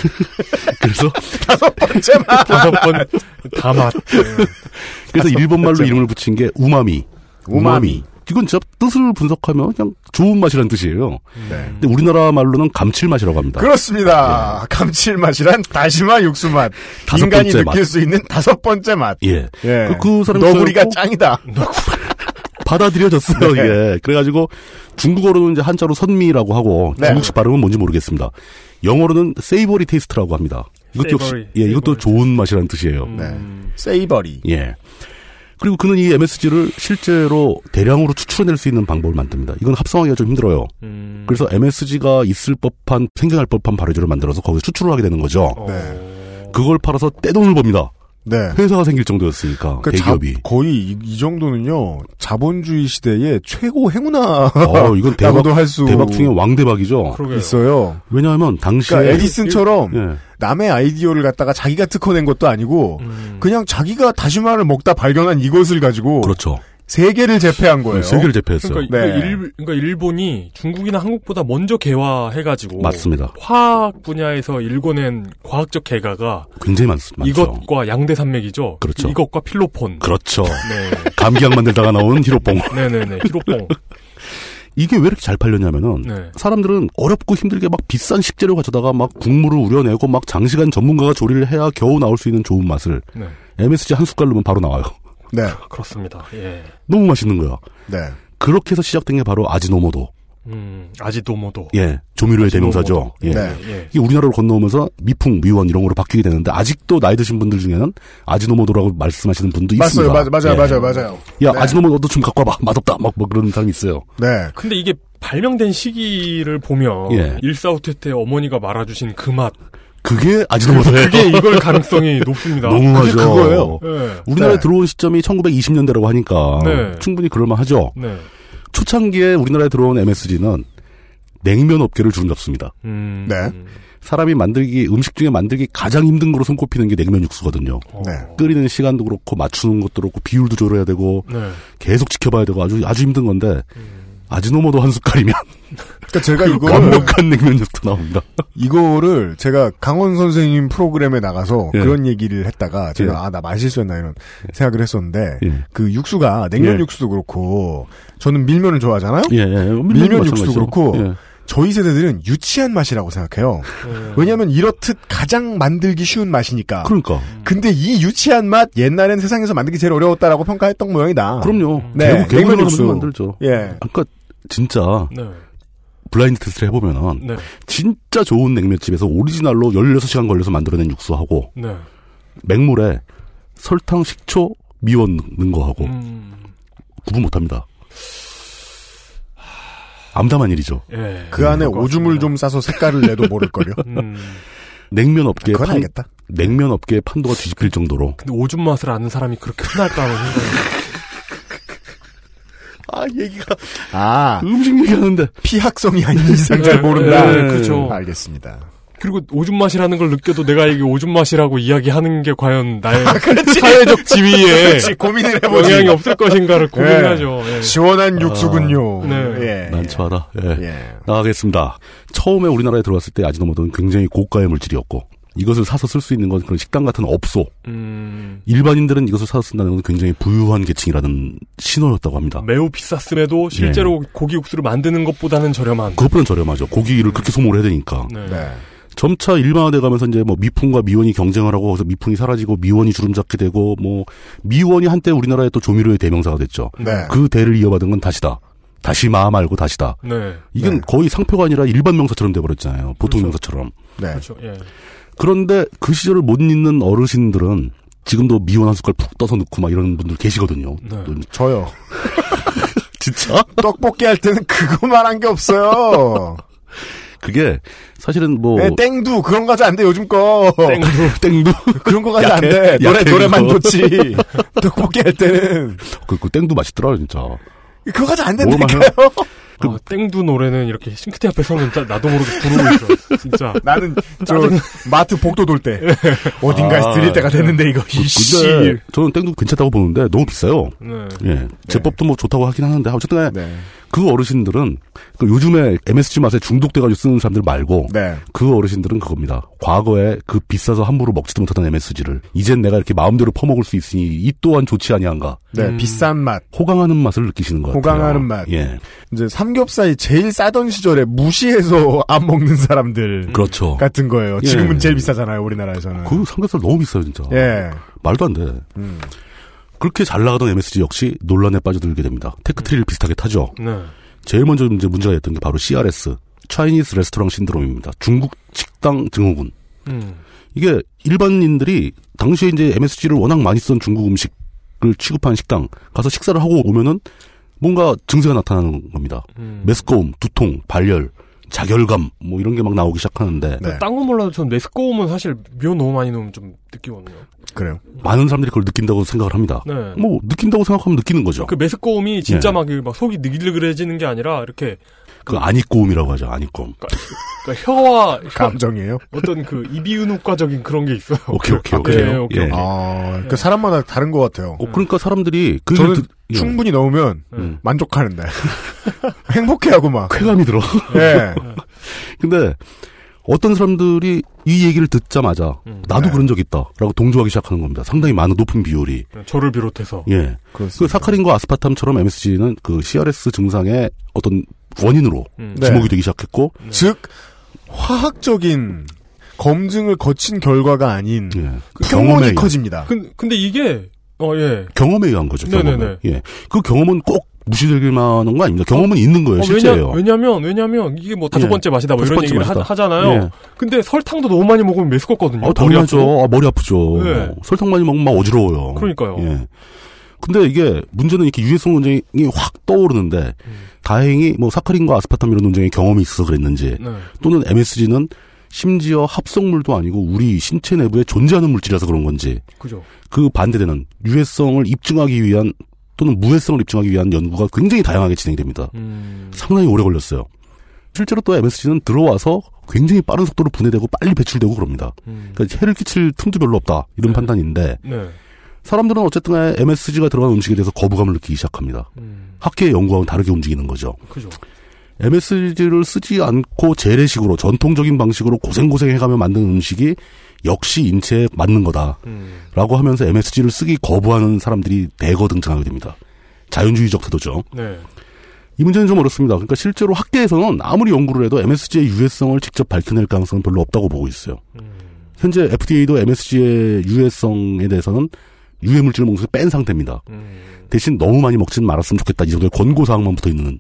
D: 그래서
C: 다섯 번째 맛.
B: 다섯 번
D: 네.
B: 다맛.
D: 그래서 일본말로 이름을 붙인 게 우마미.
C: 우마미.
D: 이건 진짜 뜻을 분석하면 그냥 좋은 맛이라는 뜻이에요. 근데 우리나라 말로는 감칠맛이라고 합니다.
C: 네. 그렇습니다. 감칠맛이란 다시마 육수 맛.
D: 예. 다섯
C: 인간이
D: 번째
C: 느낄
D: 맛.
C: 수 있는 다섯 번째 맛.
D: 예.
C: 예.
D: 그, 그 사람이
C: 너구리가
D: 써놓고
C: 짱이다.
D: 받아들여졌어요,
C: 네.
D: 이게. 그래가지고 중국어로는 이제 한자로 선미라고 하고
C: 네.
D: 중국식 발음은 뭔지 모르겠습니다. 영어로는 세이버리 테이스트라고 합니다. 이것도 역시,
C: Savory, 음.
D: 예, 이것도 좋은 맛이라는 뜻이에요.
B: 네.
C: 세이버리.
D: 예. 그리고 그는 이 MSG를 실제로 대량으로 추출해낼 수 있는 방법을 만듭니다. 이건 합성하기가 좀 힘들어요.
C: 음.
B: 음.
D: 그래서 MSG가 있을 법한, 생겨날 법한 발효제를 만들어서 거기서 추출을 하게 되는 거죠.
C: 어.
D: 그걸 팔아서 떼돈을 법니다.
C: 네.
D: 회사가 생길 정도였으니까,
C: 그러니까 자-
D: 대기업이.
C: 거의 이, 이 정도는요 자본주의 시대의 최고 행운아.
D: 어, 이건 대박,
C: 라고도 할수
D: 대박 중에 왕대박이죠.
C: 있어요.
D: 왜냐하면 당시에
C: 그러니까 에디슨처럼
D: 예.
C: 남의 아이디어를 갖다가 자기가 특허낸 것도 아니고 그냥 자기가 다시마를 먹다 발견한 이것을 가지고
D: 그렇죠.
C: 세계를 제패한 거예요.
D: 네, 세계를 제패했어요.
B: 그러니까,
C: 네.
B: 그 일, 그러니까 일본이 중국이나 한국보다 먼저 개화해가지고
D: 맞습니다.
B: 화학 분야에서 일궈낸 과학적 개가가
D: 굉장히 많, 많죠.
B: 이것과 양대산맥이죠.
D: 그렇죠.
B: 이것과 필로폰.
D: 그렇죠.
B: 네.
D: 감기약 만들다가 나온 히로뽕.
B: 네네네. 히로뽕.
D: 이게 왜 이렇게 잘 팔렸냐면은
B: 네.
D: 사람들은 어렵고 힘들게 막 비싼 식재료 가져다가 막 국물을 우려내고 막 장시간 전문가가 조리를 해야 겨우 나올 수 있는 좋은 맛을
B: 네.
D: MSG 한 숟갈 넣으면 바로 나와요.
C: 네.
B: 그렇습니다. 예.
D: 너무 맛있는 거야.
C: 네.
D: 그렇게 해서 시작된 게 바로 아지노모도.
B: 음, 아지도모도.
D: 예, 조미료의
B: 아지노모도.
C: 뭐,
D: 대명사죠. 예.
B: 네, 예.
D: 이게 우리나라로 건너오면서 미풍, 미원 이런 거로 바뀌게 되는데 아직도 나이 드신 분들 중에는 아지노모도라고 말씀하시는 분도
C: 맞아요,
D: 있습니다.
C: 맞아요, 맞아요,
D: 예.
C: 맞아요, 맞아요.
D: 야,
C: 네.
D: 아지노모도 좀 갖고 와봐. 맛없다. 막, 뭐 그런 사람이 있어요.
C: 네.
B: 근데 이게 발명된 시기를 보면
D: 예.
B: 일사후퇴 때 어머니가 말아주신 그 맛.
D: 그게 아지노모도예요.
B: 그게 이걸 가능성이 높습니다.
D: 너무하죠.
B: 그게 그거예요. 네.
D: 우리나라에
B: 네.
D: 들어온 시점이 1920년대라고 하니까
B: 네.
D: 충분히 그럴만하죠.
B: 네.
D: 초창기에 우리나라에 들어온 MSG는 냉면 업계를 주름잡습니다.
B: 음.
C: 네.
D: 사람이 만들기 음식 중에 만들기 가장 힘든 거로 손꼽히는 게 냉면 육수거든요.
B: 어.
C: 네.
D: 끓이는 시간도 그렇고 맞추는 것도 그렇고 비율도 조절해야 되고
B: 네.
D: 계속 지켜봐야 되고 아주 아주 힘든 건데 아지노모도 한 숟갈이면
C: 그러니까 제가 이걸-
D: 완벽한 냉면 육수 나옵니다.
C: 이거를 제가 강원 선생님 프로그램에 나가서
D: 예.
C: 그런 얘기를 했다가 제가
D: 예.
C: 아 나 말실수했나 이런 생각을 했었는데
D: 예.
C: 그 육수가 냉면
D: 예.
C: 육수도 그렇고 저는 밀면을 좋아하잖아요.
D: 예, 예. 밀면도
C: 밀면 육수도
D: 마찬가지죠.
C: 그렇고
D: 예.
C: 저희 세대들은 유치한 맛이라고 생각해요. 왜냐하면 이렇듯 가장 만들기 쉬운 맛이니까.
D: 그러니까.
C: 근데 이 유치한 맛 옛날엔 세상에서 만들기 제일 어려웠다라고 평가했던 모양이다.
D: 그럼요.
C: 네,
D: 아. 음. 개구- 개구리
C: 냉면
D: 만들면
C: 육수
D: 만들죠.
C: 예.
D: 아까 진짜 블라인드 테스트를 해보면은
B: 네.
D: 진짜 좋은 냉면집에서 오리지널로 16시간 걸려서 만들어낸 육수하고
B: 네.
D: 맹물에 설탕, 식초, 미원 넣는 거하고
B: 음.
D: 구분 못합니다. 암담한 일이죠.
B: 예.
C: 그 안에 오줌을 좀 싸서 색깔을 내도 모를 걸요.
B: 음.
D: 냉면 업계
C: 그건 알겠다.
D: 냉면 업계의 판도가 뒤집힐 정도로
B: 근데 오줌 맛을 아는 사람이 그렇게 흔할까 하는 생각이.
D: 아 얘기가
C: 아
D: 그 음식 얘기하는데
C: 피학성이 아닌 이상 잘 모른다.
D: 예,
B: 네, 네, 그렇죠.
C: 알겠습니다.
B: 그리고 오줌 맛이라는 걸 느껴도 내가 이게 오줌 맛이라고 이야기하는 게 과연 나의 사회적 지위에
C: 그렇지, 고민을 해보지.
B: 영향이 없을 것인가를 고민해야죠.
C: 예.
B: 예.
C: 시원한 육수군요. 네.
D: 난처하다. 예. 나가겠습니다. 처음에 우리나라에 들어왔을 때 아지노모토는 굉장히 고가의 물질이었고 이것을 사서 쓸 수 있는 건 그런 식당 같은 업소.
B: 음.
D: 일반인들은 이것을 사서 쓴다는 건 굉장히 부유한 계층이라는 신호였다고 합니다.
B: 매우 비쌌음에도 실제로 고기 육수를 만드는 것보다는 저렴한.
D: 예. 그것보다는 저렴하죠. 고기를 그렇게 소모를 해야 되니까.
B: 음. 네.
D: 점차 일반화돼 가면서 이제 뭐 미풍과 미원이 경쟁을 하고 그래서 미풍이 사라지고 미원이 주름잡게 되고 뭐 미원이 한때 우리나라의 또 조미료의 대명사가 됐죠.
B: 네.
D: 그 대를 이어받은 건 다시다. 다시 마 말고 다시다.
B: 네.
D: 이건 거의 상표가 아니라 일반 명사처럼 돼버렸잖아요. 보통 명사처럼.
C: 네.
B: 그렇죠. 예.
D: 그런데 그 시절을 못 잊는 어르신들은 지금도 미원 한 숟갈 푹 떠서 넣고 막 이런 분들 계시거든요.
B: 네.
C: 저요.
D: 진짜?
C: 떡볶이 할 때는 그거 말한 게 없어요.
D: 그게 사실은 뭐
C: 네, 땡두 그런 거 하지 안 돼 요즘 거.
D: 땡두 땡두
C: 그런 거 하지 안
D: 약해,
C: 돼. 노래
D: 약해,
C: 노래만
D: 그거.
C: 좋지. 떡볶이 할 때는
D: 그, 그 땡도 맛있더라 진짜.
C: 그거 하지 안
D: 뭘
C: 된다니까요.
D: 그
B: 아, 땡두 노래는 이렇게 싱크대 앞에 서면 진짜 나도 모르게 부르고 있어. 진짜.
C: 나는 저
B: 짜증나.
C: 마트 복도 돌 때 어딘가에서
D: 아,
C: 들릴 때가 됐는데 이거
D: 그-
C: 이씨.
D: 근데 저는 땡도 괜찮다고 보는데 너무 비싸요.
C: 네.
D: 예, 제법도 뭐 좋다고 하긴 하는데 어쨌든 간에 그 어르신들은 그 요즘에 MSG 맛에 중독돼가지고 쓰는 사람들 말고
C: 네.
D: 그 어르신들은 그겁니다. 과거에 그 비싸서 함부로 먹지도 못하던 MSG를 이젠 내가 이렇게 마음대로 퍼먹을 수 있으니 이 또한 좋지 아니한가.
C: 네, 음. 비싼 맛.
D: 호강하는 맛을 느끼시는 것 같아요.
C: 호강하는 맛.
D: 예,
C: 이제 삼겹살이 제일 싸던 시절에 무시해서 안 먹는 사람들
D: 그렇죠.
C: 같은 거예요.
D: 예.
C: 지금은 제일 비싸잖아요, 우리나라에서는.
D: 그 삼겹살 너무 비싸요 진짜.
C: 예. 음.
D: 말도 안 돼. 그렇게 잘 나가던 MSG 역시 논란에 빠져들게 됩니다. 테크트리를 비슷하게 타죠.
B: 네.
D: 제일 먼저 이제 문제가 됐던 게 바로 CRS, Chinese Restaurant Syndrome입니다. 중국 식당 증후군.
B: 음.
D: 이게 일반인들이 당시에 이제 MSG를 워낙 많이 쓴 중국 음식을 취급하는 식당 가서 식사를 하고 오면은 뭔가 증세가 나타나는 겁니다.
B: 음.
D: 메스꺼움, 두통, 발열, 자결감 뭐 이런 게 막 나오기 시작하는데
C: 네.
B: 딴건 몰라도 전 메스꺼움은 사실 묘 너무 많이 넣으면 좀 느끼거든요.
C: 그래요.
D: 많은 사람들이 그걸 느낀다고 생각을 합니다.
B: 네.
D: 뭐 느낀다고 생각하면 느끼는 거죠.
B: 그
D: 그,
B: 메스꺼움이 진짜
D: 예.
B: 막, 이막 속이 느글느글해지는 게 아니라 이렇게
D: 안입고음이라고 그 하죠. 안입고음.
B: 그러니까 혀와 혀-
C: 감정이에요?
B: 어떤 그 이비인후과적인 그런 게 있어요.
D: 오케이 오케이 오케이. 예.
B: 네, 오케이, 오케이.
C: 아, 그 사람마다 다른 것 같아요.
D: 그러니까 사람들이 그
C: 저는
D: 일 드- 예.
C: 충분히 넣으면
D: 음.
C: 만족하는데 행복해하고 막
D: 쾌감이 들어.
C: 예.
D: 근데 어떤 사람들이 이 얘기를 듣자마자
B: 음.
D: 나도
B: 네.
D: 그런 적 있다라고 동조하기 시작하는 겁니다. 상당히 많은 높은 비율이.
B: 저를 비롯해서.
D: 그 예. 그 사카린과 아스파탐처럼 MSG는 그 CRS 증상의 어떤 원인으로
B: 네.
D: 지목이 되기 시작했고
C: 네. 즉 화학적인 검증을 거친 결과가 아닌
B: 음.
C: 그
D: 예. 경험에
C: 평론이
D: 의한. 그
C: 커집니다.
B: 근, 근데 이게 어 예.
D: 경험에 의한 거죠.
B: 네네네.
D: 경험에. 예. 그 경험은 꼭 무시될 만한 거 아닙니다. 경험은 있는 거예요,
B: 어,
D: 실제예요.
B: 왜냐, 왜냐면 왜냐면 이게 뭐 다섯
D: 예.
B: 번째 맛이다 뭐
D: 다섯
B: 이런
D: 번째
B: 얘기를
D: 맛이다.
B: 하, 잖아요
D: 예.
B: 근데 설탕도 너무 많이 먹으면 메스껍거든요.
D: 아,
B: 머리
D: 당연하죠.
B: 아프고.
D: 아, 머리 아프죠.
B: 네.
D: 설탕 많이 먹으면 막 어지러워요.
B: 그러니까요.
D: 예. 근데 이게 문제는 이렇게 유해성 논쟁이 확 떠오르는데
B: 음.
D: 다행히 뭐 사카린과 아스파탐 이런 논쟁의 경험이 있어서 그랬는지
B: 네.
D: 또는 MSG는 심지어 합성물도 아니고 우리 신체 내부에 존재하는 물질이라서 그런 건지
B: 그죠.
D: 그 반대되는 유해성을 입증하기 위한 또는 무해성을 입증하기 위한 연구가 굉장히 다양하게 진행됩니다.
B: 음,
D: 상당히 오래 걸렸어요. 실제로 또 MSG는 들어와서 굉장히 빠른 속도로 분해되고 빨리 배출되고 그럽니다. 그러니까 해를 끼칠 틈도 별로 없다 이런 판단인데
B: 네.
D: 사람들은 어쨌든 간에 MSG가 들어간 음식에 대해서 거부감을 느끼기 시작합니다. 학계의 연구와는 다르게 움직이는 거죠.
B: 그죠.
D: MSG를 쓰지 않고 재래식으로 전통적인 방식으로 고생고생 해가며 만든 음식이 역시 인체에 맞는 거다. 라고 하면서 MSG를 쓰기 거부하는 사람들이 대거 등장하게 됩니다. 자연주의적 태도죠.
B: 네.
D: 이 문제는 좀 어렵습니다. 그러니까 실제로 학계에서는 아무리 연구를 해도 MSG의 유해성을 직접 밝혀낼 가능성은 별로 없다고 보고 있어요. 현재 FDA도 MSG의 유해성에 대해서는 유해 물질을 몸에서 뺀 상태입니다. 대신 너무 많이 먹지는 말았으면 좋겠다. 이 정도의 권고 사항만 붙어 있는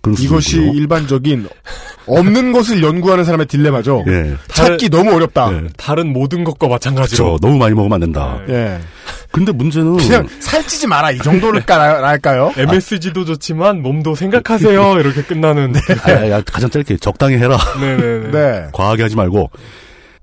D: 그런
C: 이것이
D: 수준이고요.
C: 일반적인 없는 것을 연구하는 사람의 딜레마죠.
D: 예.
C: 찾기 너무 어렵다.
B: 다른 모든 것과 마찬가지로
D: 네. 그렇죠. 너무 많이 먹으면 안 된다.
C: 예.
D: 근데 문제는
C: 그냥 살찌지 마라 이
D: 아.
C: 정도를까랄까요?
B: MSG도 좋지만 몸도
D: 네.
B: 생각하세요. 이렇게 끝나는.
D: 아, 야, 야, 가장 짧게 적당히 해라.
B: 네네네.
D: 과하게 하지 말고.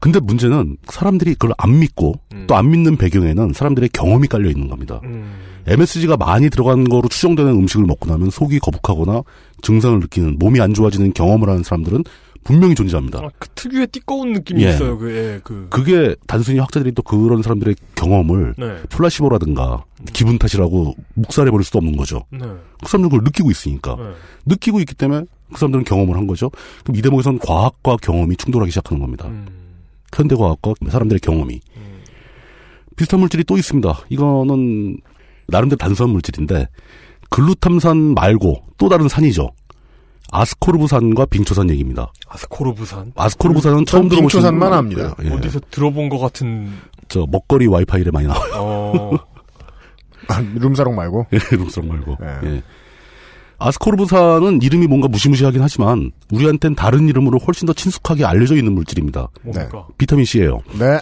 D: 근데 문제는 사람들이 그걸 안 믿고 또 안 믿는 배경에는 사람들의 경험이 깔려 있는 겁니다.
B: 음.
D: MSG가 많이 들어간 거로 추정되는 음식을 먹고 나면 속이 거북하거나 증상을 느끼는 몸이 안 좋아지는 경험을 하는 사람들은 분명히 존재합니다.
B: 그 특유의 띠꺼운 느낌이
D: 아. 예.
B: 있어요. 그, 예, 그.
D: 그게 단순히 학자들이 또 그런 사람들의 경험을
B: 네.
D: 플라시보라든가 기분 탓이라고 묵살해버릴 수도 없는 거죠.
B: 네.
D: 그 사람들은 그걸 느끼고 있으니까. 느끼고 있기 때문에 그 사람들은 경험을 한 거죠. 그럼 이 대목에선 과학과 경험이 충돌하기 시작하는 겁니다.
B: 음.
D: 현대과학과 사람들의 경험이. 비슷한 물질이 또 있습니다. 이거는 나름대로 단순한 물질인데 글루탐산 말고 또 다른 산이죠. 아스코르브산과 빙초산 얘기입니다.
B: 아스코르부산.
D: 아스코르브산은 처음 들어보시는
B: 빙초산만
D: 분은
B: 압니다.
D: 예.
B: 어디서 들어본 것 같은.
D: 저 먹거리 와이파이를 많이 나와요.
B: 어.
C: 룸사롱 말고.
D: 예, 룸사롱 말고. 예. 아스코르브산은 이름이 뭔가 무시무시하긴 하지만 우리한텐 다른 이름으로 훨씬 더 친숙하게 알려져 있는 물질입니다.
B: 뭡니까?
D: 비타민 C예요.
C: 네.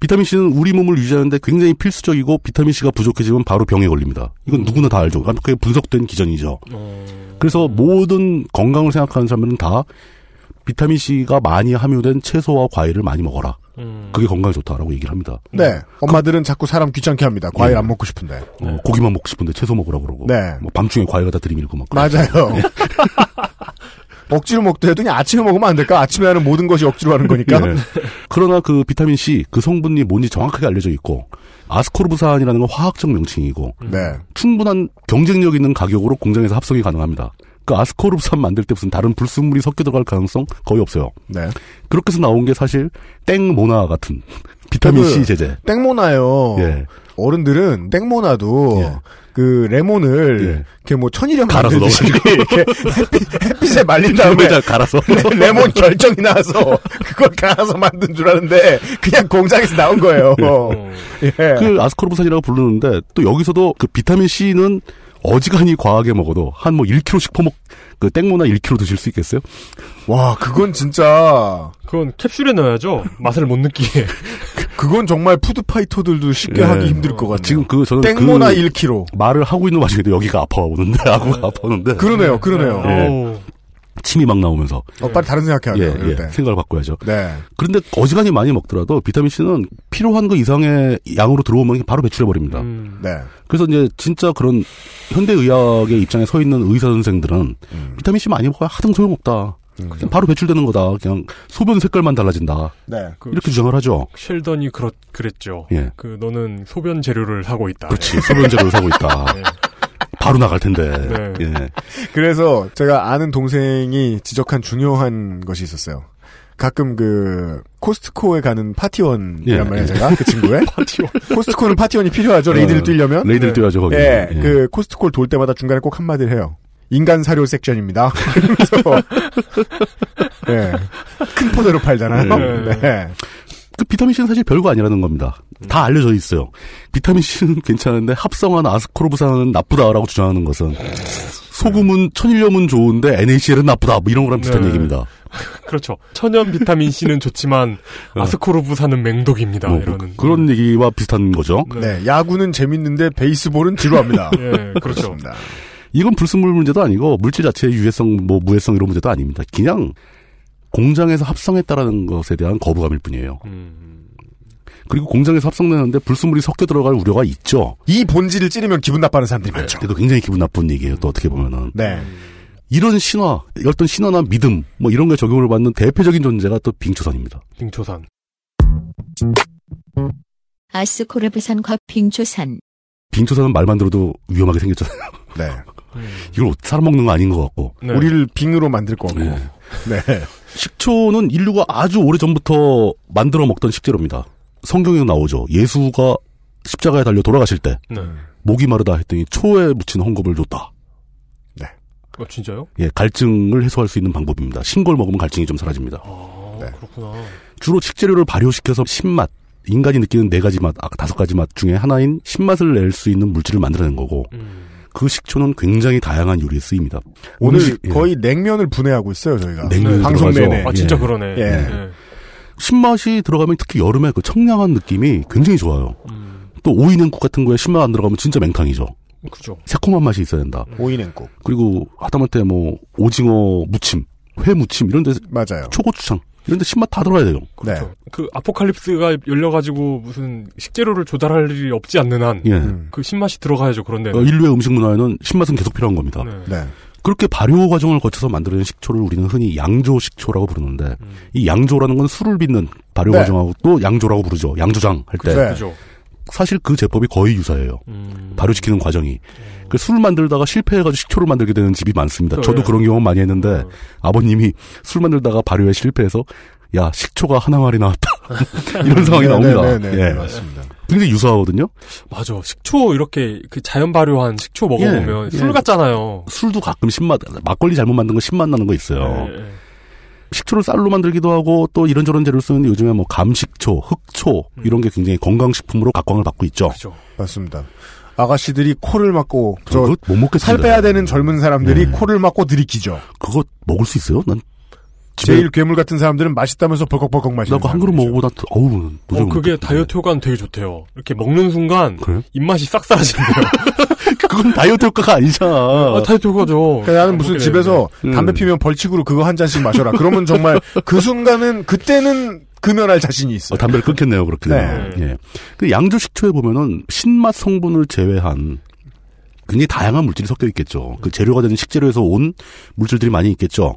D: 비타민 C는 우리 몸을 유지하는데 굉장히 필수적이고 비타민 C가 부족해지면 바로 병에 걸립니다. 이건 누구나 다 알죠. 그러니까 그게 분석된 기전이죠. 그래서 모든 건강을 생각하는 사람들은 다 비타민 C가 많이 함유된 채소와 과일을 많이 먹어라. 그게 건강에 좋다라고 얘기를 합니다.
C: 네. 엄마들은 자꾸 사람 귀찮게 합니다. 과일 안 먹고 싶은데.
D: 어, 고기만 먹고 싶은데 채소 먹으라 그러고
C: 네.
D: 뭐 밤중에 과일 갖다 들이밀고 막
C: 맞아요. 억지로 먹더라도 그냥 아침에 먹으면 안 될까? 아침에 하는 모든 것이 억지로 하는 거니까.
D: 예. 그러나 그 비타민 C 그 성분이 뭔지 정확하게 알려져 있고 아스코르브산이라는 건 화학적 명칭이고
C: 네.
D: 충분한 경쟁력 있는 가격으로 공장에서 합성이 가능합니다. 그 아스코르브산 만들 때 무슨 다른 불순물이 섞여 들어갈 가능성 거의 없어요.
C: 네.
D: 그렇게 해서 나온 게 사실 땡모나 같은 비타민 C
C: 그 어.
D: 제제.
C: 땡모나요.
D: 예.
C: 어른들은 땡모나도 그 레몬을 이렇게 뭐 천일염
D: 예. 갈아서
C: 만들듯이
D: 넣어가지고. 네.
C: 이렇게 햇빛, 에 말린 다음에
D: 잘 갈아서
C: 네, 레- 레몬 결정이 나서 그걸 갈아서 만든 줄 아는데 그냥 공장에서 나온 거예요. 예.
D: 그 아스코르브산이라고 부르는데 또 여기서도 그 비타민 C는 어지간히 과하게 먹어도 한 뭐 1kg씩 퍼먹 그 땡모나 1kg 드실 수 있겠어요?
C: 와 그건 진짜
B: 그건 캡슐에 넣어야죠. 맛을 못 느끼게.
C: 그건 정말 푸드파이터들도 쉽게
D: 예.
C: 하기 힘들 것 같아요.
D: 지금 그 저는
C: 땡모나
D: 그
C: 1kg.
D: 말을 하고 있는 와중에도 여기가 아파오는데 아구가 아파오는데
C: 그러네요, 그러네요.
D: 예. 침이 막 나오면서
C: 어, 빨리 다른 생각해야 돼요.
D: 예, 예.
C: 이럴 때.
D: 생각을 바꿔야죠.
C: 네.
D: 그런데 어지간히 많이 먹더라도 비타민 C는 필요한 거 이상의 양으로 들어오면 바로 배출해 버립니다.
B: 음.
C: 네.
D: 그래서 이제 진짜 그런 현대 의학의 입장에 서 있는 의사 선생들은 비타민 C 많이 먹어야 하등 소용없다.
C: 음.
D: 그냥 바로 배출되는 거다. 그냥 소변 색깔만 달라진다.
C: 네. 그
D: 이렇게 주장을 하죠.
B: 쉘던이 그렇 그랬죠.
D: 예. 그렇죠.
B: 그 너는 소변 재료를 사고 있다.
D: 그렇지. 소변 재료를 사고 있다. 바로 나갈 텐데.
B: 네.
D: 예.
C: 그래서 제가 아는 동생이 지적한 중요한 것이 있었어요. 가끔 그 코스트코에 가는 파티원이란
D: 예,
C: 말이에요
D: 예.
C: 제가 그 친구의
B: 파티원
C: 코스트코는 파티원이 필요하죠 레이드를
D: 어,
C: 뛰려면
D: 레이드를 뛰어야죠, 거기.
C: 예,
D: 예.
C: 그 코스트코를 돌 때마다 중간에 꼭 한마디를 해요 인간 사료 섹션입니다. 그래서 네. 큰 포대로 팔잖아요.
D: 네.
C: 네.
D: 그 비타민 C는 사실 별거 아니라는 겁니다.
B: 음.
D: 다 알려져 있어요. 비타민 C는 괜찮은데 합성한 아스코르브산은 나쁘다라고 주장하는 것은 소금은 천일염은 좋은데 NaCl은 나쁘다. 뭐 이런 거랑 비슷한
B: 네.
D: 얘기입니다.
B: 그렇죠. 천연 비타민 C는 좋지만 아스코르부산은 맹독입니다.
D: 어. 뭐
B: 이러는. 음.
D: 그런 얘기와 비슷한 거죠. 네.
C: 네, 야구는 재밌는데 베이스볼은 지루합니다.
B: 예, 그렇죠.
D: 이건 불순물 문제도 아니고 물질 자체의 유해성, 뭐 무해성 이런 문제도 아닙니다. 그냥 공장에서 합성했다라는 것에 대한 거부감일 뿐이에요.
B: 음.
D: 그리고 공장에서 합성되는데 불순물이 섞여 들어갈 우려가 있죠.
C: 이 본질을 찌르면 기분 나빠하는 사람들이
B: 그렇죠.
C: 많죠.
D: 그래도 굉장히 네, 기분 나쁜 얘기예요. 또 어떻게 보면은
C: 네.
D: 이런 신화, 어떤 신화나 믿음 뭐 이런 게 적용을 받는 대표적인 존재가 또 빙초산입니다.
B: 빙초산.
A: 아스코르브산과 빙초산.
D: 빙초산은 말만 들어도 위험하게 생겼잖아요.
C: 네.
D: 이걸 사람 먹는 거 아닌 것 같고.
C: 네. 우리를 빙으로 만들 거고.
D: 네.
C: 네.
D: 식초는 인류가 아주 오래 전부터 만들어 먹던 식재료입니다. 성경에 나오죠. 예수가 십자가에 달려 돌아가실 때
B: 네.
D: 목이 마르다 했더니 초에 묻힌 헝겊을 줬다.
B: 어, 진짜요?
D: 예, 갈증을 해소할 수 있는 방법입니다. 신걸 먹으면 갈증이 좀 사라집니다.
B: 아,
D: 네.
B: 그렇구나.
D: 주로 식재료를 발효시켜서 신맛, 인간이 느끼는 네 가지 맛, 아, 다섯 가지 맛 중에 하나인 신맛을 낼 수 있는 물질을 만들어낸 거고
B: 음.
D: 그 식초는 굉장히 다양한 요리에 쓰입니다.
C: 오늘
D: 음식, 예.
C: 거의 냉면을 분해하고 있어요, 저희가.
B: 네.
D: 냉면이
C: 방송
D: 들어가죠.
C: 내내.
D: 아, 진짜 그러네.
C: 예.
D: 네. 신맛이 들어가면 특히 여름에 그 청량한 느낌이 굉장히 좋아요. 또 오이냉국 같은 거에 신맛 안 들어가면 진짜 맹탕이죠.
B: 음. 그죠.
D: 새콤한 맛이 있어야 된다.
C: 오이냉국.
D: 그리고 하다못해 뭐 오징어 무침, 회 무침 이런 데
C: 맞아요.
D: 초고추장 이런 데 신맛 다 들어야 돼요.
C: 그렇죠.
B: 그 아포칼립스가 열려가지고 무슨 식재료를 조달할 일이 없지 않는 한.
D: 예.
B: 그 신맛이 들어가야죠. 그런데.
D: 어, 인류의 음식 문화에는 신맛은 계속 필요한 겁니다.
B: 네.
C: 네.
D: 그렇게 발효 과정을 거쳐서 만들어낸 식초를 우리는 흔히 양조 식초라고 부르는데 이 양조라는 건 술을 빚는 발효
B: 음. 네. 그렇죠.
D: 과정하고 또 양조라고 부르죠. 양조장 할 때.
B: 그죠. 음.
D: 사실 그 제법이 거의 유사해요. 발효시키는 과정이. 그술 만들다가 실패해가지고 식초를 만들게 되는 집이 많습니다. 저도
B: 그래요.
D: 그런 경험 많이 했는데 아버님이 술 만들다가 발효에 실패해서 야 식초가 하나 말이 나왔다 이런 상황이
B: 네,
D: 나옵니다.
B: 네, 네, 네,
D: 예.
B: 네, 맞습니다.
D: 굉장히 유사하거든요.
B: 맞아. 식초 이렇게 그 자연 발효한 식초 먹어보면
D: 예,
B: 술
D: 예.
B: 같잖아요. 예,
D: 술도 가끔 신맛 막걸리 잘못 만든 거 신맛 나는 거 있어요.
B: 네.
D: 식초를 쌀로 만들기도 하고 또 이런저런 재료를 쓰는데 요즘에 뭐 감식초, 흑초
B: 음.
D: 이런 게 굉장히 건강식품으로 각광을 받고 있죠.
B: 어,
C: 맞습니다. 아가씨들이 코를 막고 저
D: 그거 못 먹겠습니다. 네.
C: 살 빼야 되는 젊은 사람들이 코를 막고 들이키죠.
D: 그거 먹을 수 있어요? 난 집에-
C: 제일 괴물 같은 사람들은 맛있다면서 벌컥벌컥 마시는
D: 나그 한 그릇 먹어보고 나 어우
B: 어,
D: 도저히 못
B: 그게 다이어트 효과는 되게 좋대요. 이렇게 먹는 순간 입맛이 싹 사라진대요.
D: 그건 다이어트 효과가 아니잖아.
B: 아, 다이어트 효과죠.
C: 그러니까 나는 무슨
B: 먹게
C: 집에서 네.
B: 되는데.
C: 담배
D: 음.
C: 피면 벌칙으로 그거 한 잔씩 마셔라. 그러면 정말 그 순간은 그때는 금연할 자신이 있어요.
D: 어, 담배를 끊겠네요, 그렇게 되면. 예. 그 양조 식초에 보면은 신맛 성분을 제외한 굉장히 다양한 물질이 섞여 있겠죠. 그 재료가 되는 식재료에서 온 물질들이 많이 있겠죠.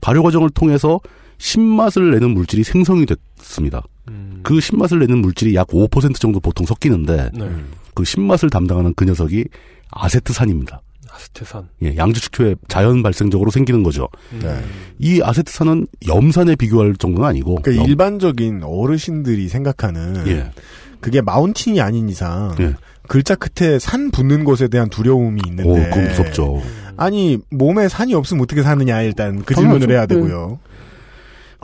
D: 발효 과정을 통해서 신맛을 내는 물질이 생성이 됐습니다. 그 신맛을 내는 물질이 약 5% 정도 보통 섞이는데
B: 음. 네.
D: 그 신맛을 담당하는 그 녀석이 아세트산입니다.
B: 아스테산.
D: 예, 양주 식초에 자연 발생적으로 생기는 거죠.
C: 네.
D: 이 아세트산은 염산에 비교할 정도는 아니고
C: 그러니까
D: 염-
C: 일반적인 네. 어르신들이 생각하는
D: 어. 예.
C: 그게 마운틴이 아닌 이상
D: 예.
C: 글자 끝에 산 붙는 것에 대한 두려움이 있는데
D: 오, 그건 무섭죠.
C: 아니 몸에 산이 없으면 어떻게 사느냐 일단 그
D: 당연하죠. 네.
C: 질문을 해야 되고요.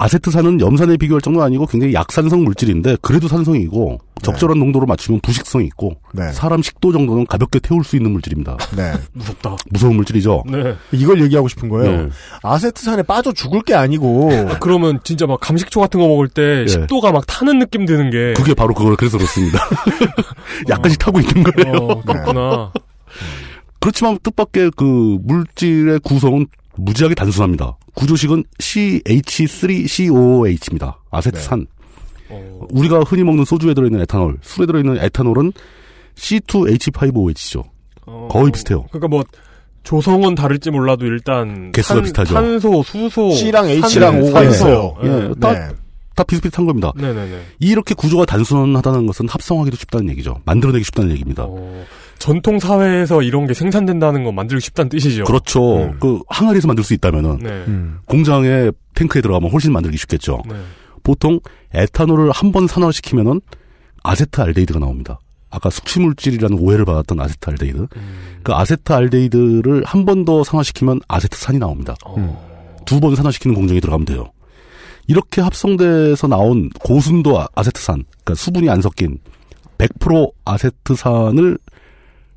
D: 아세트산은 염산에 비교할 정도는 아니고 굉장히 약산성 물질인데 그래도 산성이고 적절한 농도로 맞추면 부식성이 있고 사람 식도 정도는 가볍게 태울 수 있는 물질입니다.
C: 네.
B: 무섭다.
D: 무서운 물질이죠.
C: 이걸 얘기하고 싶은 거예요.
D: 네.
C: 아세트산에 빠져 죽을 게 아니고
B: 그러면 진짜 막 감식초 같은 거 먹을 때
D: 예.
B: 식도가 막 타는 느낌 드는 게 어,
D: 그게 바로 그걸 그래서 그렇습니다. 약간씩 타고 있는 거예요.
B: 어, 그렇구나.
D: 그렇지만 뜻밖의 그 물질의 구성은 무지하게 단순합니다. 구조식은 CH3COOH입니다. 아세트산.
B: 어,
D: 우리가 흔히 먹는 소주에 들어있는 에탄올, 술에 들어있는 에탄올은 C2H5OH죠. 거의 비슷해요.
B: 그러니까 뭐 조성은 다를지 몰라도 일단
D: 개수가
B: 탄,
D: 비슷하죠.
B: 탄소, 수소,
C: C랑 네.
B: 산소,
D: 예,
B: 산소.
D: 있어요.
B: 예.
D: 예, 다, 다 비슷비슷한 겁니다.
B: 네네네.
D: 이렇게 구조가 단순하다는 것은 합성하기도 쉽다는 얘기죠. 만들어내기 쉽다는 얘기입니다.
B: 전통 사회에서 이런 게 생산된다는 건 만들기 쉽다는 뜻이죠.
D: 그렇죠. 음. 그 항아리에서 만들 수 있다면은
B: 네.
D: 공장에 탱크에 들어가면 훨씬 만들기 쉽겠죠. 보통 에탄올을 한 번 산화시키면은 아세트알데히드가 나옵니다. 아까 숙취물질이라는 오해를 받았던 아세트알데히드. 그 아세트알데히드를 한 번 더 산화시키면 아세트산이 나옵니다.
B: 어.
D: 두 번 산화시키는 공정이 들어가면 돼요. 이렇게 합성돼서 나온 고순도 아- 아세트산, 그러니까 수분이 안 섞인 100% 아세트산을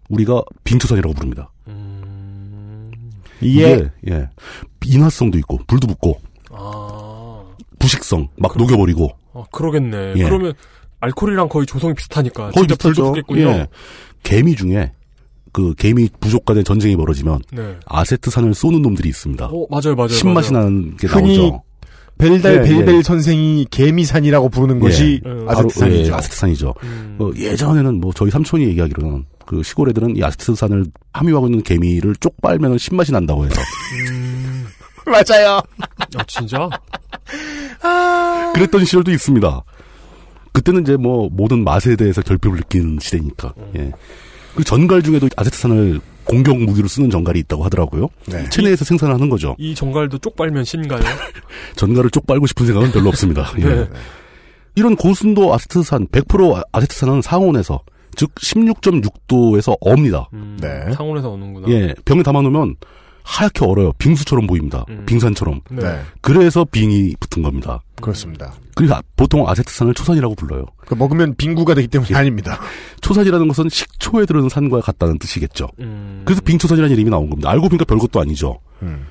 D: 우리가 빙초산이라고 부릅니다.
B: 음.
D: 이게 예. 인화성도 있고 불도 붙고 부식성 막 녹여버리고
B: 아, 그러겠네.
D: 예.
B: 그러면 알코올이랑 거의 조성이 비슷하니까
D: 거의
B: 아, 진짜
D: 비슷하죠.
B: 불조겠군요.
D: 예. 개미 중에 그 개미 부족과 된 전쟁이 벌어지면
B: 네.
D: 아세트산을 쏘는 놈들이 있습니다.
B: 어, 맞아요, 맞아요.
D: 신맛이
B: 맞아요.
D: 나는 게
C: 흔히
D: 나오죠.
C: 벨달
D: 예,
C: 벨벨
D: 예.
C: 선생이 개미산이라고 부르는 것이
D: 예. 바로,
C: 네, 아세트산이죠.
D: 예, 아세트산이죠.
B: 음.
D: 어, 예전에는 뭐 저희 삼촌이 얘기하기로는 그 시골 애들은 이 아세트산을 함유하고 있는 개미를 쪽 빨면 신맛이 난다고 해서
C: 맞아요.
B: 아, 진짜?
D: 그랬던 시절도 있습니다. 그때는 이제 뭐 모든 맛에 대해서 결핍을 느끼는 시대니까.
B: 음.
D: 예. 그 전갈 중에도 아세트산을 공격 무기로 쓰는 전갈이 있다고 하더라고요.
B: 네.
D: 체내에서 생산을 하는 거죠.
B: 이 정갈도 쪽 빨면 신가요?
D: 전갈을 쪽 빨고 싶은 생각은 별로 없습니다. 예.
B: 네.
D: 이런 고순도 아세트산, 100% 아- 아세트산은 상온에서, 즉 16.6도에서 업니다.
C: 네.
B: 상온에서 음. 오는구나.
D: 예, 병에 담아놓으면 하얗게 얼어요. 빙수처럼 보입니다. 빙산처럼.
C: 네.
D: 그래서 빙이 붙은 겁니다.
C: 그렇습니다. 그
D: 그리고 아- 보통 아세트산을 초산이라고 불러요.
C: 먹으면 빙구가 되기 때문에 아닙니다.
D: 초산이라는 것은 식초에 들은 산과 같다는 뜻이겠죠.
B: 음.
D: 그래서 빙초산이라는 이름이 나온 겁니다. 알고 보니까 별것도 아니죠.
C: 음.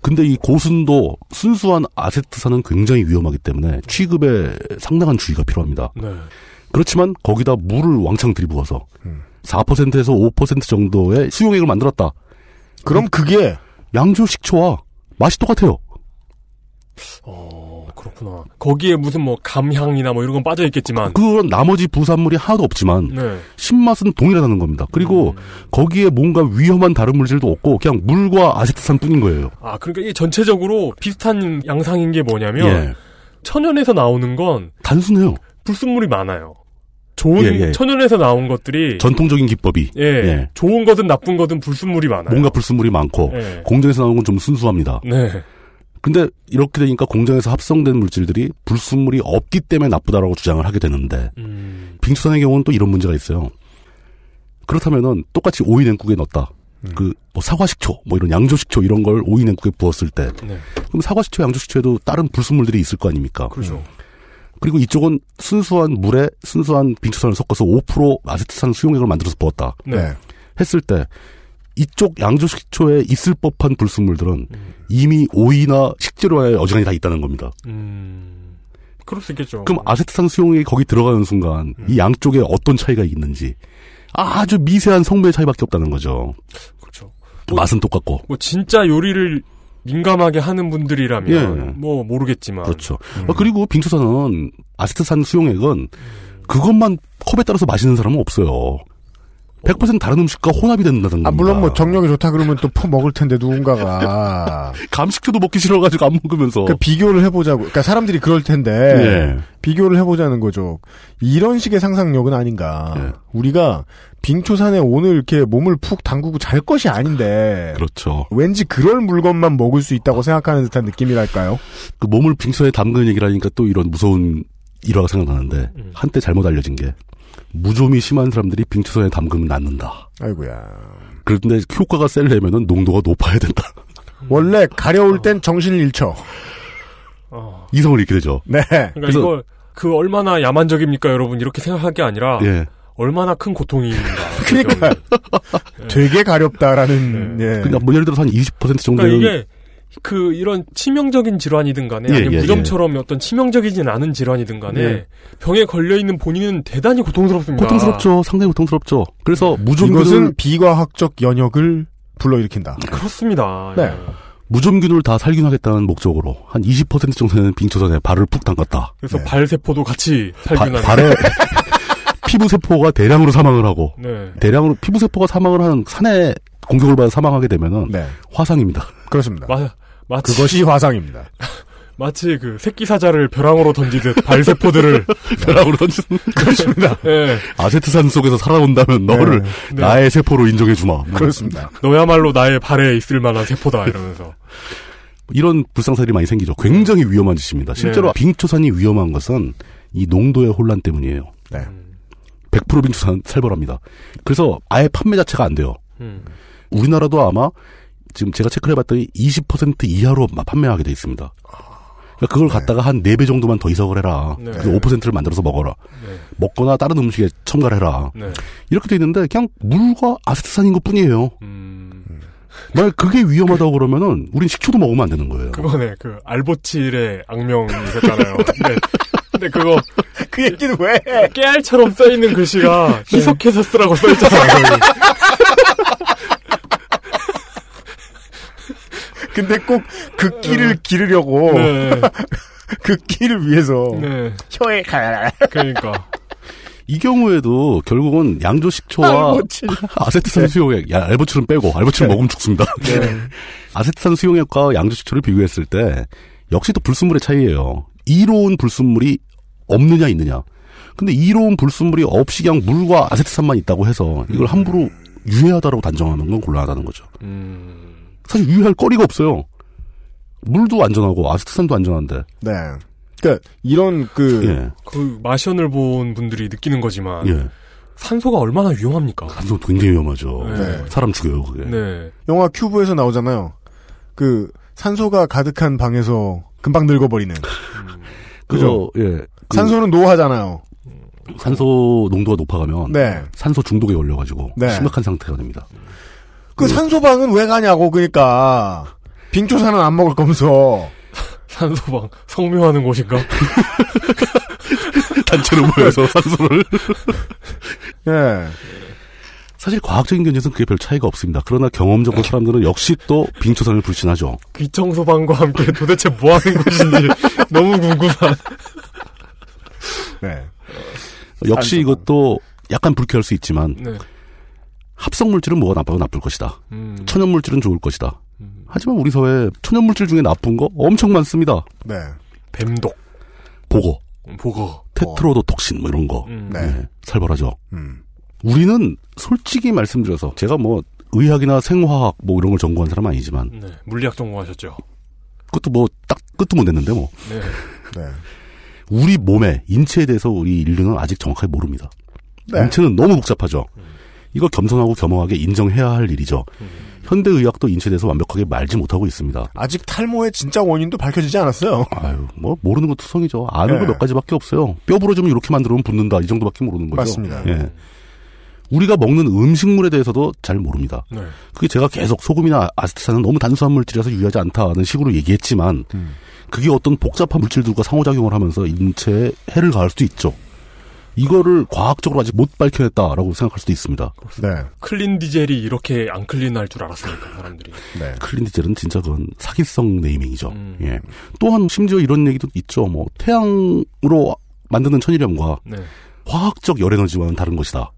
D: 근데 이 고순도 순수한 아세트산은 굉장히 위험하기 때문에 취급에 상당한 주의가 필요합니다.
B: 네.
D: 그렇지만 거기다 물을 왕창 들이부어서 4%에서 5% 정도의 수용액을 만들었다.
C: 그럼 그게
D: 양조 식초와 맛이 똑같아요.
B: 어, 그렇구나. 거기에 무슨 뭐 감향이나 뭐 이런 건 빠져 있겠지만.
D: 그런 나머지 부산물이 하나도 없지만
B: 네.
D: 신맛은 동일하다는 겁니다.
B: 음.
D: 그리고 거기에 뭔가 위험한 다른 물질도 없고 그냥 물과 아세트산뿐인 거예요.
B: 아, 그러니까 이게 전체적으로 비슷한 양상인 게 뭐냐면
D: 예.
B: 천연에서 나오는 건
D: 단순해요.
B: 불순물이 많아요. 좋은
D: 예, 예.
B: 천연에서 나온 것들이
D: 전통적인 기법이
B: 예, 좋은 거든 나쁜 거든 불순물이 많아요.
D: 뭔가 불순물이 많고
B: 예.
D: 공정에서 나온 건 좀 순수합니다.
B: 네.
D: 근데 이렇게 되니까 공정에서 합성된 물질들이 불순물이 없기 때문에 나쁘다라고 주장을 하게 되는데 빙수산의 경우는 또 이런 문제가 있어요. 그렇다면은 똑같이 오이 냉국에 넣었다.
B: 음.
D: 그 뭐 사과식초 뭐 이런 양조식초 이런 걸 오이 냉국에 부었을 때
B: 네.
D: 그럼 사과식초 양조식초에도 다른 불순물들이 있을 거 아닙니까?
B: 그렇죠.
D: 그리고 이쪽은 순수한 물에 순수한 빙초산을 섞어서 5% 아세트산 수용액을 만들어서 부었다.
B: 네.
D: 했을 때 이쪽 양조식초에 있을 법한 불순물들은
B: 음.
D: 이미 오이나 식재료에 어지간히 다 있다는 겁니다.
B: 음. 그럴 수 있겠죠.
C: 어.
D: 그럼 아세트산 수용액이 거기 들어가는 순간
C: 음.
D: 이 양쪽에 어떤 차이가 있는지 아주 미세한 성분의 차이밖에 없다는 거죠.
C: 어.
D: 그렇죠. 맛은 똑같고.
B: 뭐 진짜 요리를 민감하게 하는 분들이라면
D: 예.
B: 뭐 모르겠지만
D: 그렇죠.
C: 음.
D: 아, 그리고 빙초산은 아세트산 수용액은 그것만 컵에 따라서 마시는 사람은 없어요. 100% 다른 음식과 혼합이 된다는 겁니다.
C: 아, 물론 뭐 정력이 좋다 그러면 또 퍼 먹을 텐데 누군가가
D: 감식초도 먹기 싫어가지고 안 먹으면서
C: 그러니까 비교를 해보자고. 그러니까 사람들이 그럴 텐데
D: 예.
C: 비교를 해보자는 거죠. 이런 식의 상상력은 아닌가. 우리가 빙초산에 오늘 이렇게 몸을 푹 담그고 잘 것이 아닌데.
D: 그렇죠.
C: 왠지 그럴 물건만 먹을 수 있다고 생각하는 듯한 느낌이랄까요?
D: 그 몸을 빙수에 담그는 얘기를 하니까 또 이런 무서운 일화가 생각나는데
C: 음.
D: 한때 잘못 알려진 게 무좀이 심한 사람들이 빙초산에 담그면 낫는다.
C: 아이고야.
D: 그런데 효과가 셀려면은 농도가 높아야 된다.
C: 원래 가려울 땐 정신을 잃죠.
D: 이성을 잃게 되죠.
C: 네.
B: 그러니까 이걸 그 얼마나 야만적입니까, 여러분 이렇게 생각할 게 아니라
D: 예.
B: 얼마나 큰 고통인가.
C: 그러니까 되게 가렵다라는 예.
D: 그러니까 뭐 예를 들어서 한 20%
B: 그러니까
D: 정도는
B: 이게 그 이런 치명적인 질환이든 간에
D: 예,
B: 아니면
D: 예,
B: 무좀처럼 어떤 치명적이진 않은 질환이든 간에
D: 예.
B: 병에 걸려 있는 본인은 대단히 고통스럽습니다.
D: 고통스럽죠. 상당히 고통스럽죠. 그래서 무좀균을
C: 이것은 비과학적 연역을 불러일으킨다.
B: 그렇습니다. 예.
C: 네.
D: 무좀균을 다 살균하겠다는 목적으로 한 20% 정도는 빙초산에 발을 푹 담갔다.
B: 그래서 발 세포도 같이
D: 바-
B: 살균하는.
D: 발에 피부 세포가 대량으로 사망을 하고
B: 네.
D: 대량으로 피부 세포가 사망을 하는 산에 공격을 받아 사망하게 되면은
C: 네.
D: 화상입니다.
C: 그렇습니다.
B: 마, 마치
C: 그것이 화상입니다.
B: 마치 그 새끼 사자를 벼랑으로 던지듯 발 세포들을 예,
D: 벼락으로 던지는
B: 그렇습니다.
D: 아세트산 속에서 살아온다면 너를
B: 네.
D: 나의 세포로 인정해 주마.
C: 그렇습니다.
B: 너야말로 나의 발에 있을 만한 세포다 이러면서.
D: 뭐 이런 불상사들이 많이 생기죠. 굉장히 위험한 짓입니다. 실제로
B: 네.
D: 빙초산이 위험한 것은 이 농도의 혼란 때문이에요. 100% 빙초산 살벌합니다. 그래서 아예 판매 자체가 안 돼요.
B: 음.
D: 우리나라도 아마 지금 제가 체크를 해봤더니 20% 이하로 마- 판매하게 돼 있습니다. 그
B: 네.
D: 걸 갖다가 한 4배 정도만 더 이석을 해라.
M: 네.
D: 그래서 5%를 만들어서 먹어라.
B: 네.
D: 먹거나 다른 음식에 첨가를 해라.
M: 네.
D: 이렇게 돼 있는데 그냥 물과 아세트산인 것 뿐이에요.
B: 음.
D: 만약 그게 위험하다고 그러면은 우린 식초도 먹으면 안 되는 거예요.
B: 그거네 그 알보칠의 악명이 있었잖아요. 근데, 근데 그거
C: 그 얘기는 왜?
B: 깨알처럼 써 있는 글씨가 희석해서 쓰라고 써 있잖아요.
C: 근데 꼭 그 끼를 기르려고
B: 네.
C: 그 끼를 위해서
B: 네.
C: 혀에 가라.
B: 그러니까
D: 이 경우에도 결국은 양조 식초와
C: 알보칠.
D: 아세트산 수용액, 야, 알보칠은 빼고 알보칠은 먹으면 죽습니다. 아세트산 수용액과 양조 식초를 비교했을 때 역시 또 불순물의 차이예요. 이로운 불순물이 없느냐 있느냐. 근데 이로운 불순물이 없이 그냥 물과 아세트산만 있다고 해서 이걸 함부로 유해하다라고 단정하는 건 곤란하다는 거죠.
B: 음.
D: 사실 유해할 거리가 없어요. 물도 안전하고 아세트산도 안전한데.
C: 네. 그러니까 이런 그
B: 그 마션을 본 분들이 느끼는 거지만
D: 예.
B: 산소가 얼마나 위험합니까?
D: 산소 굉장히 위험하죠.
B: 네.
D: 사람 죽여요 그게.
B: 네.
C: 영화 큐브에서 나오잖아요. 그 산소가 가득한 방에서 금방 늙어버리는. 그죠?
D: 그죠? 예. 그
C: 산소는 노화잖아요.
D: 산소 농도가 높아가면
C: 네.
D: 산소 중독에 걸려가지고
C: 네.
D: 심각한 상태가 됩니다.
C: 그 산소방은 왜 가냐고 그러니까 빙초산은 안 먹을 거면서
B: 산소방 성묘하는 곳인가?
D: 단체로 모여서 산소를.
C: 예.
D: 사실 과학적인 견해에서는 그게 별 차이가 없습니다. 그러나 경험적으로 사람들은 역시 또 빙초산을 불신하죠.
B: 귀청소방과 함께 도대체 뭐 하는 곳인지 너무 궁금한.
C: 네.
D: 역시 이것도 약간 불쾌할 수 있지만
B: 네.
D: 합성 물질은 뭐가 나빠도 나쁠 것이다.
B: 음.
D: 천연 물질은 좋을 것이다. 하지만 우리 사회 천연 물질 중에 나쁜 거 엄청 많습니다.
C: 네.
B: 뱀독,
D: 보고,
B: 보거,
D: 테트로도톡신 뭐 이런 거
B: 음.
D: 네.
B: 네.
D: 살벌하죠.
C: 음.
D: 우리는 솔직히 말씀드려서 제가 뭐 의학이나 생화학 뭐 이런 걸 전공한 사람 은 아니지만
B: 네. 물리학 전공하셨죠?
D: 그것도 뭐 딱 끝도 못 냈는데 뭐
B: 네.
C: 네.
D: 우리 몸에 인체에 대해서 우리 인류는 아직 정확하게 모릅니다.
C: 네.
D: 인체는 너무 복잡하죠. 이거 겸손하고 겸허하게 인정해야 할 일이죠. 현대 의학도 인체에 대해서 완벽하게 말지 못하고 있습니다.
C: 아직 탈모의 진짜 원인도 밝혀지지 않았어요.
D: 아유, 뭐 모르는 거 투성이죠. 아는
C: 네.
D: 거 몇 가지밖에 없어요. 뼈 부러지면 이렇게 만들면 붙는다. 이 정도밖에 모르는 거죠.
C: 맞습니다.
D: 예. 우리가 먹는 음식물에 대해서도 잘 모릅니다.
B: 네.
D: 그게 제가 계속 소금이나 아세트산은 너무 단순한 물질이라서 유해하지 않다는 식으로 얘기했지만 그게 어떤 복잡한 물질들과 상호작용을 하면서 인체에 해를 가할 수도 있죠. 이거를 과학적으로 아직 못 밝혀냈다라고 생각할 수도 있습니다.
C: 네.
B: 클린 디젤이 이렇게 안 클린할 줄 알았으니까 사람들이.
C: 네.
D: 클린디젤은 진짜 그건 사기성 네이밍이죠. 예. 또한 심지어 이런 얘기도 있죠. 뭐 태양으로 만드는 천일염과
B: 네.
D: 화학적 열에너지와는 다른 것이다.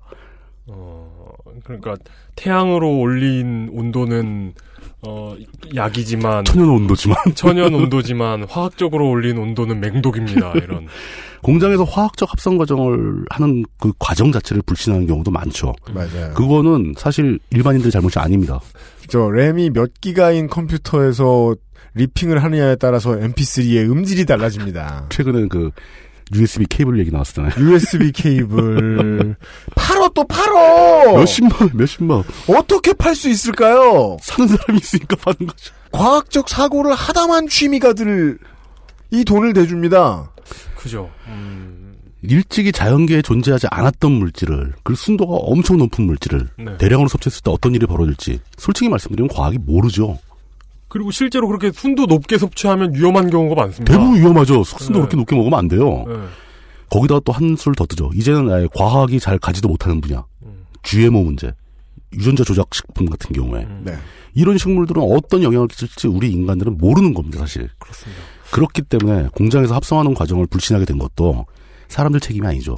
B: 그러니까 태양으로 올린 온도는 어 약이지만
D: 천연 온도지만
B: 천연 온도지만 화학적으로 올린 온도는 맹독입니다. 이런.
D: 공장에서 화학적 합성 과정을 하는 그 과정 자체를 불신하는 경우도 많죠.
C: 맞아요.
D: 그거는 사실 일반인들 잘못이 아닙니다.
C: 저 램이 몇 기가인 컴퓨터에서 리핑을 하느냐에 따라서 MP3의 음질이 달라집니다.
D: 최근에 그 USB 케이블 얘기 나왔었잖아요.
C: USB 케이블 팔어 또 팔어.
D: 몇십만 몇십만
C: 어떻게 팔 수 있을까요?
D: 사는 사람이 있으니까 파는 거죠.
C: 과학적 사고를 하다만 취미가들 이 돈을 대줍니다.
B: 그죠.
D: 음. 일찍이 자연계에 존재하지 않았던 물질을 그 순도가 엄청 높은 물질을
B: 네.
D: 대량으로 섭취했을 때 어떤 일이 벌어질지 솔직히 말씀드리면 과학이 모르죠.
B: 그리고 실제로 그렇게 순도 높게 섭취하면 위험한 경우가 많습니다.
D: 대부분 위험하죠. 숙순도 그렇게 높게 먹으면 안 돼요.
B: 네.
D: 거기다가 또 한술 더 뜨죠. 이제는 아예 과학이 잘 가지도 못하는 분야. GMO 문제, 유전자 조작 식품 같은 경우에 이런 식물들은 어떤 영향을 끼칠지 우리 인간들은 모르는 겁니다, 사실. 그렇습니다. 그렇기 때문에 공장에서 합성하는 과정을 불신하게 된 것도 사람들 책임이 아니죠.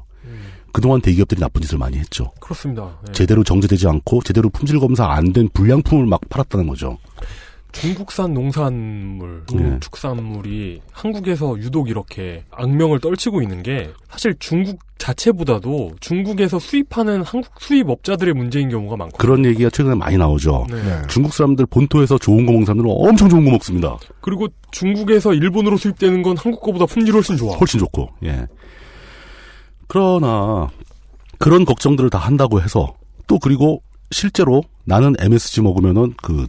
D: 그동안 대기업들이 나쁜 짓을 많이 했죠.
B: 그렇습니다. 음. 네.
D: 제대로 정제되지 않고 제대로 품질 검사 안 된 불량품을 막 팔았다는 거죠.
B: 중국산 농산물,
D: 예.
B: 축산물이 한국에서 유독 이렇게 악명을 떨치고 있는 게 사실 중국 자체보다도 중국에서 수입하는 한국 수입업자들의 문제인 경우가 많고.
D: 그런 얘기가 최근에 많이 나오죠.
B: 네.
D: 중국 사람들 본토에서 좋은 거 먹는 사람들은 엄청 좋은 거 먹습니다.
B: 그리고 중국에서 일본으로 수입되는 건 한국 거보다 품질이 훨씬 좋아.
D: 훨씬 좋고. 예. 그러나 그런 걱정들을 다 한다고 해서 또 그리고 실제로 나는 MSG 먹으면은 그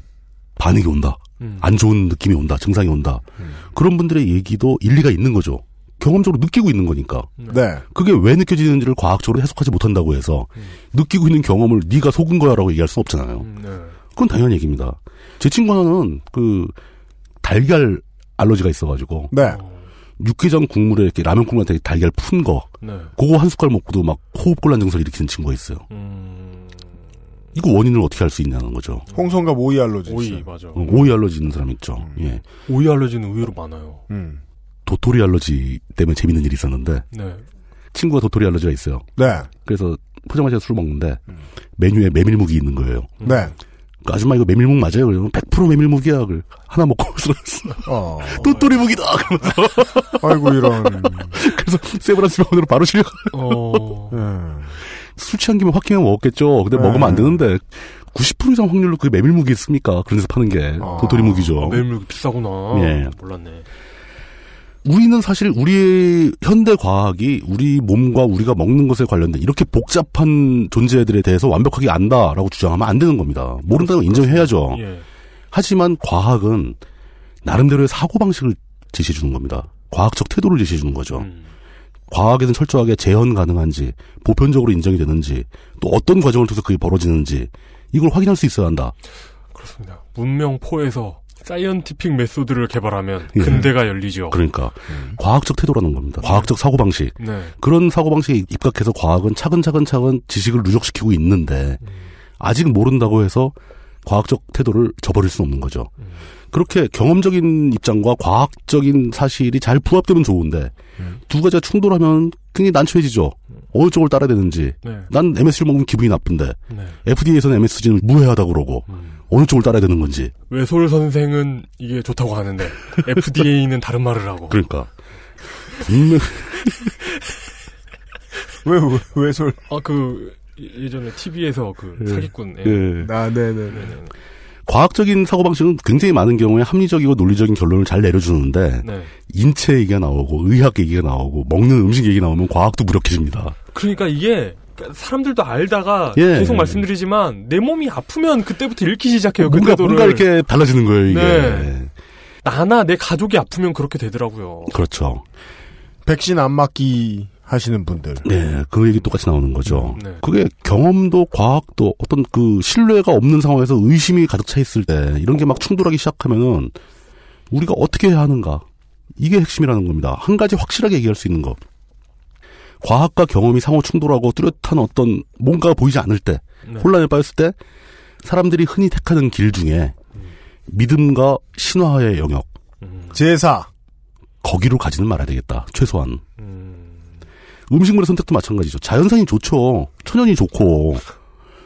D: 반응이 온다.
O: 음.
D: 안 좋은 느낌이 온다. 증상이 온다. 그런 분들의 얘기도 일리가 있는 거죠. 경험적으로 느끼고 있는 거니까.
B: 음.
C: 네.
D: 그게 왜 느껴지는지를 과학적으로 해석하지 못한다고 해서 느끼고 있는 경험을 네가 속은 거야라고 얘기할 수 없잖아요.
B: 음, 네.
D: 그건 당연한 얘기입니다. 제 친구 하나는 그 달걀 알러지가 있어가지고
C: 네.
D: 육개장 국물에 이렇게 라면 국물에 되게 달걀 푼 거.
B: 네.
D: 그거 한 숟갈 먹고도 막 호흡곤란 증세를 일으키는 친구가 있어요.
B: 음,
D: 이거 원인을 어떻게 알 수 있냐는 거죠.
C: 홍성갑 오이 알러지.
B: 오이,
C: 있어요.
B: 맞아.
D: 어, 오이 알러지 있는 사람 있죠. 예.
B: 오이 알러지는 의외로 많아요.
C: 음.
D: 도토리 알러지 때문에 재밌는 일이 있었는데
B: 네.
D: 친구가 도토리 알러지가 있어요.
C: 네.
D: 그래서 포장마차에서 술을 먹는데 메뉴에 메밀묵이 있는 거예요.
C: 네.
D: 그 아줌마 이거 메밀묵 맞아요? 그러면 100% 메밀묵이야. 그래. 하나 먹고 쓰러졌어.
C: 어.
D: 도토리묵이다. 그러면서.
C: 아이고 이런.
D: 그래서 세브란스 병원으로 바로 실려.
B: 어.
C: 네.
D: 술 취한 김에 확 그냥 먹었겠죠. 근데
B: 네.
D: 먹으면 안 되는데 90% 이상 확률로 그 메밀묵이 있습니까? 그런 데서 파는 게 도토리묵이죠.
B: 메밀묵 비싸구나.
D: 어? 예.
B: 몰랐네.
D: 우리는 사실 우리의 현대 과학이 우리 몸과 우리가 먹는 것에 관련된 이렇게 복잡한 존재들에 대해서 완벽하게 안다라고 주장하면 안 되는 겁니다. 모른다고 인정해야죠.
B: 예.
D: 하지만 과학은 나름대로의 사고방식을 제시해 주는 겁니다. 과학적 태도를 제시해 주는 거죠.
B: 음.
D: 과학에는 철저하게 재현 가능한지, 보편적으로 인정이 되는지, 또 어떤 과정을 통해서 그게 벌어지는지, 이걸 확인할 수 있어야 한다.
B: 문명포에서 사이언티픽 메소드를 개발하면
D: 예.
B: 근대가 열리죠.
D: 그러니까 과학적 태도라는 겁니다. 과학적 사고 방식.
B: 네.
D: 그런 사고 방식에 입각해서 과학은 차근차근 차근 지식을 누적시키고 있는데 아직 모른다고 해서 과학적 태도를 저버릴 수는 없는 거죠. 그렇게 경험적인 입장과 과학적인 사실이 잘 부합되면 좋은데 두 가지가 충돌하면 굉장히 난처해지죠. 어느 쪽을 따라야 되는지.
B: 네.
D: 난 MSG를 먹으면 기분이 나쁜데 FDA에서는 MSG는 무해하다 그러고 어느 쪽을 따라야 되는 건지.
B: 외솔 선생은 이게 좋다고 하는데 FDA는 다른 말을 하고.
D: 그러니까. 음,
C: 왜, 왜, 왜 솔?
B: 아, 그, 예전에 TV에서 그
D: 예.
B: 사기꾼. 예.
D: 예.
C: 아, 네네네.
D: 과학적인 사고방식은 굉장히 많은 경우에 합리적이고 논리적인 결론을 잘 내려주는데
B: 네.
D: 인체 얘기가 나오고 의학 얘기가 나오고 먹는 음식 얘기 나오면 과학도 무력해집니다.
B: 그러니까 이게 사람들도 알다가
D: 예.
B: 계속 말씀드리지만 내 몸이 아프면 그때부터 읽기 시작해요. 그
D: 뭔가,
B: 태도를.
D: 뭔가 이렇게 달라지는 거예요, 이게.
B: 네. 나나 내 가족이 아프면 그렇게 되더라고요.
D: 그렇죠.
C: 백신 안 맞기 하시는 분들.
D: 네, 그 얘기 똑같이 나오는 거죠.
C: 네.
D: 그게 경험도 과학도 어떤 그 신뢰가 없는 상황에서 의심이 가득 차 있을 때 이런 게 막 충돌하기 시작하면은 우리가 어떻게 해야 하는가 이게 핵심이라는 겁니다. 한 가지 확실하게 얘기할 수 있는 것. 과학과 경험이 상호 충돌하고 뚜렷한 어떤 뭔가가 보이지 않을 때
O: 네.
D: 혼란에 빠졌을 때 사람들이 흔히 택하는 길 중에 믿음과 신화의 영역
B: 음,
C: 제사
D: 거기로 가지는 말아야 되겠다 최소한
B: 음,
D: 음식물의 선택도 마찬가지죠. 자연산이 좋죠. 천연이 좋고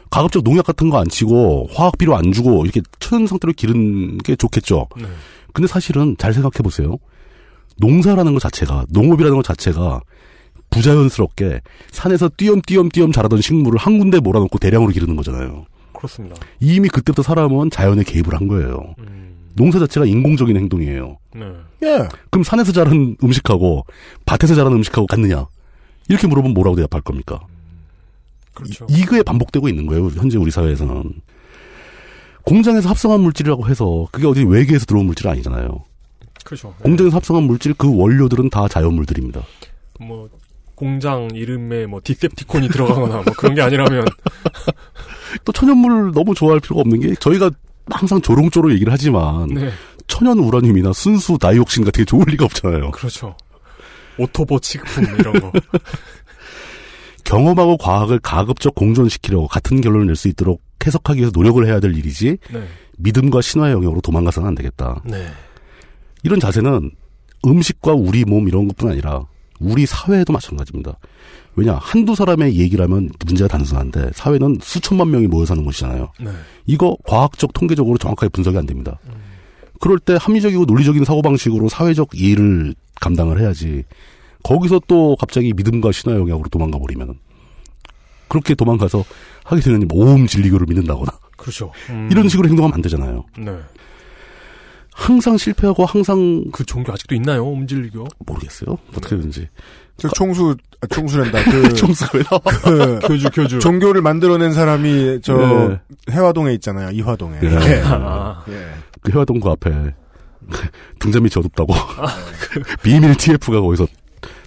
D: 가급적 농약 같은 거 안 치고 화학 비료 안 주고 이렇게 천연 상태로 기른 게 좋겠죠. 근데 사실은 잘 생각해 보세요. 농사라는 것 자체가 농업이라는 것 자체가 부자연스럽게 산에서 띄엄띄엄띄엄 자라던 식물을 한 군데 몰아놓고 대량으로 기르는 거잖아요.
B: 그렇습니다.
D: 이미 그때부터 사람은 자연에 개입을 한 거예요. 농사 자체가 인공적인 행동이에요.
B: 음, 네.
C: 예.
D: 그럼 산에서 자란 음식하고 밭에서 자란 음식하고 같느냐? 이렇게 물어보면 뭐라고 대답할 겁니까?
B: 그렇죠.
D: 이, 이거에 반복되고 있는 거예요. 현재 우리 사회에서는 공장에서 합성한 물질이라고 해서 그게 어디 외계에서 들어온 물질 은 아니잖아요.
B: 그렇죠.
D: 공장에서 합성한 물질 그 원료들은 다 자연물들입니다.
B: 뭐 공장 이름에 뭐 디셉티콘이 들어가거나 뭐 그런 게 아니라면
D: 또 천연물을 너무 좋아할 필요가 없는 게 저희가 항상 조롱조롱 얘기를 하지만
B: 네.
D: 천연 우라늄이나 순수 다이옥신 같은 게 좋을 리가 없잖아요.
B: 그렇죠. 오토보 취급품 이런 거.
D: 경험하고 과학을 가급적 공존시키려고 같은 결론을 낼 수 있도록 해석하기 위해서 노력을 해야 될 일이지
B: 네.
D: 믿음과 신화의 영역으로 도망가서는 안 되겠다.
B: 네.
D: 이런 자세는 음식과 우리 몸 이런 것뿐 아니라 우리 사회에도 마찬가지입니다. 왜냐 한두 사람의 얘기라면 문제가 단순한데 사회는 수천만 명이 모여 사는 곳이잖아요.
B: 네.
D: 이거 과학적 통계적으로 정확하게 분석이 안 됩니다. 그럴 때 합리적이고 논리적인 사고방식으로 사회적 이해를 감당을 해야지 거기서 또 갑자기 믿음과 신화 영역으로 도망가 버리면 그렇게 도망가서 하게 되는 모험 진리교를 믿는다거나
B: 그렇죠.
D: 이런 식으로 행동하면 안 되잖아요.
B: 네.
D: 항상 실패하고 항상
B: 그 종교 아직도 있나요? 옴질리교?
D: 모르겠어요. 어떻게든지.
C: 저 총수 아, 총수란다. 그
D: 총수 왜 나와?
C: 그
B: 교주 교주.
C: 종교를 만들어낸 사람이 저
D: 네.
C: 해화동에 있잖아요. 이화동에.
D: 네.
C: 예.
D: 아.
C: 예.
D: 그 해화동 그 앞에 등잔이 저둡다고 비밀 TF가 거기서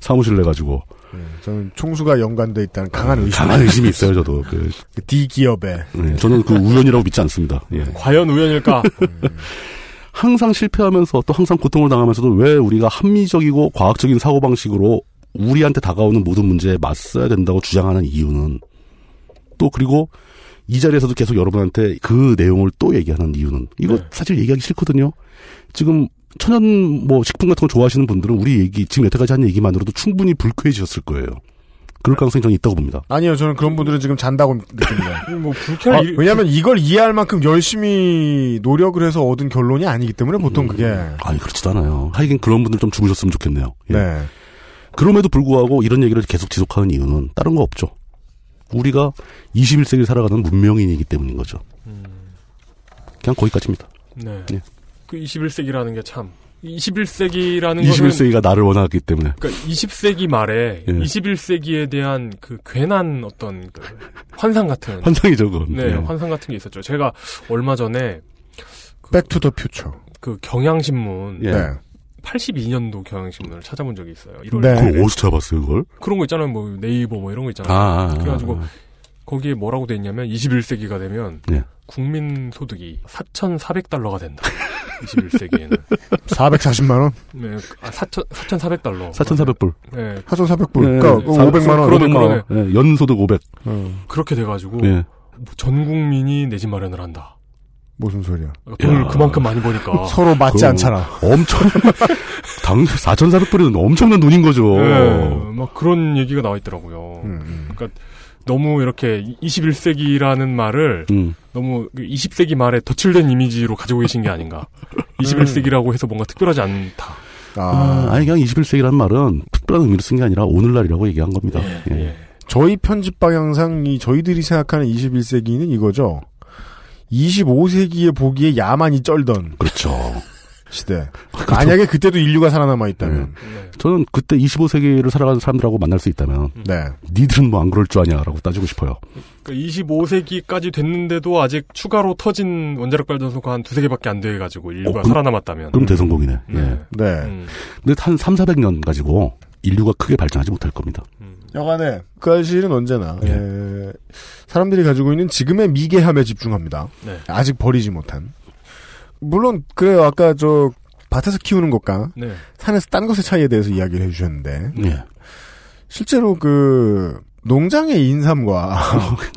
D: 사무실 내가지고
C: 네, 저는 총수가 연관돼 있다는 강한 의심.
D: 강한 의심이 있어요 저도 그
C: D 기업에.
D: 네, 저는 그 우연이라고 믿지 않습니다. 예.
B: 과연 우연일까?
D: 항상 실패하면서 또 항상 고통을 당하면서도 왜 우리가 합리적이고 과학적인 사고방식으로 우리한테 다가오는 모든 문제에 맞서야 된다고 주장하는 이유는 또 그리고 이 자리에서도 계속 여러분한테 그 내용을 또 얘기하는 이유는 이거 사실 얘기하기 싫거든요. 지금 천연 뭐 식품 같은 거 좋아하시는 분들은 우리 얘기 지금 여태까지 한 얘기만으로도 충분히 불쾌해지셨을 거예요. 그럴 가능성이 저는 있다고 봅니다.
C: 아니요, 저는 그런 분들은 지금 잔다고 느낍니다.
B: 뭐 불쾌할
C: 아,
B: 일-
C: 왜냐하면 이걸 이해할 만큼 열심히 노력을 해서 얻은 결론이 아니기 때문에 보통 그게
D: 아니 그렇지도 않아요. 하긴 그런 분들 좀 죽으셨으면 좋겠네요. 예.
C: 네.
D: 그럼에도 불구하고 이런 얘기를 계속 지속하는 이유는 다른 거 없죠. 우리가 21세기를 살아가는 문명인이기 때문인 거죠. 그냥 거기까지입니다.
B: 네.
D: 예.
B: 그 21세기라는 게 참. 21세기라는 것은
D: 21세기가 나를 원하기 때문에.
B: 그러니까 20세기 말에
D: 예.
B: 21세기에 대한 그 괜한 어떤 그 환상 같은
D: 환상이죠, 그건.
B: 네,
D: 예.
B: 환상 같은 게 있었죠. 제가 얼마 전에
C: 백투더 퓨처.
B: 그 경향신문
C: 예. 네.
B: 82년도 경향신문을 찾아본 적이 있어요. 일월
D: 네.
B: 일일에.
D: 그걸 어디서 찾아봤어요, 그걸?
B: 그런 거 있잖아요. 뭐 네이버 뭐 이런 거 있잖아요.
D: 아, 아, 아,
B: 그래가지고
D: 아.
B: 거기에 뭐라고 돼 있냐면 21세기가 되면
D: 예.
B: 국민 소득이 4,400달러가 된다. 21세기에는
C: 440만 원.
B: 네, 아, 4,000 4,400달러.
D: 4,400불.
B: 네.
C: 4,400불. 그러니까 500만 원. 어,
B: 그러네, 그러네.
D: 예, 연소득 500.
B: 그렇게 돼가지고
D: 예.
B: 뭐전 국민이 내 집 마련을 한다. 그러니까
C: 무슨 소리야?
B: 돈을 그만큼 많이 버니까
C: 서로 맞지
D: 아, 그럼
C: 않잖아.
D: 엄청 당 4,400불이면 엄청난 돈인 거죠.
B: 예, 막 그런 얘기가 나와 있더라고요.
D: 음.
C: 음,
B: 그러니까 너무 이렇게 21세기라는 말을
D: 음.
B: 너무 20세기 말에 덧칠된 이미지로 가지고 계신 게 아닌가. 21세기라고 해서 뭔가 특별하지 않다.
D: 아, 아니 그냥 21세기란 말은 특별한 의미로 쓴 게 아니라 오늘날이라고 얘기한 겁니다. 예.
C: 저희 편집 방향상 이 저희들이 생각하는 21세기는 이거죠. 25세기에 보기에 야만이 쩔던
D: 그렇죠.
C: 시대.
B: 아,
C: 만약에 그때도 인류가 살아남아 있다면
D: 저는 그때 25세기를 살아가는 사람들하고 만날 수 있다면
C: 네.
D: 니들은 뭐 안 그럴 줄 아냐라고 따지고 싶어요.
B: 그러니까 25세기까지 됐는데도 아직 추가로 터진 원자력 발전소가 한 두세 개밖에 안 돼가지고 인류가
D: 어, 그럼-
B: 살아남았다면. 음.
D: 그럼 대성공이네. 예.
C: 네.
D: 근데 한 3, 400년 가지고 인류가 크게 발전하지 못할 겁니다.
C: 여간에 그 사실은 언제나 에, 사람들이 가지고 있는 지금의 미개함에 집중합니다.
B: 네.
C: 아직 버리지 못한. 물론 그래요. 아까 저 밭에서 키우는 것과
B: 네.
C: 산에서 딴 것의 차이에 대해서 이야기를 해주셨는데
D: 예.
C: 실제로 그 농장의 인삼과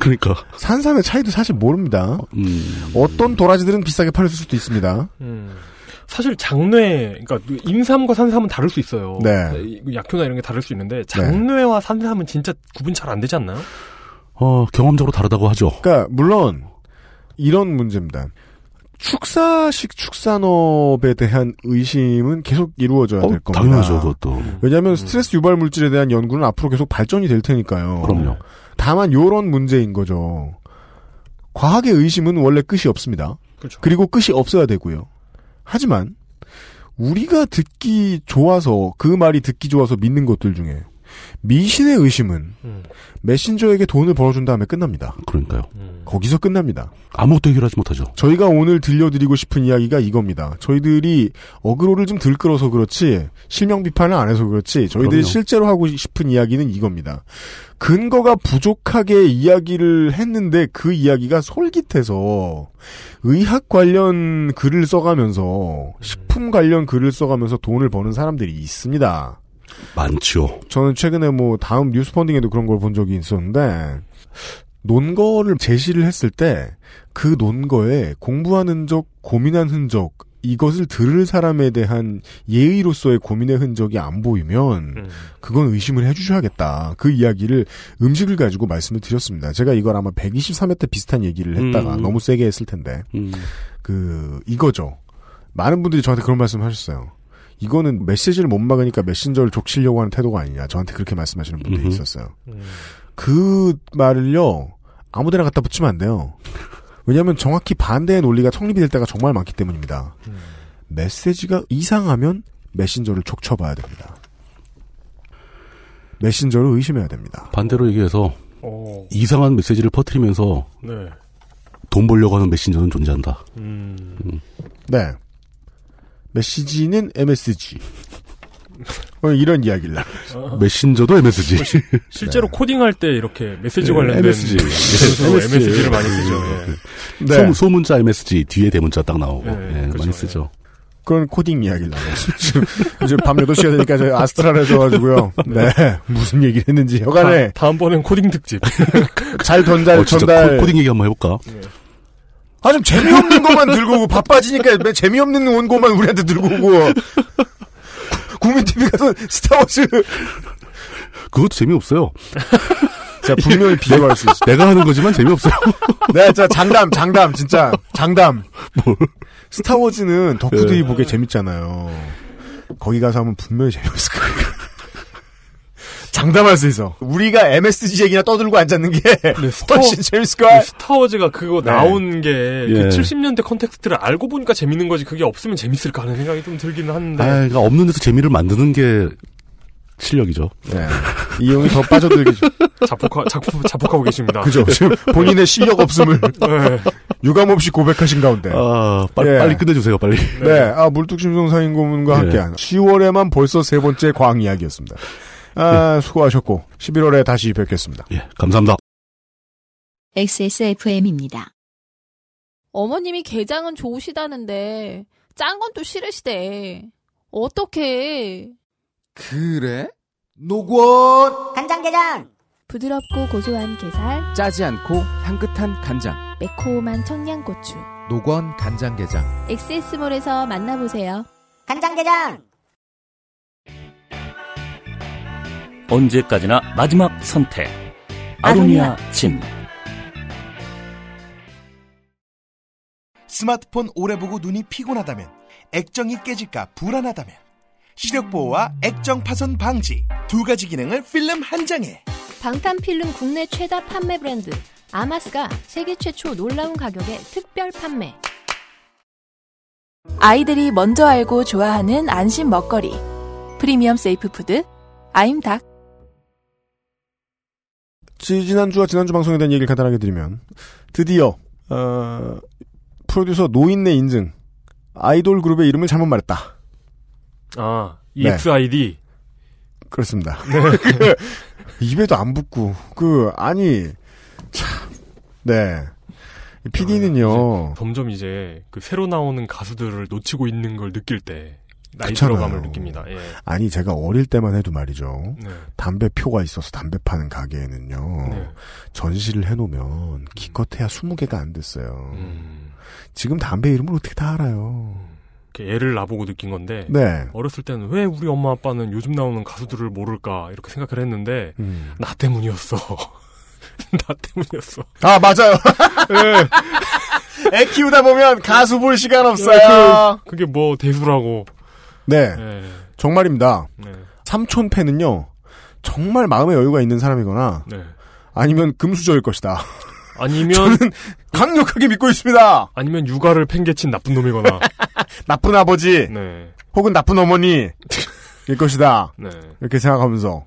D: 그러니까
C: 산삼의 차이도 사실 모릅니다.
D: 어, 음.
C: 어떤 도라지들은 비싸게 팔렸을 수도 있습니다.
B: 음. 사실 장뇌, 그러니까 인삼과 산삼은 다를 수 있어요.
C: 네.
B: 이 약효나 이런 게 다를 수 있는데 장뇌와 산삼은 진짜 구분 잘 안 되지 않나요?
D: 어, 경험적으로 다르다고 하죠.
C: 그러니까 물론 이런 문제입니다. 축사식 축산업에 대한 의심은 계속 이루어져야 될 겁니다.
D: 당연하죠, 음. 그것도.
C: 왜냐하면 스트레스 유발 물질에 대한 연구는 앞으로 계속 발전이 될 테니까요.
D: 그럼요.
C: 다만 요런 문제인 거죠. 과학의 의심은 원래 끝이 없습니다.
B: 그렇죠.
C: 그리고 끝이 없어야 되고요. 하지만 우리가 듣기 좋아서 그 말이 듣기 좋아서 믿는 것들 중에 미신의 의심은
B: 음.
C: 메신저에게 돈을 벌어준 다음에 끝납니다.
D: 그러니까요.
C: 거기서 끝납니다.
D: 아무것도 해결하지 못하죠.
C: 저희가 오늘 들려드리고 싶은 이야기가 이겁니다. 저희들이 어그로를 좀 들끓어서 그렇지 실명 비판을 안 해서 그렇지 저희들이
D: 그럼요.
C: 실제로 하고 싶은 이야기는 이겁니다. 근거가 부족하게 이야기를 했는데 그 이야기가 솔깃해서 의학 관련 글을 써가면서 식품 관련 글을 써가면서 돈을 버는 사람들이 있습니다.
D: 많죠.
C: 저는 최근에 뭐 다음 뉴스펀딩에도 그런 걸 본 적이 있었는데 논거를 제시를 했을 때 그 논거에 공부한 흔적, 고민한 흔적 이것을 들을 사람에 대한 예의로서의 고민의 흔적이 안
B: 음.
C: 보이면 그건 의심을 해주셔야겠다. 그 이야기를 음식을 가지고 말씀을 드렸습니다. 제가 이걸 아마 123회 때 비슷한 얘기를 했다가
D: 음.
C: 너무 세게 했을 텐데 그 이거죠. 많은 분들이 저한테 그런 말씀하셨어요. 이거는 메시지를 못 막으니까 메신저를 족치려고 하는 태도가 아니냐. 저한테 그렇게 말씀하시는 분들이
D: 음흠.
C: 있었어요. 그 말을요 아무데나 갖다
D: 음.
C: 붙이면 안 돼요. 왜냐하면 정확히 반대의 논리가 성립이 될 때가 정말 많기 때문입니다.
O: 메시지가 이상하면 메신저를 촉쳐봐야 됩니다. 메신저를 의심해야 됩니다.
D: 반대로 얘기해서
B: 어.
D: 이상한 메시지를 퍼뜨리면서
B: 네.
D: 돈 벌려고 하는 메신저는 존재한다.
B: 음.
D: 음.
C: 네. 메시지는 MSG. 오늘 이런 이야기를 나눠요.
D: 메신저도 MSG.
B: 시- 실제로 코딩할 때 이렇게 메시지
D: 네,
B: 관련된
D: MSG.
B: 단서로
D: MSG.
B: MSG를 많이 쓰죠. 예.
C: 네.
D: 소, 소문자 MSG 뒤에 대문자 딱 나오고 예, 많이 쓰죠.
C: 그런 코딩 이야기를 나눠요. 지금 이제 밤 8시가 되니까 저희 아스트라를 써가지고요. 네. 무슨 얘기를 했는지 여간에.
B: 다, 음번엔 코딩 특집. 그
C: 잘 전달,
D: 어, 진짜
C: 전달.
D: 코- 코딩 얘기 한번 해볼까?
C: 아, 좀 재미없는 것만 들고 오고, 바빠지니까 매- 재미없는 원고만 우리한테 들고 오고. 국민TV 가서 스타워즈.
D: 그것도 재미없어요.
C: 자, 분명히 비교할 수 있어.
D: 내가 하는 거지만 재미없어요.
C: 네, 진짜 장담, 장담, 진짜. 장담. 스타워즈는 덕후들이 보기에 재밌잖아요. 거기 가서 하면 분명히 재밌을 거예요. 장담할 수 있어. 네, 우리가 MSG 얘기나 떠들고 앉았는 게 훨씬 재밌을 거야.
B: 스타워즈가 그거
C: 네.
B: 나온 게
D: 예.
B: 그 70년대 컨텍스트를 알고 보니까 재밌는 거지 그게 없으면 재밌을까 하는 생각이 좀 들긴 하는데
C: 네.
D: 아, 그러니까 없는 데서 재미를 만드는 게 실력이죠.
C: 네. 이용이 더 빠져들기죠.
B: 자폭하, 자폭, 자폭하고 계십니다.
C: 그죠. 지금 본인의 실력 없음을
B: 네.
C: 유감없이 고백하신 가운데.
D: 아, 빨리,
C: 예.
D: 빨리 끝내주세요, 빨리.
C: 네. 아, 물뚝심송 사인고문과
D: 예.
C: 함께한 10월에만 벌써 세 번째 과학 이야기였습니다. 아, 수고하셨고, 11월에 다시 뵙겠습니다.
D: 예, 감사합니다.
A: XSFM입니다.
R: 어머님이 게장은 좋으시다는데 짠 건 또 싫으시대. 어떡해.
N: 그래? 노곤!
R: 간장게장! 부드럽고 고소한 게살,
N: 짜지 않고 향긋한 간장.
R: 매콤한 청양고추.
N: 노건 간장게장.
R: 엑세스몰에서 만나보세요. 간장게장!
Q: 언제까지나 마지막 선택. 아로니아 진.
F: 스마트폰 오래 보고 눈이 피곤하다면 액정이 깨질까 불안하다면 시력 보호와 액정 파손 방지 두 가지 기능을 필름 한 장에
G: 방탄필름 국내 최다 판매 브랜드 아마스가 세계 최초 놀라운 가격에 특별 판매.
I: 아이들이 먼저 알고 좋아하는 안심 먹거리. 프리미엄 세이프 푸드 아임닭.
C: 지- 지난주와 지난주 방송에 대한 얘기를 간단하게 드리면 드디어 어, 프로듀서 노인네 인증 아이돌 그룹의 이름을 잘못 말했다.
B: 아,
C: 네.
B: EXID.
C: 그렇습니다. 그, 입에도 안 붙고 그 아니 참 네. PD는요.
B: 점점 아, 이제 그 새로 나오는 가수들을 놓치고 있는 걸 느낄 때 나이
C: 그렇잖아요.
B: 들어감을 느낍니다. 예.
C: 아니 제가 어릴 때만 해도 말이죠.
B: 네.
C: 담배 표가 있어서 담배 파는
B: 어.
C: 가게에는요. 전시를 해놓으면 기껏해야 20개가 안 됐어요.
B: 음.
C: 지금 담배 이름을 어떻게 다 알아요.
B: 이렇게 애를 나보고 느낀 건데
C: 네.
B: 어렸을 때는 왜 우리 엄마 아빠는 요즘 나오는 가수들을 모를까 이렇게 생각을 했는데
C: 음.
B: 나 때문이었어. 나 때문이었어.
C: 아 맞아요. 예. 애 키우다 보면 가수 볼 시간 없어요.
B: 그, 게뭐 대수라고.
C: 네.
B: 예.
C: 정말입니다.
B: 네.
C: 삼촌 팬은요. 정말 마음의 여유가 있는 사람이거나
B: 네.
C: 아니면 금수저일 것이다.
B: 아니면
C: 강력하게 믿고 있습니다.
B: 아니면 육아를 팽개친 나쁜 놈이거나
C: 나쁜 아버지
B: 네.
C: 혹은 나쁜 어머니일 것이다.
B: 네.
C: 이렇게 생각하면서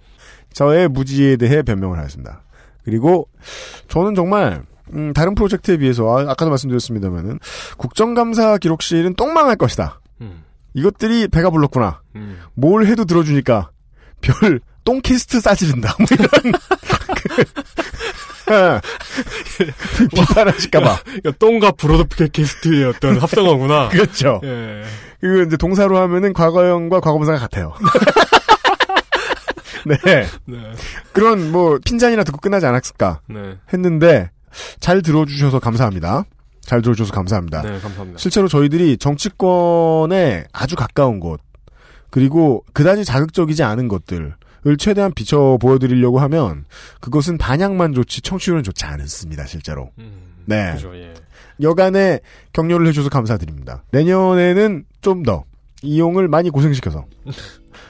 C: 저의 무지에 대해 변명을 하였습니다. 그리고 저는 정말 음, 다른 프로젝트에 비해서 아, 아까도 말씀드렸습니다만은 국정감사 기록실은 똥망할 것이다.
B: 음.
C: 이것들이 배가 불렀구나.
B: 음.
C: 뭘 해도 들어주니까 별 똥키스트 싸지른다. 뭐 이런 그, 비판하실까봐.
B: 그러니까 똥과 브로드 게스트의 어떤 합성어구나.
C: 그렇죠.
B: 예.
C: 이거 이제 동사로 하면은 과거형과 과거분사가 같아요. 네.
B: 네.
C: 그런 뭐 핀잔이나 듣고 끝나지 않았을까
B: 네.
C: 했는데 잘 들어주셔서 감사합니다. 잘 들어주셔서 감사합니다.
B: 네, 감사합니다.
C: 실제로 저희들이 정치권에 아주 가까운 곳 그리고 그다지 자극적이지 않은 것들을 최대한 비춰 보여드리려고 하면 그것은 반향만 좋지 청취율은 좋지 않습니다. 실제로. 네.
B: 그죠, 예.
C: 여간에 격려를 해주셔서 감사드립니다. 내년에는 좀 더 이용을 많이 고생시켜서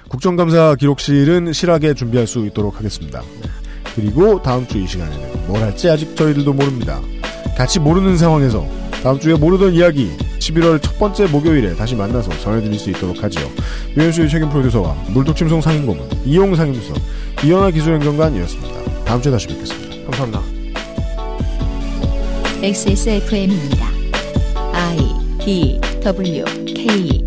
C: 국정감사 기록실은 실하게 준비할 수 있도록 하겠습니다. 그리고 다음 주 이 시간에는 뭘 할지 아직 저희들도 모릅니다. 같이 모르는 상황에서 다음 주에 모르던 이야기 11월 첫 번째 목요일에 다시 만나서 전해드릴 수 있도록 하지요. 유현수의 책임 프로듀서와 물뚝심송 상임고문, 이용상임수석, 이현아 기술행정관이었습니다. 다음 주에 다시 뵙겠습니다. 감사합니다.
A: XSFM입니다. I D W K